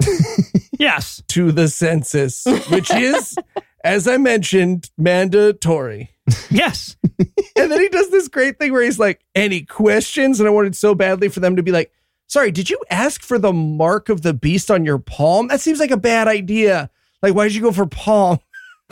[SPEAKER 5] Yes.
[SPEAKER 3] to the census, which is, as I mentioned, mandatory.
[SPEAKER 5] Yes.
[SPEAKER 3] And then he does this great thing where he's like, any questions? And I wanted so badly for them to be like, sorry, did you ask for the mark of the beast on your palm? That seems like a bad idea. Like, why did you go for palm?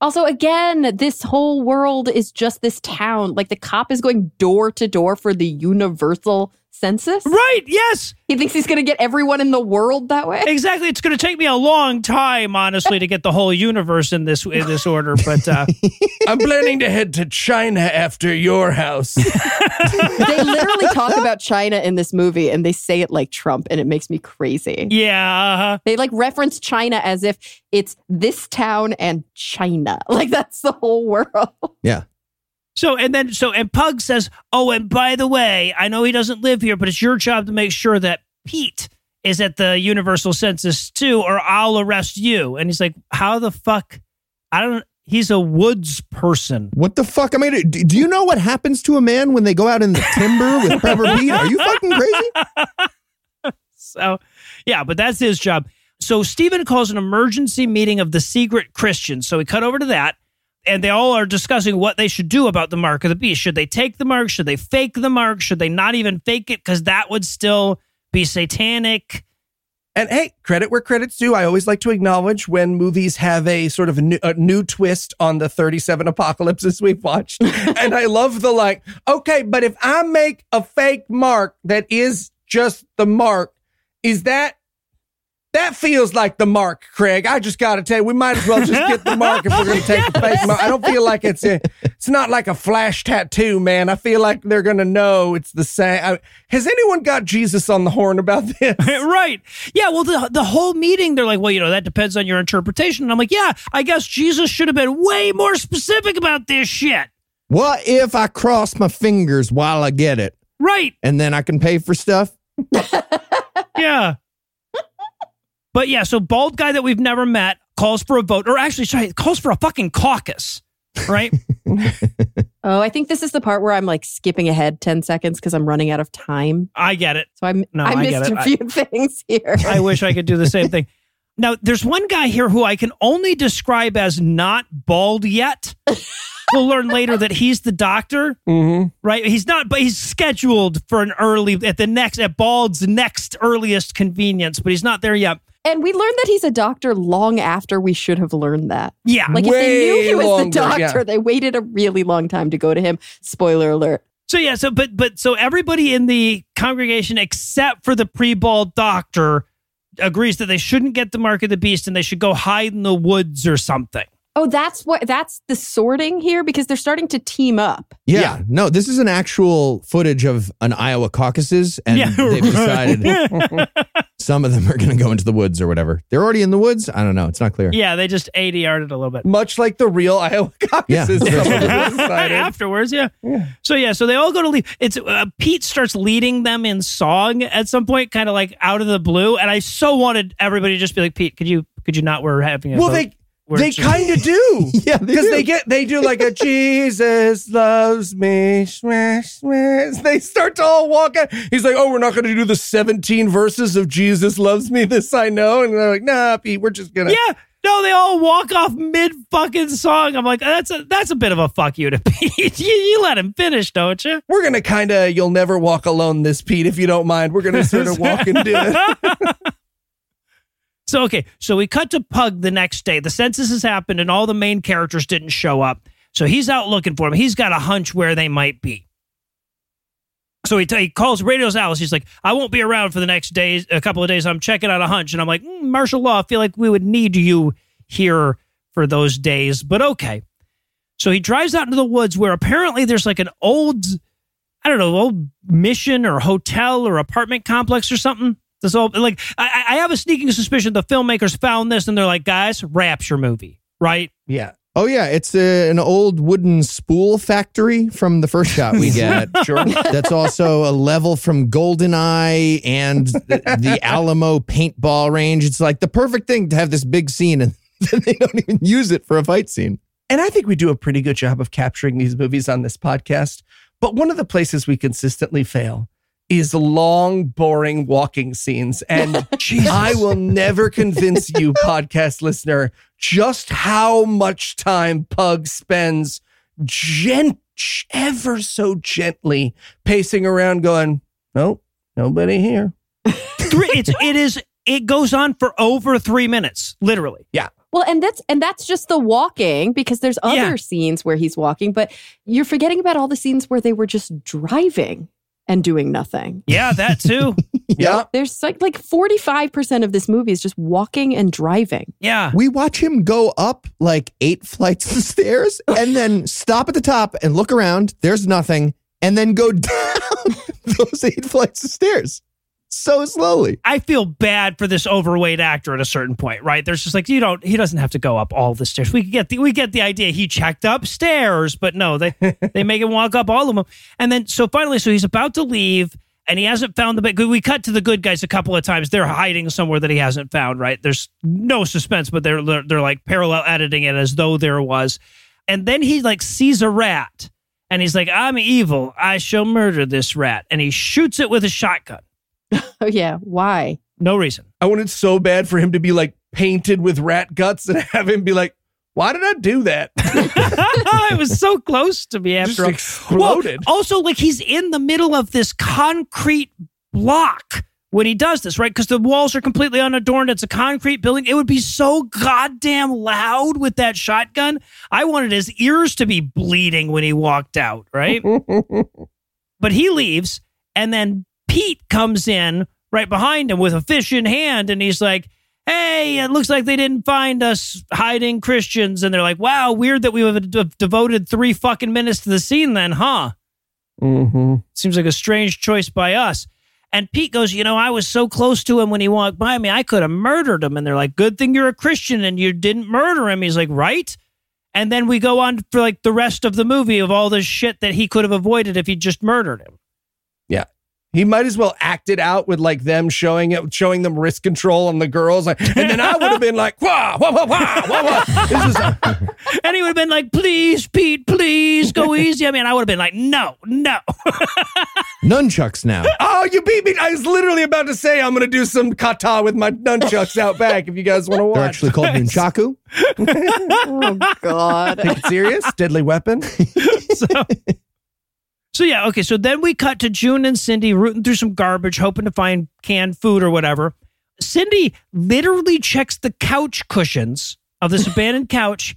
[SPEAKER 2] Also, again, this whole world is just this town. Like the cop is going door to door for the universal census.
[SPEAKER 5] right. Yes.
[SPEAKER 2] He thinks he's going to get everyone in the world that way.
[SPEAKER 5] Exactly. It's going to take me a long time, honestly, to get the whole universe in this in this order. But uh,
[SPEAKER 3] I'm planning to head to China after your house.
[SPEAKER 2] they literally talk about China in this movie and they say it like Trump and it makes me crazy.
[SPEAKER 5] yeah, uh-huh.
[SPEAKER 2] They like reference China as if it's this town and China. Like that's the whole world.
[SPEAKER 5] So and then so and Pug says, "Oh, and by the way, I know he doesn't live here, but it's your job to make sure that Pete is at the Universal Census too, or I'll arrest you." And he's like, "How the fuck? I don't." He's a woods person.
[SPEAKER 1] What the fuck am I gonna do? Do you know what happens to a man when they go out in the timber with Pepper Pete? Are you fucking crazy?
[SPEAKER 5] So, yeah, but that's his job. So Stephen calls an emergency meeting of the secret Christians. So we cut over to that, and they all are discussing what they should do about the mark of the beast. Should they take the mark? Should they fake the mark? Should they not even fake it? Because that would still be satanic.
[SPEAKER 3] And hey, credit where credit's due. I always like to acknowledge when movies have a sort of a new, a new twist on the 37 apocalypses we've watched. and I love the like, okay, but if I make a fake mark that is just the mark, is that that feels like the mark, Craig. I just gotta tell you, we might as well just get the mark if we're gonna take the fake mark. I don't feel like it's a, it's not like a flash tattoo, man. I feel like they're gonna know it's the same. I, has anyone got Jesus on the horn about this?
[SPEAKER 5] right. Yeah. Well, the, the whole meeting, they're like, well, you know, that depends on your interpretation. And I'm like, yeah, I guess Jesus should have been way more specific about this shit.
[SPEAKER 1] What if I cross my fingers while I get it
[SPEAKER 5] Right.
[SPEAKER 1] and then I can pay for stuff?
[SPEAKER 5] yeah. But yeah, so bald guy that we've never met calls for a vote, or actually, sorry, calls for a fucking caucus, right?
[SPEAKER 2] Oh, I think this is the part where I'm like skipping ahead 10 seconds because I'm running out of time.
[SPEAKER 5] I get it.
[SPEAKER 2] So I'm,
[SPEAKER 5] No,
[SPEAKER 2] I
[SPEAKER 5] I get
[SPEAKER 2] missed
[SPEAKER 5] it.
[SPEAKER 2] a few things here.
[SPEAKER 5] I wish I could do the same thing. Now, there's one guy here who I can only describe as not bald yet. We'll learn later that he's the doctor,
[SPEAKER 3] Mm-hmm.
[SPEAKER 5] right? He's not, but he's scheduled for an early at the next at Bald's next earliest convenience, but he's not there yet.
[SPEAKER 2] and we learned that he's a doctor long after we should have learned that.
[SPEAKER 5] Yeah,
[SPEAKER 2] Like if they knew
[SPEAKER 3] Way
[SPEAKER 2] he was
[SPEAKER 3] longer,
[SPEAKER 2] the doctor,
[SPEAKER 3] yeah.
[SPEAKER 2] they waited a really long time to go to him. Spoiler alert.
[SPEAKER 5] So yeah, so but but so everybody in the congregation except for the pre-bald doctor agrees that they shouldn't get the mark of the beast and they should go hide in the woods or something.
[SPEAKER 2] Oh, that's what that's the sorting here because they're starting to team up.
[SPEAKER 1] Yeah. No, this is an actual footage of an Iowa caucuses, and
[SPEAKER 5] yeah,
[SPEAKER 1] they've decided some of them are going to go into the woods or whatever. They're already in the woods. I don't know. It's not clear.
[SPEAKER 5] yeah, they just ADR'd it a little bit.
[SPEAKER 3] much like the real Iowa caucuses.
[SPEAKER 1] Yeah.
[SPEAKER 3] some of them decided.
[SPEAKER 5] Afterwards, yeah. So yeah, so they all go to leave. It's uh, Pete starts leading them in song at some point, kind of like out of the blue. And I so wanted everybody to just be like, Pete, could you could you not? We're having a
[SPEAKER 3] Well,
[SPEAKER 5] vote.
[SPEAKER 3] they
[SPEAKER 5] We're
[SPEAKER 3] they
[SPEAKER 5] just-
[SPEAKER 3] kind of do
[SPEAKER 1] Yeah, they
[SPEAKER 3] because
[SPEAKER 1] do.
[SPEAKER 3] they get they do like a Jesus loves me. Smash, smash. They start to all walk out. He's like, "Oh, we're not going to do the seventeen verses of Jesus loves me." This I know, and they're like, "Nah, Pete, we're just gonna."
[SPEAKER 5] Yeah. No, they all walk off mid fucking song. I'm like, that's a that's a bit of a fuck you to Pete. you, you let him finish, don't you?
[SPEAKER 3] We're gonna kind of, you'll never walk alone, this Pete, if you don't mind. We're gonna sort of walk and do it.
[SPEAKER 5] So okay, so we cut to Pug the next day. The census has happened, and all the main characters didn't show up. So he's out looking for them. He's got a hunch where they might be. So he, t- he calls Radios Alice. He's like, "I won't be around for the next days, a couple of days. I'm checking out a hunch." And I'm like, mm, "Martial law. I feel like we would need you here for those days, but okay." So he drives out into the woods where apparently there's like an old, I don't know, old mission or hotel or apartment complex or something. This all like I, I have a sneaking suspicion the filmmakers found this and they're like, guys, rapture movie, right?
[SPEAKER 3] Yeah.
[SPEAKER 1] Oh yeah, it's a, an old wooden spool factory from the first shot we get.
[SPEAKER 3] Sure.
[SPEAKER 1] That's also a level from GoldenEye and the, the Alamo paintball range. It's like the perfect thing to have this big scene, and then they don't even use it for a fight scene.
[SPEAKER 3] And I think we do a pretty good job of capturing these movies on this podcast. But one of the places we consistently fail is long, boring walking scenes. And I will never convince you, podcast listener, just how much time Pug spends gent ever so gently pacing around going, Nope, nobody here.
[SPEAKER 5] Three, it's it is it goes on for over three minutes, literally.
[SPEAKER 2] Well, and that's and that's just the walking because there's other
[SPEAKER 5] Yeah.
[SPEAKER 2] scenes where he's walking, but you're forgetting about all the scenes where they were just driving and doing nothing.
[SPEAKER 5] Yeah, that too.
[SPEAKER 3] Yeah.
[SPEAKER 2] There's like like 45% of this movie is just walking and driving.
[SPEAKER 5] Yeah.
[SPEAKER 1] We watch him go up like eight flights of stairs, and then stop at the top and look around. There's nothing, and then go down those eight flights of stairs so slowly.
[SPEAKER 5] I feel bad for this overweight actor at a certain point, right? There's just like you don't he doesn't have to go up all the stairs. We get the we get the idea he checked up stairs, but no, they they make him walk up all of them. And then so finally so he's about to leave and he hasn't found the big we cut to the good guys a couple of times. They're hiding somewhere that he hasn't found, right? There's no suspense, but they're they're, they're like parallel editing it as though there was. And then he like sees a rat and he's like, "I'm evil. I shall murder this rat." And he shoots it with a shotgun.
[SPEAKER 2] Oh yeah, why?
[SPEAKER 5] No reason.
[SPEAKER 3] I wanted so bad for him to be like painted with rat guts and have him be like, why did I do that?
[SPEAKER 5] it was so close to me after all.
[SPEAKER 3] exploded.
[SPEAKER 5] Well, also, like he's in the middle of this concrete block when he does this, right? Because the walls are completely unadorned. It's a concrete building. It would be so goddamn loud with that shotgun. I wanted his ears to be bleeding when he walked out, right? but he leaves, and then Pete comes in right behind him with a fish in hand, and he's like, hey, it looks like they didn't find us hiding Christians. And they're like, wow, weird that we have de- devoted three fucking minutes to the scene then, huh?
[SPEAKER 3] mm-hmm.
[SPEAKER 5] Seems like a strange choice by us. And Pete goes, you know, I was so close to him when he walked by me, I could have murdered him. And they're like, good thing you're a Christian and you didn't murder him. He's like, right? And then we go on for like the rest of the movie of all this shit that he could have avoided if he just murdered him.
[SPEAKER 3] He might as well act it out with like them showing it, showing them wrist control on the girls, like, and then I would have been like, wah, wah, wah, wah, wah, wah. This is
[SPEAKER 5] And he would have been like, please, Pete, please go easy. I mean, I would have been like, no, no.
[SPEAKER 1] Nunchucks now.
[SPEAKER 3] oh, you beat me! I was literally about to say I'm gonna do some kata with my nunchucks out back. If you guys want to
[SPEAKER 1] They're
[SPEAKER 3] watch,
[SPEAKER 1] actually called nunchaku.
[SPEAKER 2] Oh god.
[SPEAKER 3] Take it serious, deadly weapon.
[SPEAKER 5] so, so yeah, okay. So then we cut to June and Cindy rooting through some garbage, hoping to find canned food or whatever. Cindy literally checks the couch cushions of this abandoned couch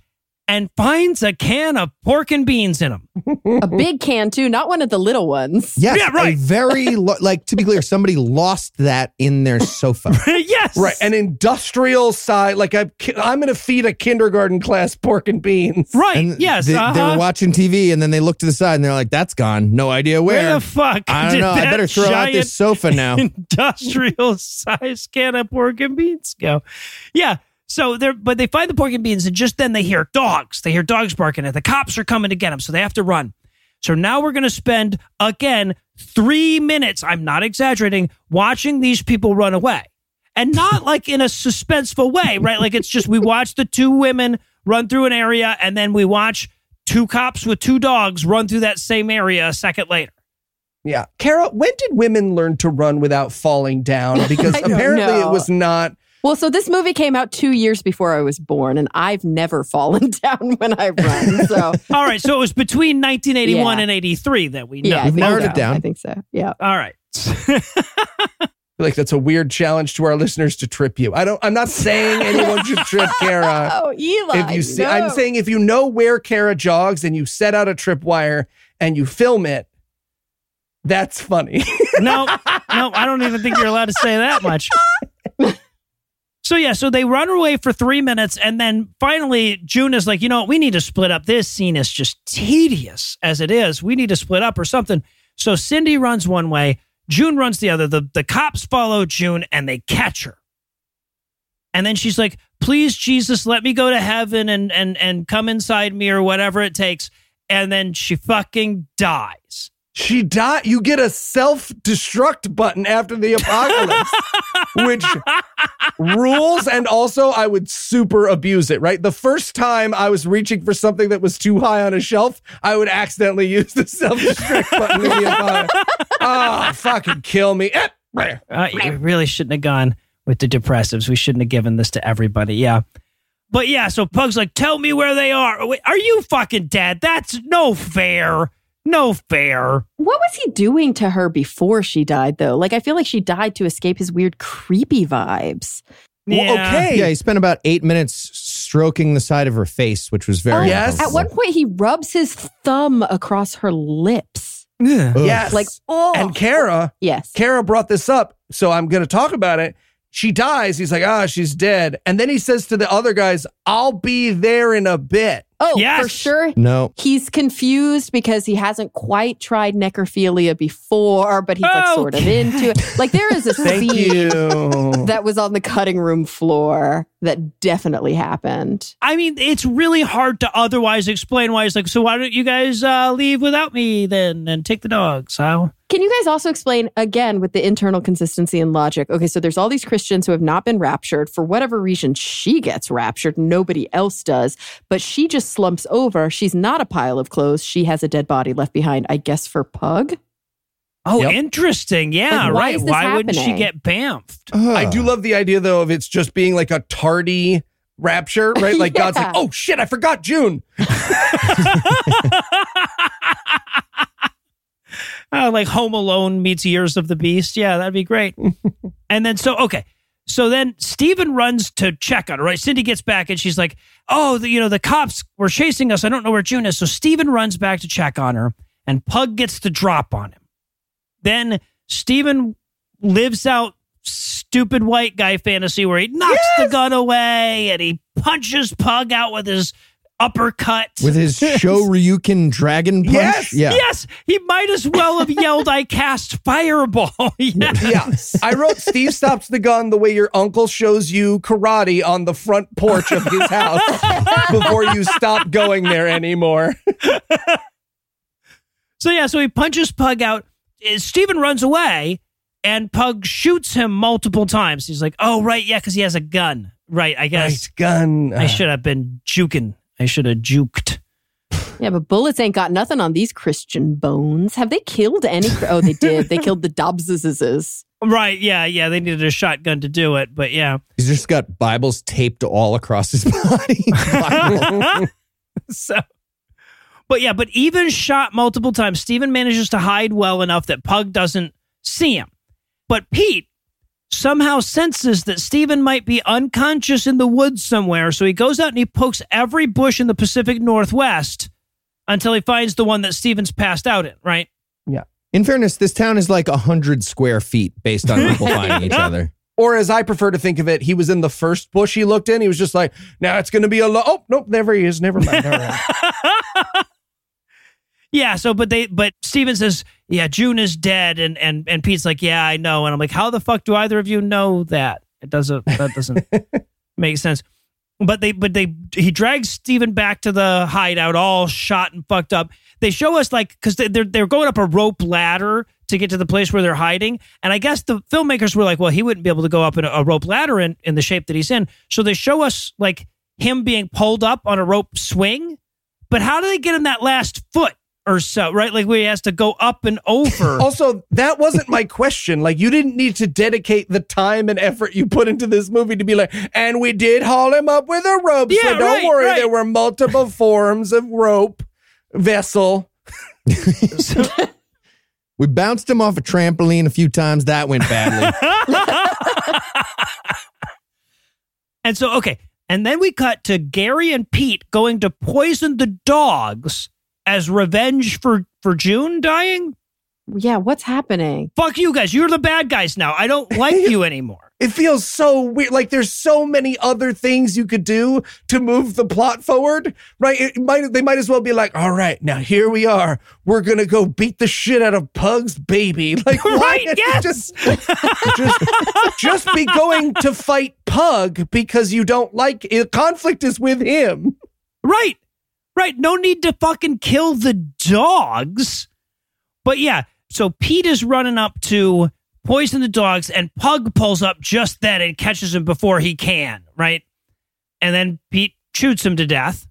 [SPEAKER 5] and finds a can of pork and beans in them.
[SPEAKER 2] a big can too, not one of the little ones.
[SPEAKER 1] Yes,
[SPEAKER 5] Yeah, right.
[SPEAKER 1] A very lo- like to be clear, somebody lost that in their sofa.
[SPEAKER 5] yes,
[SPEAKER 3] Right, an industrial side. Like I'm, ki- I'm gonna feed a kindergarten class pork and beans.
[SPEAKER 5] right,
[SPEAKER 1] And
[SPEAKER 5] yes.
[SPEAKER 1] they,
[SPEAKER 5] uh-huh.
[SPEAKER 1] they were watching TV and then they looked to the side and they're like, "That's gone. No idea where."
[SPEAKER 5] where, the fuck?
[SPEAKER 1] I don't
[SPEAKER 5] did
[SPEAKER 1] know. I
[SPEAKER 5] that
[SPEAKER 1] better throw out
[SPEAKER 5] giant
[SPEAKER 1] this sofa now.
[SPEAKER 5] industrial size can of pork and beans go. Yeah. So they're but they find the pork and beans and just then they hear dogs. They hear dogs barking and the cops are coming to get them, so they have to run. So now we're gonna spend again three minutes, I'm not exaggerating, watching these people run away. And not like in a suspenseful way, right? Like it's just we watch the two women run through an area and then we watch two cops with two dogs run through that same area a second later.
[SPEAKER 3] Yeah. Kara, when did women learn to run without falling down? Because
[SPEAKER 2] I don't
[SPEAKER 3] apparently it
[SPEAKER 2] know.
[SPEAKER 3] was not.
[SPEAKER 2] Well, so this movie came out 2 years before I was born and I've never fallen down when I run. So
[SPEAKER 5] All right, so it was between 1981
[SPEAKER 2] Yeah.
[SPEAKER 5] and 83 that we know.
[SPEAKER 2] yeah, I
[SPEAKER 1] We've
[SPEAKER 2] think
[SPEAKER 1] narrowed
[SPEAKER 2] so.
[SPEAKER 1] it down.
[SPEAKER 2] I think so. Yeah.
[SPEAKER 5] All right.
[SPEAKER 3] I feel like that's a weird challenge to our listeners to trip you. I don't. I'm not saying anyone should trip Kara.
[SPEAKER 2] Oh, Eli.
[SPEAKER 3] If you see,
[SPEAKER 2] no.
[SPEAKER 3] I'm saying if you know where Kara jogs and you set out a tripwire and you film it, that's funny.
[SPEAKER 5] no, no, I don't even think you're allowed to say that much. So yeah, so they run away for three minutes, and then finally June is like, you know, what? we need to split up. This scene is just tedious as it is. We need to split up or something. So Cindy runs one way, June runs the other. The the cops follow June and they catch her. And then she's like, please, Jesus, let me go to heaven and and and come inside me or whatever it takes. And then she fucking dies.
[SPEAKER 3] She died. You get a self destruct button after the apocalypse, which rules. And also, I would super abuse it, right? The first time I was reaching for something that was too high on a shelf, I would accidentally use the self destruct button. in the apocalypse. Ah, fucking kill me. Eh, right.
[SPEAKER 5] Uh, you really shouldn't have gone with the depressives. We shouldn't have given this to everybody. Yeah. But yeah, so Pug's like, tell me where they are. Wait, are you fucking dead? That's no fair. No fair.
[SPEAKER 2] What was he doing to her before she died, though? Like, I feel like she died to escape his weird, creepy vibes.
[SPEAKER 3] Well,
[SPEAKER 5] Yeah.
[SPEAKER 3] okay.
[SPEAKER 1] Yeah, he spent about eight minutes stroking the side of her face, which was very
[SPEAKER 3] Oh, yes.
[SPEAKER 2] At
[SPEAKER 1] uncomfortable.
[SPEAKER 2] one point, he rubs his thumb across her lips.
[SPEAKER 1] Ugh.
[SPEAKER 3] Yes.
[SPEAKER 2] Like, oh.
[SPEAKER 3] and Kara,
[SPEAKER 2] yes.
[SPEAKER 3] Kara brought this up, so I'm going to talk about it. She dies. He's like, ah, she's dead. And then he says to the other guys, I'll be there in a bit.
[SPEAKER 2] oh,
[SPEAKER 5] Yes.
[SPEAKER 2] for sure.
[SPEAKER 1] No.
[SPEAKER 2] He's confused because he hasn't quite tried necrophilia before, but he's like sort of
[SPEAKER 5] Okay.
[SPEAKER 2] into it. Like, there is a
[SPEAKER 3] Oh. Thank
[SPEAKER 2] scene
[SPEAKER 3] you.
[SPEAKER 2] that was on the cutting room floor that definitely happened.
[SPEAKER 5] I mean, it's really hard to otherwise explain why he's like, so why don't you guys uh, leave without me then and take the dogs? How?
[SPEAKER 2] Can you guys also explain again with the internal consistency and logic? Okay, so there's all these Christians who have not been raptured. For whatever reason, she gets raptured. Nobody else does, but she just slumps over. She's not a pile of clothes. She has a dead body left behind, I guess, for Pug.
[SPEAKER 5] Oh,
[SPEAKER 3] Yep.
[SPEAKER 5] interesting. Yeah,
[SPEAKER 2] Like, why
[SPEAKER 5] right.
[SPEAKER 2] is this
[SPEAKER 5] why wouldn't she
[SPEAKER 2] happening?
[SPEAKER 5] get bamfed?
[SPEAKER 3] I do love the idea, though, of it's just being like a tardy rapture, right? Like God's
[SPEAKER 2] Yeah.
[SPEAKER 3] like, oh shit, I forgot June.
[SPEAKER 5] Oh, like Home Alone meets Years of the Beast. Yeah, that'd be great. and then so okay, so then Steven runs to check on her. Right, Cindy gets back and she's like, "Oh, the, you know the cops were chasing us. I don't know where June is." So Steven runs back to check on her, and Pug gets the drop on him. Then Steven lives out stupid white guy fantasy where he knocks the gun away and he punches Pug out with his uppercut.
[SPEAKER 1] With his Shoryuken dragon punch?
[SPEAKER 3] Yes.
[SPEAKER 1] Yeah.
[SPEAKER 5] Yes, he might as well have yelled, "I cast fireball." yes.
[SPEAKER 3] Yes. I wrote Steve stops the gun the way your uncle shows you karate on the front porch of his house before you stop going there anymore.
[SPEAKER 5] So yeah, so he punches Pug out. Uh, Steven runs away, and Pug shoots him multiple times. He's like, "Oh right, yeah, because he has a gun." Right, I guess
[SPEAKER 3] gun. Uh.
[SPEAKER 5] I should have been juking. I should have juked.
[SPEAKER 2] Yeah, but bullets ain't got nothing on these Christian bones. Have they killed any? Oh, they did. they killed the Dobbs's.
[SPEAKER 5] Right, yeah, yeah. They needed a shotgun to do it, but yeah.
[SPEAKER 1] He's just got Bibles taped all across his body. Bible.
[SPEAKER 5] so, but yeah, but even shot multiple times, Steven manages to hide well enough that Pug doesn't see him. But Pete somehow senses that Steven might be unconscious in the woods somewhere, so he goes out and he pokes every bush in the Pacific Northwest until he finds the one that Steven's passed out in, right?
[SPEAKER 1] In fairness, this town is like 100 square feet based on people finding each other.
[SPEAKER 3] Or as I prefer to think of it, he was in the first bush he looked in. He was just like, now it's going to be a lo- Oh, nope, never he is. Never mind. All right.
[SPEAKER 5] Yeah, so but they but Steven says, Yeah, June is dead and and and Pete's like, Yeah, I know. And I'm like, How the fuck do either of you know that? It doesn't that doesn't make sense. But they but they he drags Steven back to the hideout, all shot and fucked up. They show us like because they, they're they're going up a rope ladder to get to the place where they're hiding. And I guess the filmmakers were like, Well, he wouldn't be able to go up in a, a rope ladder in, in the shape that he's in. So they show us like him being pulled up on a rope swing. But how do they get him that last foot or so, right? Like where he has to go up and over.
[SPEAKER 3] Also, that wasn't my question. Like, you didn't need to dedicate the time and effort you put into this movie to be like, and we did haul him up with a rope. so
[SPEAKER 5] Yeah,
[SPEAKER 3] don't
[SPEAKER 5] right,
[SPEAKER 3] worry,
[SPEAKER 5] right.
[SPEAKER 3] there were multiple forms of rope vessel.
[SPEAKER 1] We bounced him off a trampoline a few times. That went badly.
[SPEAKER 5] and so, okay. And then we cut to Gary and Pete going to poison the dogs as revenge for, for June dying.
[SPEAKER 2] Yeah, what's happening?
[SPEAKER 5] Fuck you guys. You're the bad guys now. I don't like you anymore.
[SPEAKER 3] It feels so weird. Like there's so many other things you could do to move the plot forward, right? It might they might as well be like, all right, now here we are. We're gonna go beat the shit out of Pug's baby. Like why
[SPEAKER 5] Right,
[SPEAKER 3] did
[SPEAKER 5] yes!
[SPEAKER 3] just, just just be going to fight Pug because you don't like it. Conflict is with him.
[SPEAKER 5] Right. Right. No need to fucking kill the dogs. But yeah, so Pete is running up to poison the dogs, and Pug pulls up just then and catches him before he can, right? And then Pete shoots him to death.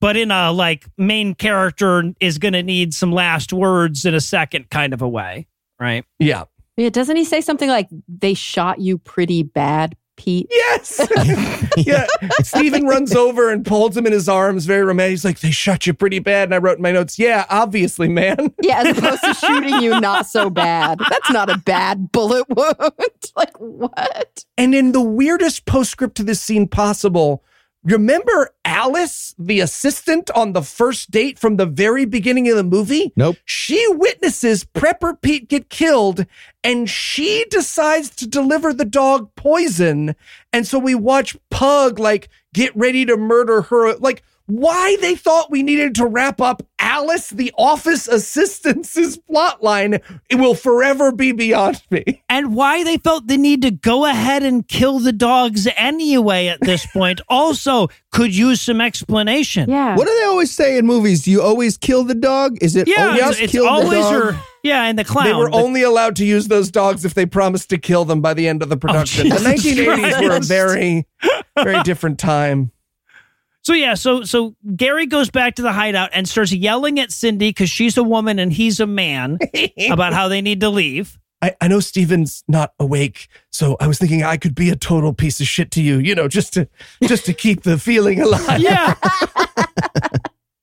[SPEAKER 5] But in a like main character is gonna need some last words in a second kind of a way, right?
[SPEAKER 3] Yeah.
[SPEAKER 2] Yeah, doesn't he say something like they shot you pretty bad, Pete?
[SPEAKER 3] Yes. yeah. Steven runs over and holds him in his arms very romantic. He's like, they shot you pretty bad. And I wrote in my notes, yeah, obviously, man.
[SPEAKER 2] Yeah, as opposed to shooting you not so bad. That's not a bad bullet wound. like what?
[SPEAKER 3] And in the weirdest postscript to this scene possible, remember Alice, the assistant on the first date from the very beginning of the movie?
[SPEAKER 1] Nope.
[SPEAKER 3] She witnesses Prepper Pete get killed and she decides to deliver the dog poison. And so we watch Pug like get ready to murder her. Like, why they thought we needed to wrap up Alice, the office assistant's plotline, it will forever be beyond me.
[SPEAKER 5] and why they felt the need to go ahead and kill the dogs anyway at this point also could use some explanation.
[SPEAKER 2] Yeah.
[SPEAKER 1] What do they always say in movies? Do you always kill the dog? Is it
[SPEAKER 5] Yeah,
[SPEAKER 1] always
[SPEAKER 5] it's, it's
[SPEAKER 1] kill the
[SPEAKER 5] always
[SPEAKER 1] dog?
[SPEAKER 5] your yeah, and the clown.
[SPEAKER 3] They were
[SPEAKER 5] the-
[SPEAKER 3] only allowed to use those dogs if they promised to kill them by the end of the production. the
[SPEAKER 5] Oh, Jesus
[SPEAKER 3] 1980s were a
[SPEAKER 5] Christ.
[SPEAKER 3] very, very different time.
[SPEAKER 5] so yeah, so so Gary goes back to the hideout and starts yelling at Cindy because she's a woman and he's a man about how they need to leave.
[SPEAKER 3] I, I know Steven's not awake, so I was thinking I could be a total piece of shit to you, you know, just to just to keep the feeling alive.
[SPEAKER 5] Yeah.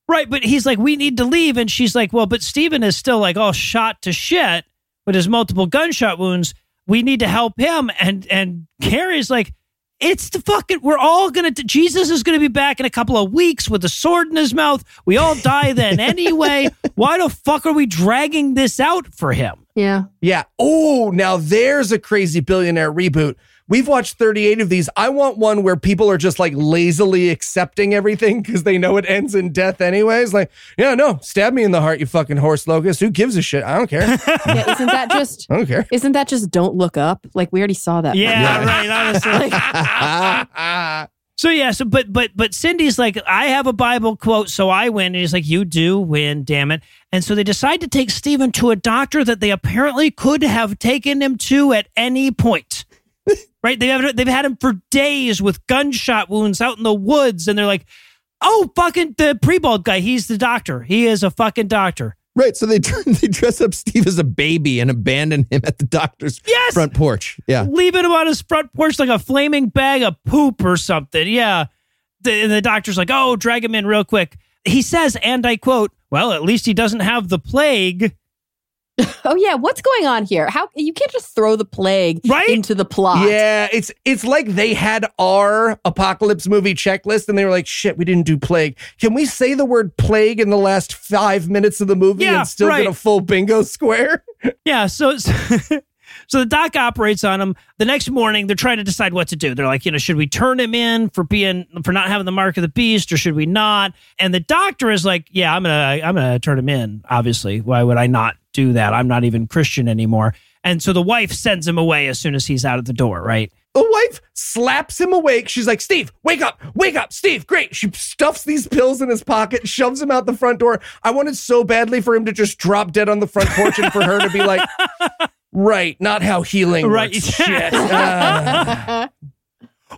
[SPEAKER 5] right, but he's like, we need to leave, and she's like, well, but Steven is still like all shot to shit with his multiple gunshot wounds. We need to help him, and and Gary's like. It's the fucking. We're all gonna. Jesus is gonna be back in a couple of weeks with a sword in his mouth. We all die then anyway. Why the fuck are we dragging this out for him?
[SPEAKER 2] yeah.
[SPEAKER 3] Yeah. Oh, now there's a crazy billionaire reboot. We've watched 38 of these. I want one where people are just like lazily accepting everything because they know it ends in death anyways. Like, yeah, no, stab me in the heart, you fucking horse locust. Who gives a shit? I don't care. I
[SPEAKER 2] Yeah. Isn't that just
[SPEAKER 3] don't care.
[SPEAKER 2] isn't that just don't look up? Like we already saw that.
[SPEAKER 5] Yeah, right. Honestly. So yeah, so but but but Cindy's like, I have a Bible quote, so I win. And he's like, You do win, damn it. And so they decide to take Stephen to a doctor that they apparently could have taken him to at any point. right? They have they've had him for days with gunshot wounds out in the woods, and they're like, Oh, fucking the pre-bald guy, he's the doctor. He is a fucking doctor.
[SPEAKER 1] Right. So they turn, they dress up Steve as a baby and abandon him at the doctor's
[SPEAKER 5] Yes!
[SPEAKER 1] front porch. Yeah.
[SPEAKER 5] leaving him on his front porch like a flaming bag of poop or something. Yeah. The, and the doctor's like, oh, drag him in real quick. He says, and I quote, well, at least he doesn't have the plague.
[SPEAKER 2] Oh yeah. What's going on here? How you can't just throw the plague
[SPEAKER 5] Right?
[SPEAKER 2] into the plot.
[SPEAKER 3] Yeah, it's it's like they had our apocalypse movie checklist and they were like, shit, we didn't do plague. Can we say the word plague in the last five minutes of the movie
[SPEAKER 5] Yeah,
[SPEAKER 3] and still
[SPEAKER 5] right.
[SPEAKER 3] get a full bingo square?
[SPEAKER 5] Yeah. So, so, so the doc operates on him. The next morning, they're trying to decide what to do. They're like, you know, should we turn him in for being for not having the mark of the beast, or should we not? And the doctor is like, yeah, I'm gonna I'm gonna turn him in. Obviously, why would I not do that? I'm not even Christian anymore. And so the wife sends him away as soon as he's out of the door. Right.
[SPEAKER 3] The wife slaps him awake. She's like, Steve, wake up, wake up, Steve, great. She stuffs these pills in his pocket, shoves him out the front door. I wanted so badly for him to just drop dead on the front porch and for her to be like, right, not how healing
[SPEAKER 5] Right.
[SPEAKER 3] works. Shit. Ah.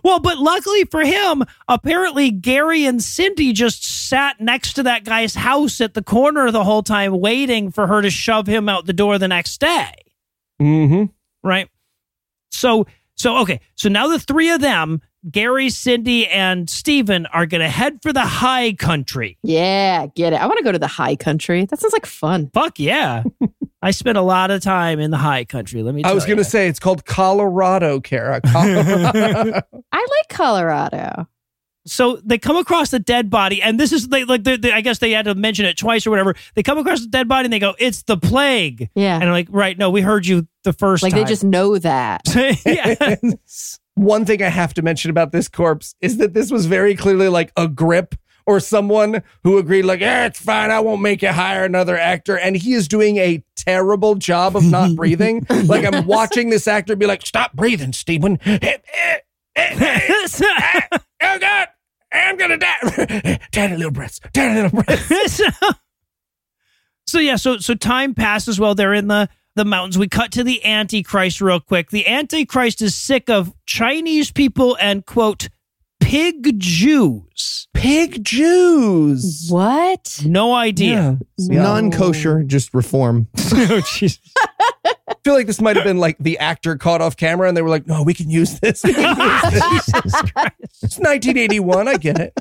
[SPEAKER 5] Well, but luckily for him, apparently Gary and Cindy just sat next to that guy's house at the corner the whole time, waiting for her to shove him out the door the next day.
[SPEAKER 3] mm-hmm.
[SPEAKER 5] Right. So, so, okay. So now the three of them, Gary, Cindy, and Steven, are going to head for the high country.
[SPEAKER 2] Yeah. Get it. I want to go to the high country. That sounds like fun.
[SPEAKER 5] Fuck yeah. I spent a lot of time in the high country. Let me tell
[SPEAKER 3] I was going
[SPEAKER 5] ya.
[SPEAKER 3] to say it's called Colorado, Kara. Colorado.
[SPEAKER 2] I like Colorado.
[SPEAKER 5] so they come across the dead body, and this is they like they, they, I guess they had to mention it twice or whatever. They come across the dead body and they go, "It's the plague."
[SPEAKER 2] Yeah.
[SPEAKER 5] And I'm like, "Right? No, we heard you the first
[SPEAKER 2] Like
[SPEAKER 5] time.
[SPEAKER 2] they just know that.
[SPEAKER 5] yeah.
[SPEAKER 3] One thing I have to mention about this corpse is that this was very clearly like a grip or someone who agreed, like, eh, it's fine, I won't make you hire another actor. And he is doing a terrible job of not breathing. like I'm watching this actor be like, stop breathing, Stephen. Eh, eh, eh, eh, ah, oh God, I'm gonna die. Tiny little breaths, tiny little breaths.
[SPEAKER 5] so yeah, so so time passes while they're in the the mountains. We cut to the Antichrist real quick. The Antichrist is sick of Chinese people and quote pig Jews.
[SPEAKER 3] Pig Jews.
[SPEAKER 2] what?
[SPEAKER 5] No idea.
[SPEAKER 2] No.
[SPEAKER 1] Non kosher, just reform.
[SPEAKER 5] oh Jesus.
[SPEAKER 3] I feel like this might have been like the actor caught off camera and they were like, no, we can use this. We can use this. it's 1981. I get it.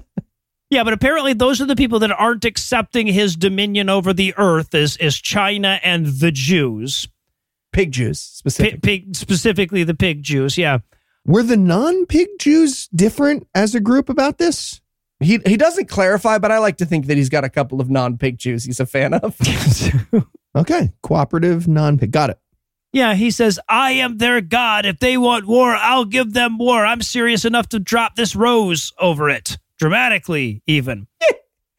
[SPEAKER 5] Yeah, but apparently those are the people that aren't accepting his dominion over the earth is is China and the Jews.
[SPEAKER 3] Pig Jews
[SPEAKER 5] Pig,
[SPEAKER 3] specific.
[SPEAKER 5] pig specifically the pig Jews, yeah.
[SPEAKER 1] Were the non pig Jews different as a group about this?
[SPEAKER 3] He, he doesn't clarify, but I like to think that he's got a couple of non pig Jews he's a fan of.
[SPEAKER 1] Okay. Cooperative, non pig. Got it.
[SPEAKER 5] Yeah, he says, I am their God. If they want war, I'll give them war. I'm serious enough to drop this rose over it. Dramatically, even.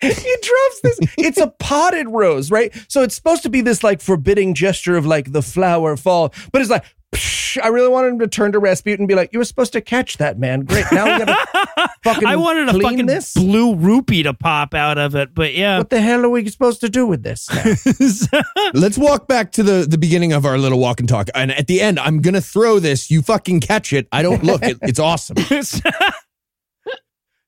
[SPEAKER 3] he drops this. It's a potted rose, right? So it's supposed to be this like forbidding gesture of like the flower fall, but it's like, psh, I really wanted him to turn to Rasputin and be like, you were supposed to catch that man. Great. Now we gotta fucking
[SPEAKER 5] I wanted a
[SPEAKER 3] clean
[SPEAKER 5] fucking
[SPEAKER 3] this.
[SPEAKER 5] blue rupee to pop out of it, but yeah.
[SPEAKER 3] What the hell are we supposed to do with this? now?
[SPEAKER 1] Let's walk back to the, the beginning of our little walk and talk. And at the end, I'm going to throw this. You fucking catch it. I don't look. It, it's awesome.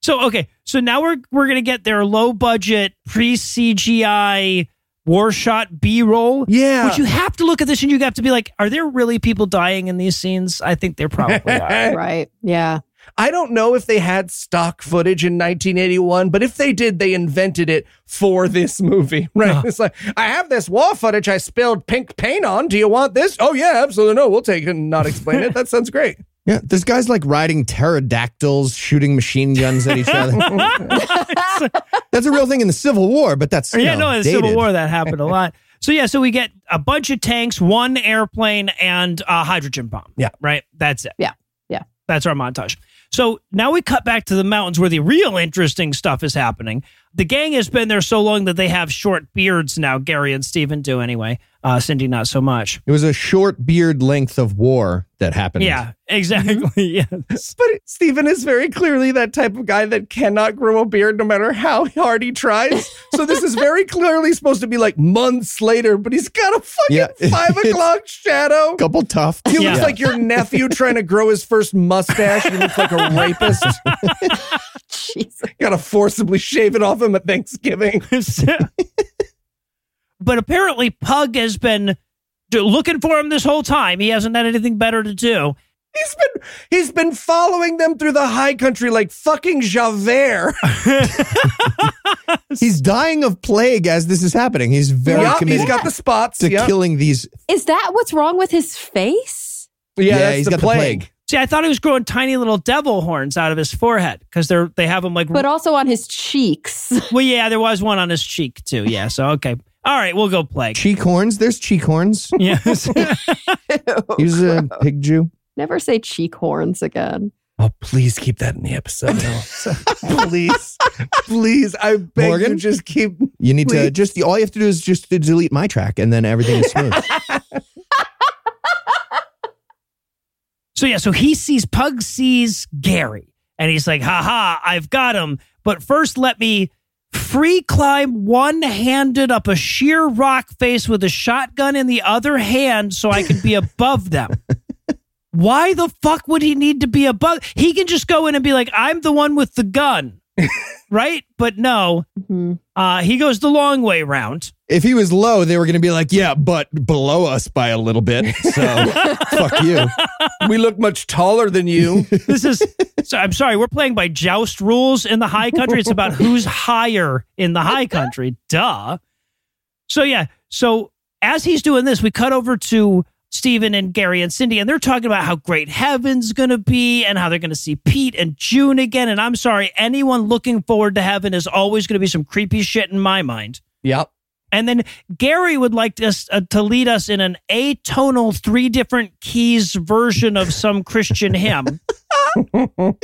[SPEAKER 5] so, okay. So now we're we're going to get their low budget pre CGI war shot B roll.
[SPEAKER 3] Yeah.
[SPEAKER 5] Which you have to look at this and you have to be like, are there really people dying in these scenes? I think there probably are.
[SPEAKER 2] Right. Yeah.
[SPEAKER 3] I don't know if they had stock footage in 1981, but if they did, they invented it for this movie, right? It's like, I have this wall footage I spilled pink paint on. Do you want this? Oh, yeah, absolutely. No, we'll take it and not explain it. That sounds great.
[SPEAKER 1] Yeah. There's guys like riding pterodactyls, shooting machine guns at each other. that's a real thing in the Civil War, but that's. you
[SPEAKER 5] yeah,
[SPEAKER 1] know,
[SPEAKER 5] no, in the Civil
[SPEAKER 1] dated.
[SPEAKER 5] War that happened a lot. So yeah, so we get a bunch of tanks, one airplane, and a hydrogen bomb.
[SPEAKER 3] Yeah.
[SPEAKER 5] right. That's it.
[SPEAKER 2] Yeah. Yeah.
[SPEAKER 5] That's our montage. So now we cut back to the mountains where the real interesting stuff is happening. The gang has been there so long that they have short beards now. Gary and Steven do anyway. Uh, Cindy not so much.
[SPEAKER 1] It was a short beard length of war that happened.
[SPEAKER 5] Yeah, exactly. Yes.
[SPEAKER 3] But Stephen is very clearly that type of guy that cannot grow a beard no matter how hard he tries. So this is very clearly supposed to be like months later, but he's got a fucking
[SPEAKER 1] Yeah.
[SPEAKER 3] five o'clock shadow.
[SPEAKER 1] Couple tough.
[SPEAKER 3] He
[SPEAKER 5] Yeah.
[SPEAKER 3] looks like your nephew trying to grow his first mustache. He looks like a rapist.
[SPEAKER 2] Jesus.
[SPEAKER 3] Got to forcibly shave it off him at Thanksgiving.
[SPEAKER 5] but apparently, Pug has been d- looking for him this whole time. He hasn't had anything better to do.
[SPEAKER 3] He's been he's been following them through the high country like fucking Javert.
[SPEAKER 1] He's dying of plague as this is happening. He's very
[SPEAKER 3] Yup,
[SPEAKER 1] committed
[SPEAKER 3] he's got the spots.
[SPEAKER 1] to
[SPEAKER 3] yup.
[SPEAKER 1] killing these.
[SPEAKER 2] Is that what's wrong with his face?
[SPEAKER 3] yeah,
[SPEAKER 1] Yeah,
[SPEAKER 3] that's
[SPEAKER 1] he's
[SPEAKER 3] the,
[SPEAKER 1] got the
[SPEAKER 3] plague.
[SPEAKER 1] plague.
[SPEAKER 5] See, I thought he was growing tiny little devil horns out of his forehead because they're they have him like.
[SPEAKER 2] But also on his cheeks.
[SPEAKER 5] well, yeah, there was one on his cheek too. Yeah, so okay, all right, we'll go plague.
[SPEAKER 1] Cheek horns. There's cheek horns.
[SPEAKER 5] Yes.
[SPEAKER 3] Oh,
[SPEAKER 1] He was a pig Jew.
[SPEAKER 2] Never say cheek horns again.
[SPEAKER 3] Oh, please keep that in the episode. Mel. please, please, I beg you,
[SPEAKER 1] Morgan?
[SPEAKER 3] just keep.
[SPEAKER 1] You need to
[SPEAKER 3] Please.
[SPEAKER 1] just all you have to do is just to delete my track, and then everything is smooth.
[SPEAKER 5] so yeah, so he sees Pug sees Gary, and he's like, "Ha ha, I've got him!" But first, let me free climb one handed up a sheer rock face with a shotgun in the other hand, so I can be above them. Why the fuck would he need to be above? He can just go in and be like, "I'm the one with the gun," right? But no,
[SPEAKER 2] Mhm.
[SPEAKER 5] Uh, he goes the long way round.
[SPEAKER 1] if he was low, they were going to be like, "Yeah, but below us by a little bit." So fuck you.
[SPEAKER 3] We look much taller than you.
[SPEAKER 5] This is, so I'm sorry, we're playing by joust rules in the high country. It's about who's higher in the high country. Duh. So, yeah. So, as he's doing this, we cut over to Stephen and Gary and Cindy, and they're talking about how great heaven's going to be and how they're going to see Pete and June again. And I'm sorry, anyone looking forward to heaven is always going to be some creepy shit in my mind.
[SPEAKER 3] yep.
[SPEAKER 5] And then Gary would like us uh, to lead us in an atonal, three different keys version of some Christian hymn.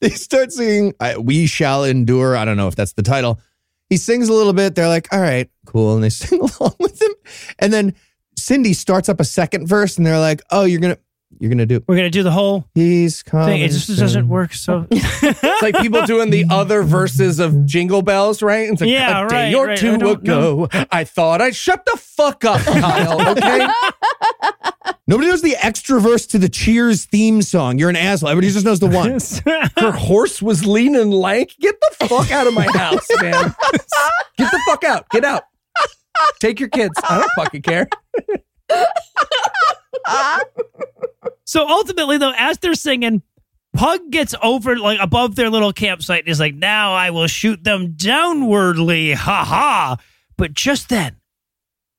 [SPEAKER 1] they start singing I, we shall endure i don't know if that's the title he sings a little bit they're like all right cool and they sing along with him and then cindy starts up a second verse and they're like oh you're gonna you're gonna do
[SPEAKER 5] We're gonna do the whole
[SPEAKER 1] he's coming
[SPEAKER 5] thing. It just
[SPEAKER 1] soon."
[SPEAKER 5] doesn't work. So
[SPEAKER 3] It's like people doing the other verses of Jingle Bells, right? It's like,
[SPEAKER 5] Yeah,
[SPEAKER 3] a day
[SPEAKER 5] right,
[SPEAKER 3] or
[SPEAKER 5] right. I
[SPEAKER 3] two
[SPEAKER 5] don't
[SPEAKER 3] ago, I thought I shut the fuck up, Kyle. Okay,
[SPEAKER 1] nobody knows the extra verse to the cheers theme song you're an asshole everybody just knows the one
[SPEAKER 3] her horse was lean and lank. Get the fuck out of my house, man. Get the fuck out. Get out. Take your kids. I don't fucking care.
[SPEAKER 5] So ultimately, though, as they're singing, Pug gets over like above their little campsite and is like, "Now I will shoot them downwardly, ha ha!" But just then,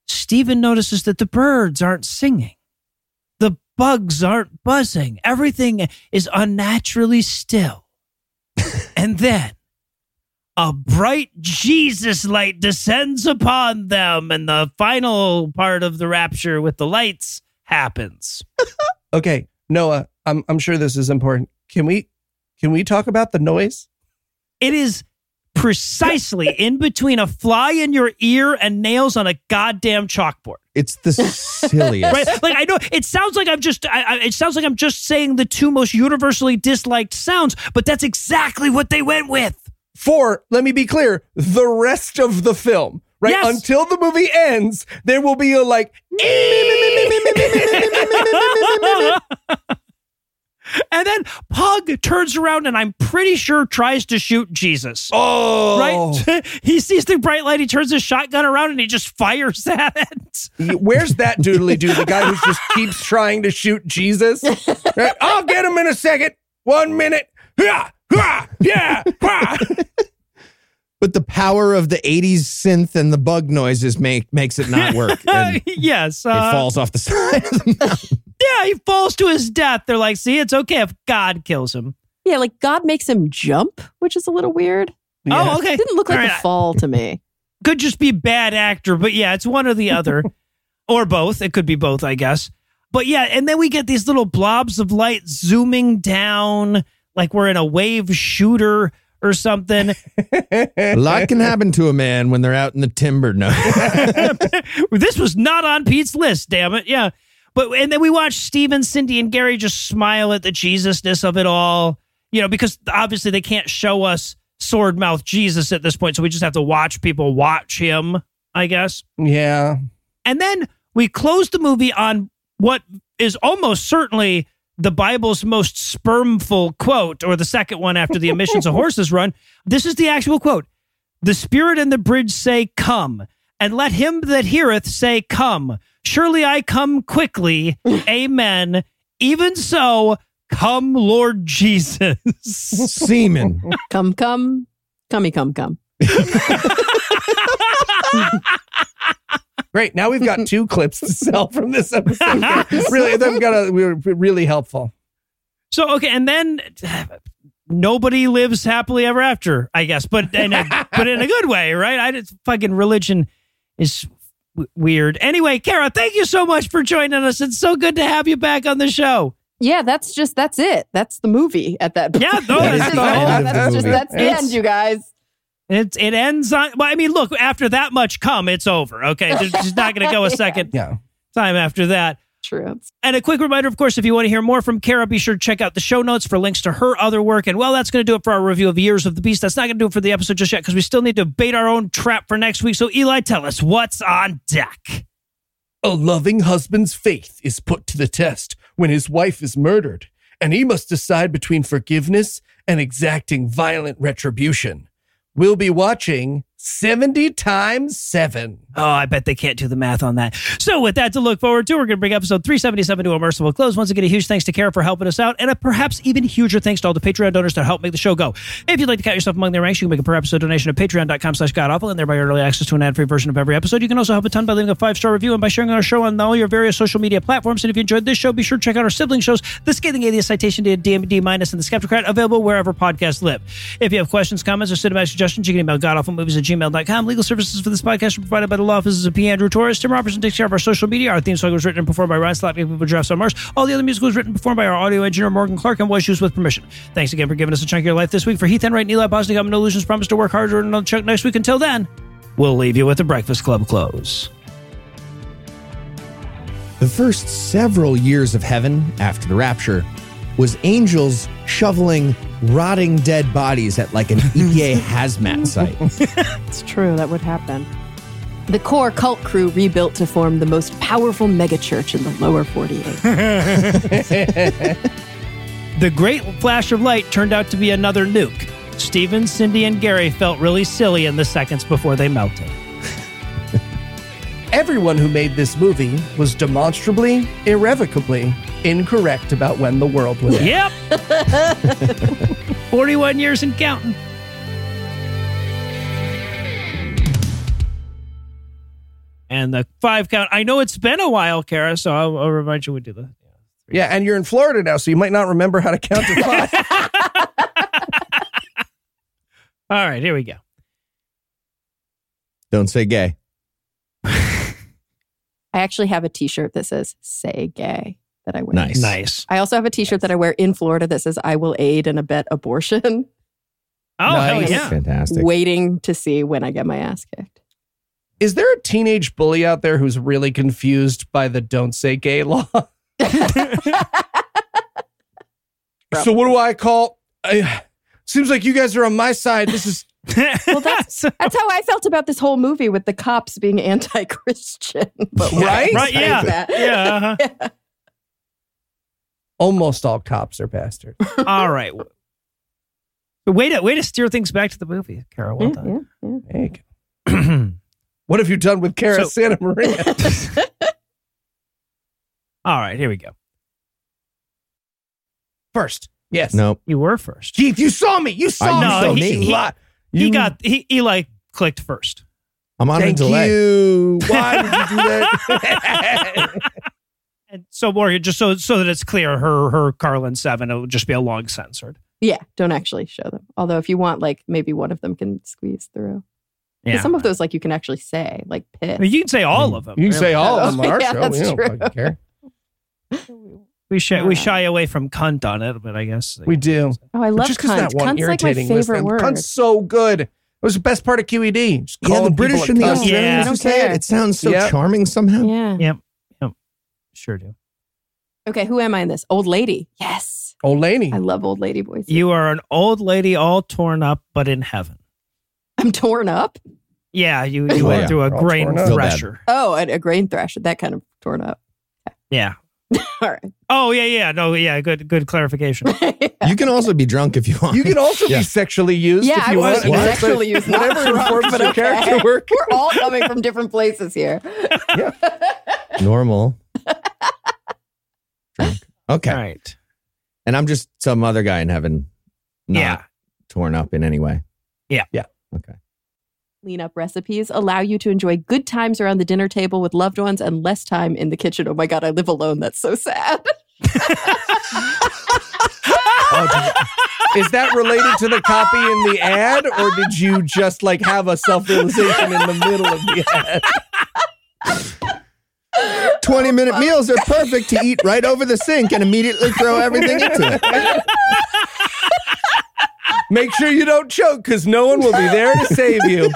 [SPEAKER 5] Stephen notices that the birds aren't singing, the bugs aren't buzzing, everything is unnaturally still. and then. A bright Jesus light descends upon them, and the final part of the rapture with the lights happens.
[SPEAKER 3] Okay, Noah, I'm I'm sure this is important. Can we can we talk about the noise?
[SPEAKER 5] It is precisely in between a fly in your ear and nails on a goddamn chalkboard.
[SPEAKER 1] it's the silliest
[SPEAKER 5] Right? like I know it sounds like I'm just I, I, it sounds like I'm just saying the two most universally disliked sounds, but that's exactly what they went with.
[SPEAKER 3] For, let me be clear, the rest of the film, right?
[SPEAKER 5] Yes.
[SPEAKER 3] Until the movie ends, there will be a like
[SPEAKER 5] and then Pug turns around and I'm pretty sure tries to shoot Jesus.
[SPEAKER 3] Oh
[SPEAKER 5] Right? he sees the bright light, he turns his shotgun around and he just fires at it.
[SPEAKER 3] Where's that doodly doo? The guy who just keeps trying to shoot Jesus. Right? I'll get him in a second. One minute. Yeah. Yeah. Yeah. yeah.
[SPEAKER 1] but the power of the 80s synth and the bug noises make makes it not work and it
[SPEAKER 5] yes. uh,
[SPEAKER 1] falls off the side of the mountain
[SPEAKER 5] Yeah, he falls to his death. They're like, see, it's okay if God kills him.
[SPEAKER 2] Yeah, like God makes him jump, which is a little weird.
[SPEAKER 5] Oh, okay.
[SPEAKER 2] It didn't look like
[SPEAKER 5] All right,
[SPEAKER 2] a fall to me.
[SPEAKER 5] Could just be bad actor, but yeah, it's one or the other. or both. It could be both, I guess. But yeah, and then we get these little blobs of light zooming down like we're in a wave shooter or something.
[SPEAKER 1] a lot can happen to a man when they're out in the timber no
[SPEAKER 5] this was not on Pete's list, damn it. Yeah. But and then we watch Steven, Cindy, and Gary just smile at the Jesusness of it all. You know, because obviously they can't show us sword mouth Jesus at this point, so we just have to watch people watch him, I guess.
[SPEAKER 3] Yeah.
[SPEAKER 5] And then we close the movie on what is almost certainly the Bible's most spermful quote, or the second one after the emissions of horses run. This is the actual quote The Spirit and the bridge say, Come, and let him that heareth say, Come. Surely I come quickly. Amen. Even so, come, Lord Jesus.
[SPEAKER 1] semen
[SPEAKER 2] Come, come, cummy, come, come.
[SPEAKER 3] Great. Now we've got two clips to sell from this episode. really, they've got a, we were really helpful.
[SPEAKER 5] So okay, and then nobody lives happily ever after, I guess, but in a, but in a good way, right? I just fucking religion is w- weird. Anyway, Kara, thank you so much for joining us. It's so good to have you back on the show.
[SPEAKER 2] Yeah, that's just that's it. That's the movie at that point.
[SPEAKER 5] Yeah, no,
[SPEAKER 2] That's just-
[SPEAKER 5] that's the
[SPEAKER 1] of
[SPEAKER 5] end
[SPEAKER 1] the
[SPEAKER 2] that's just
[SPEAKER 1] movie.
[SPEAKER 2] that's the
[SPEAKER 5] It's-
[SPEAKER 2] end, you guys.
[SPEAKER 5] It it ends on. Well, I mean, look, after that much come, it's over. Okay, There's- she's not going to go a second
[SPEAKER 3] Yeah.
[SPEAKER 5] time after that.
[SPEAKER 2] True.
[SPEAKER 5] And a quick reminder, of course, if you want to hear more from Kara, be sure to check out the show notes for links to her other work. And well, that's going to do it for our review of Years of the Beast. That's not going to do it for the episode just yet because we still need to bait our own trap for next week. So, Eli, tell us what's on deck.
[SPEAKER 3] A loving husband's faith is put to the test when his wife is murdered, and he must decide between forgiveness and exacting violent retribution. We'll be watching 70 times 7.
[SPEAKER 5] Oh, I bet they can't do the math on that. So, with that to look forward to, we're going to bring episode 377 to a merciful close. Once again, a huge thanks to Kara for helping us out, and a perhaps even huger thanks to all the Patreon donors that help make the show go. If you'd like to count yourself among their ranks, you can make a per episode donation at patreon.com slash godawful and thereby early access to an ad free version of every episode. You can also help a ton by leaving a five star review and by sharing our show on all your various social media platforms. And if you enjoyed this show, be sure to check out our sibling shows, The Scathing Atheist Citation to DMD Minus and The Skeptocrat, available wherever podcasts live. If you have questions, comments, or cinematic suggestions, you can email godawfulmovies at gmail.com. Legal services for this podcast are provided by the law offices of P. Andrew Torres. Tim Robertson takes care of our social media. Our theme song was written and performed by Ryan Slotnick of People Drafts on Mars. All the other music was written and performed by our audio engineer, Morgan Clark, and was used with permission. Thanks again for giving us a chunk of your life this week. For Heath Enright and Eli Bosnick, I'm No Illusions. Promise to work harder and another chunk next week. Until then, we'll leave you with the Breakfast Club close.
[SPEAKER 1] The first several years of heaven after the rapture was angels shoveling rotting dead bodies at like an EPA hazmat site.
[SPEAKER 2] It's true, that would happen. The core cult crew rebuilt to form the most powerful megachurch in the lower 48.
[SPEAKER 5] The great flash of light turned out to be another nuke. Steven, Cindy, and Gary felt really silly in the seconds before they melted.
[SPEAKER 3] Everyone who made this movie was demonstrably, irrevocably incorrect about when the world will end.
[SPEAKER 5] Yep. 41 years and counting. And the five count. I know it's been a while, Kara, so I'll, I'll remind you we do that.
[SPEAKER 3] Yeah, and you're in Florida now, so you might not remember how to count to five.
[SPEAKER 5] All right, here we go.
[SPEAKER 1] Don't say gay.
[SPEAKER 2] I actually have a t shirt that says, Say gay, that I wear.
[SPEAKER 1] Nice.
[SPEAKER 5] Nice.
[SPEAKER 2] I also have a t shirt that I wear in Florida that says, I will aid and abet abortion,
[SPEAKER 5] Oh,
[SPEAKER 3] Nice.
[SPEAKER 5] hell yeah.
[SPEAKER 1] Fantastic.
[SPEAKER 2] waiting to see when I get my ass kicked.
[SPEAKER 3] Is there a teenage bully out there who's really confused by the don't say gay law? so what do I call? I, seems like you guys are on my side. This is
[SPEAKER 2] Well, that's, that's how I felt about this whole movie with the cops being anti Christian. But why
[SPEAKER 3] Right?
[SPEAKER 5] Right,
[SPEAKER 2] say
[SPEAKER 5] yeah.
[SPEAKER 2] that?
[SPEAKER 5] yeah. uh-huh.
[SPEAKER 3] almost all cops are bastards.
[SPEAKER 5] All right. Way to way to steer things back to the movie, Carol. Well
[SPEAKER 2] Yeah, yeah,
[SPEAKER 3] There you go. What have you done with Kara
[SPEAKER 5] So-
[SPEAKER 3] Santa Maria?
[SPEAKER 5] All right, here we go.
[SPEAKER 3] First, yes.
[SPEAKER 1] Nope.
[SPEAKER 5] You were first.
[SPEAKER 3] Keith, you saw me. You saw
[SPEAKER 1] I
[SPEAKER 3] me.
[SPEAKER 5] know, he-
[SPEAKER 3] You
[SPEAKER 5] he-
[SPEAKER 3] lied.
[SPEAKER 5] He
[SPEAKER 3] You-
[SPEAKER 5] got he Eli clicked first.
[SPEAKER 1] I'm on
[SPEAKER 3] Thank
[SPEAKER 1] a delay.
[SPEAKER 3] you. Why would you do that?
[SPEAKER 5] And so Morgan, just so so that it's clear, her her Carlin seven, it'll just be a long censored.
[SPEAKER 2] yeah. Don't actually show them. Although, if you want, like maybe one of them can squeeze through. 'Cause
[SPEAKER 5] Yeah.
[SPEAKER 2] Some of those, like you can actually say, like piss.
[SPEAKER 5] I mean, you can say all of them.
[SPEAKER 3] you can say all of them on our
[SPEAKER 2] Yeah,
[SPEAKER 3] show.
[SPEAKER 2] that's
[SPEAKER 3] we don't
[SPEAKER 2] true.
[SPEAKER 3] fucking care.
[SPEAKER 5] we shy we shy away from cunt on it, but I guess
[SPEAKER 3] We do.
[SPEAKER 2] oh, I
[SPEAKER 3] But
[SPEAKER 2] love
[SPEAKER 3] just
[SPEAKER 2] cunt.
[SPEAKER 3] that
[SPEAKER 2] Cunt's
[SPEAKER 3] one
[SPEAKER 2] like my
[SPEAKER 3] irritating
[SPEAKER 2] favorite
[SPEAKER 3] listen,
[SPEAKER 2] word.
[SPEAKER 3] Cunt's so good. It was the best part of QED. Just
[SPEAKER 1] Yeah, the
[SPEAKER 3] calling
[SPEAKER 1] British and
[SPEAKER 3] people
[SPEAKER 1] the
[SPEAKER 3] a
[SPEAKER 2] cunt.
[SPEAKER 3] cunt.
[SPEAKER 5] Australians Yeah.
[SPEAKER 1] Australians
[SPEAKER 2] I
[SPEAKER 1] who
[SPEAKER 2] don't
[SPEAKER 1] say it.
[SPEAKER 2] care.
[SPEAKER 1] It sounds so
[SPEAKER 3] Yep.
[SPEAKER 1] charming somehow.
[SPEAKER 2] yeah.
[SPEAKER 5] sure do.
[SPEAKER 2] Okay, who am I in this? Old lady. Yes.
[SPEAKER 3] Old lady.
[SPEAKER 2] I love old lady voices.
[SPEAKER 5] You are an old lady, all torn up, but in heaven.
[SPEAKER 2] I'm torn up.
[SPEAKER 5] Yeah, you you
[SPEAKER 1] Oh,
[SPEAKER 5] went
[SPEAKER 1] yeah.
[SPEAKER 5] through a
[SPEAKER 3] All
[SPEAKER 5] grain
[SPEAKER 3] torn up. Feel
[SPEAKER 1] bad.
[SPEAKER 5] thresher.
[SPEAKER 2] Oh, a, a grain thresher. That kind of torn up.
[SPEAKER 5] Yeah.
[SPEAKER 2] All right.
[SPEAKER 5] Oh yeah, yeah. No, yeah. Good good clarification.
[SPEAKER 1] You can also be drunk if you want.
[SPEAKER 3] You can also
[SPEAKER 1] Yeah.
[SPEAKER 3] be sexually used
[SPEAKER 2] yeah,
[SPEAKER 3] if
[SPEAKER 2] I
[SPEAKER 3] you
[SPEAKER 2] was
[SPEAKER 3] want. I mean, that's
[SPEAKER 2] sexually
[SPEAKER 3] like-
[SPEAKER 2] used. not
[SPEAKER 3] Whatever
[SPEAKER 2] drunk,
[SPEAKER 3] informs
[SPEAKER 2] but
[SPEAKER 3] your
[SPEAKER 2] okay.
[SPEAKER 3] character work.
[SPEAKER 2] We're all coming from different places here.
[SPEAKER 1] normal. drunk. Okay.
[SPEAKER 5] All right.
[SPEAKER 1] And I'm just some other guy in heaven, not
[SPEAKER 5] Yeah.
[SPEAKER 1] torn up in any way.
[SPEAKER 2] Lean up recipes allow you to enjoy good times around the dinner table with loved ones and less time in the kitchen. Oh my God, I live alone. That's so sad.
[SPEAKER 3] Is that related to the copy in the ad, or did you just like have a self realization in the middle of the ad?
[SPEAKER 1] 20 minute meals are perfect to eat right over the sink and immediately throw everything into it.
[SPEAKER 3] Make sure you don't choke because no one will be there to save you.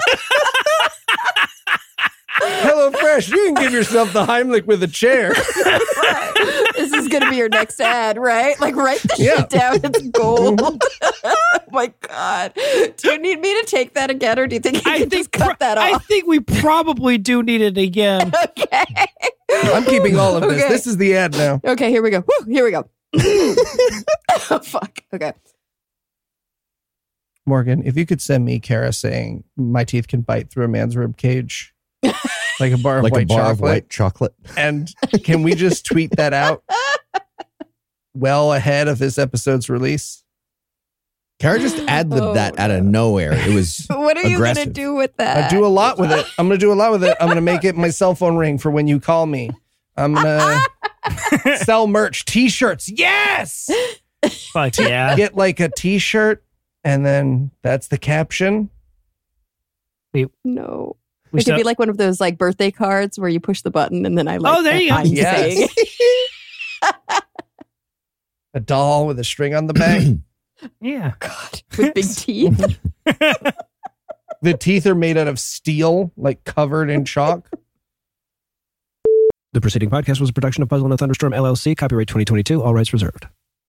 [SPEAKER 3] Hello Fresh, you can give yourself the Heimlich with a chair.
[SPEAKER 2] this is going to be your next ad, right? Like, write this
[SPEAKER 3] Yeah.
[SPEAKER 2] shit down. It's gold. oh my God. Do you need me to take that again, or do you think you
[SPEAKER 5] I
[SPEAKER 2] can just
[SPEAKER 5] think
[SPEAKER 2] cut that
[SPEAKER 5] I
[SPEAKER 2] off?
[SPEAKER 5] think we probably do need it again.
[SPEAKER 2] okay.
[SPEAKER 3] I'm keeping all of this.
[SPEAKER 2] Okay.
[SPEAKER 3] This is the ad now.
[SPEAKER 2] Okay, here we go. Woo, here we go. oh, fuck. Okay.
[SPEAKER 3] Morgan, if you could send me Kara saying my teeth can bite through a man's rib cage, like a bar of
[SPEAKER 1] Like
[SPEAKER 3] white
[SPEAKER 1] a bar
[SPEAKER 3] chocolate,
[SPEAKER 1] of white chocolate.
[SPEAKER 3] and can we just tweet that out well ahead of this episode's release?
[SPEAKER 1] Kara just ad libbed
[SPEAKER 2] Oh,
[SPEAKER 1] that out of nowhere. It was
[SPEAKER 2] What are you going to
[SPEAKER 1] Aggressive.
[SPEAKER 2] do with
[SPEAKER 3] I
[SPEAKER 2] that?
[SPEAKER 3] do a lot with it. I'm gonna do a lot with it. I'm gonna make it my cell phone ring for when you call me. I'm gonna sell merch, t-shirts. Yes,
[SPEAKER 5] Fuck yeah.
[SPEAKER 3] get like a t-shirt, and then that's the caption.
[SPEAKER 5] We,
[SPEAKER 2] No. it
[SPEAKER 5] we
[SPEAKER 2] could
[SPEAKER 5] still,
[SPEAKER 2] be like one of those like birthday cards where you push the button and then I like.
[SPEAKER 5] Oh, there you go.
[SPEAKER 2] I'm
[SPEAKER 3] Yes.
[SPEAKER 2] saying.
[SPEAKER 3] A doll with a string on the back.
[SPEAKER 5] yeah.
[SPEAKER 2] God, with big teeth.
[SPEAKER 3] the teeth are made out of steel, like covered in chalk.
[SPEAKER 5] The preceding podcast was a production of Puzzle and a Thunderstorm LLC, copyright 2022, all rights reserved.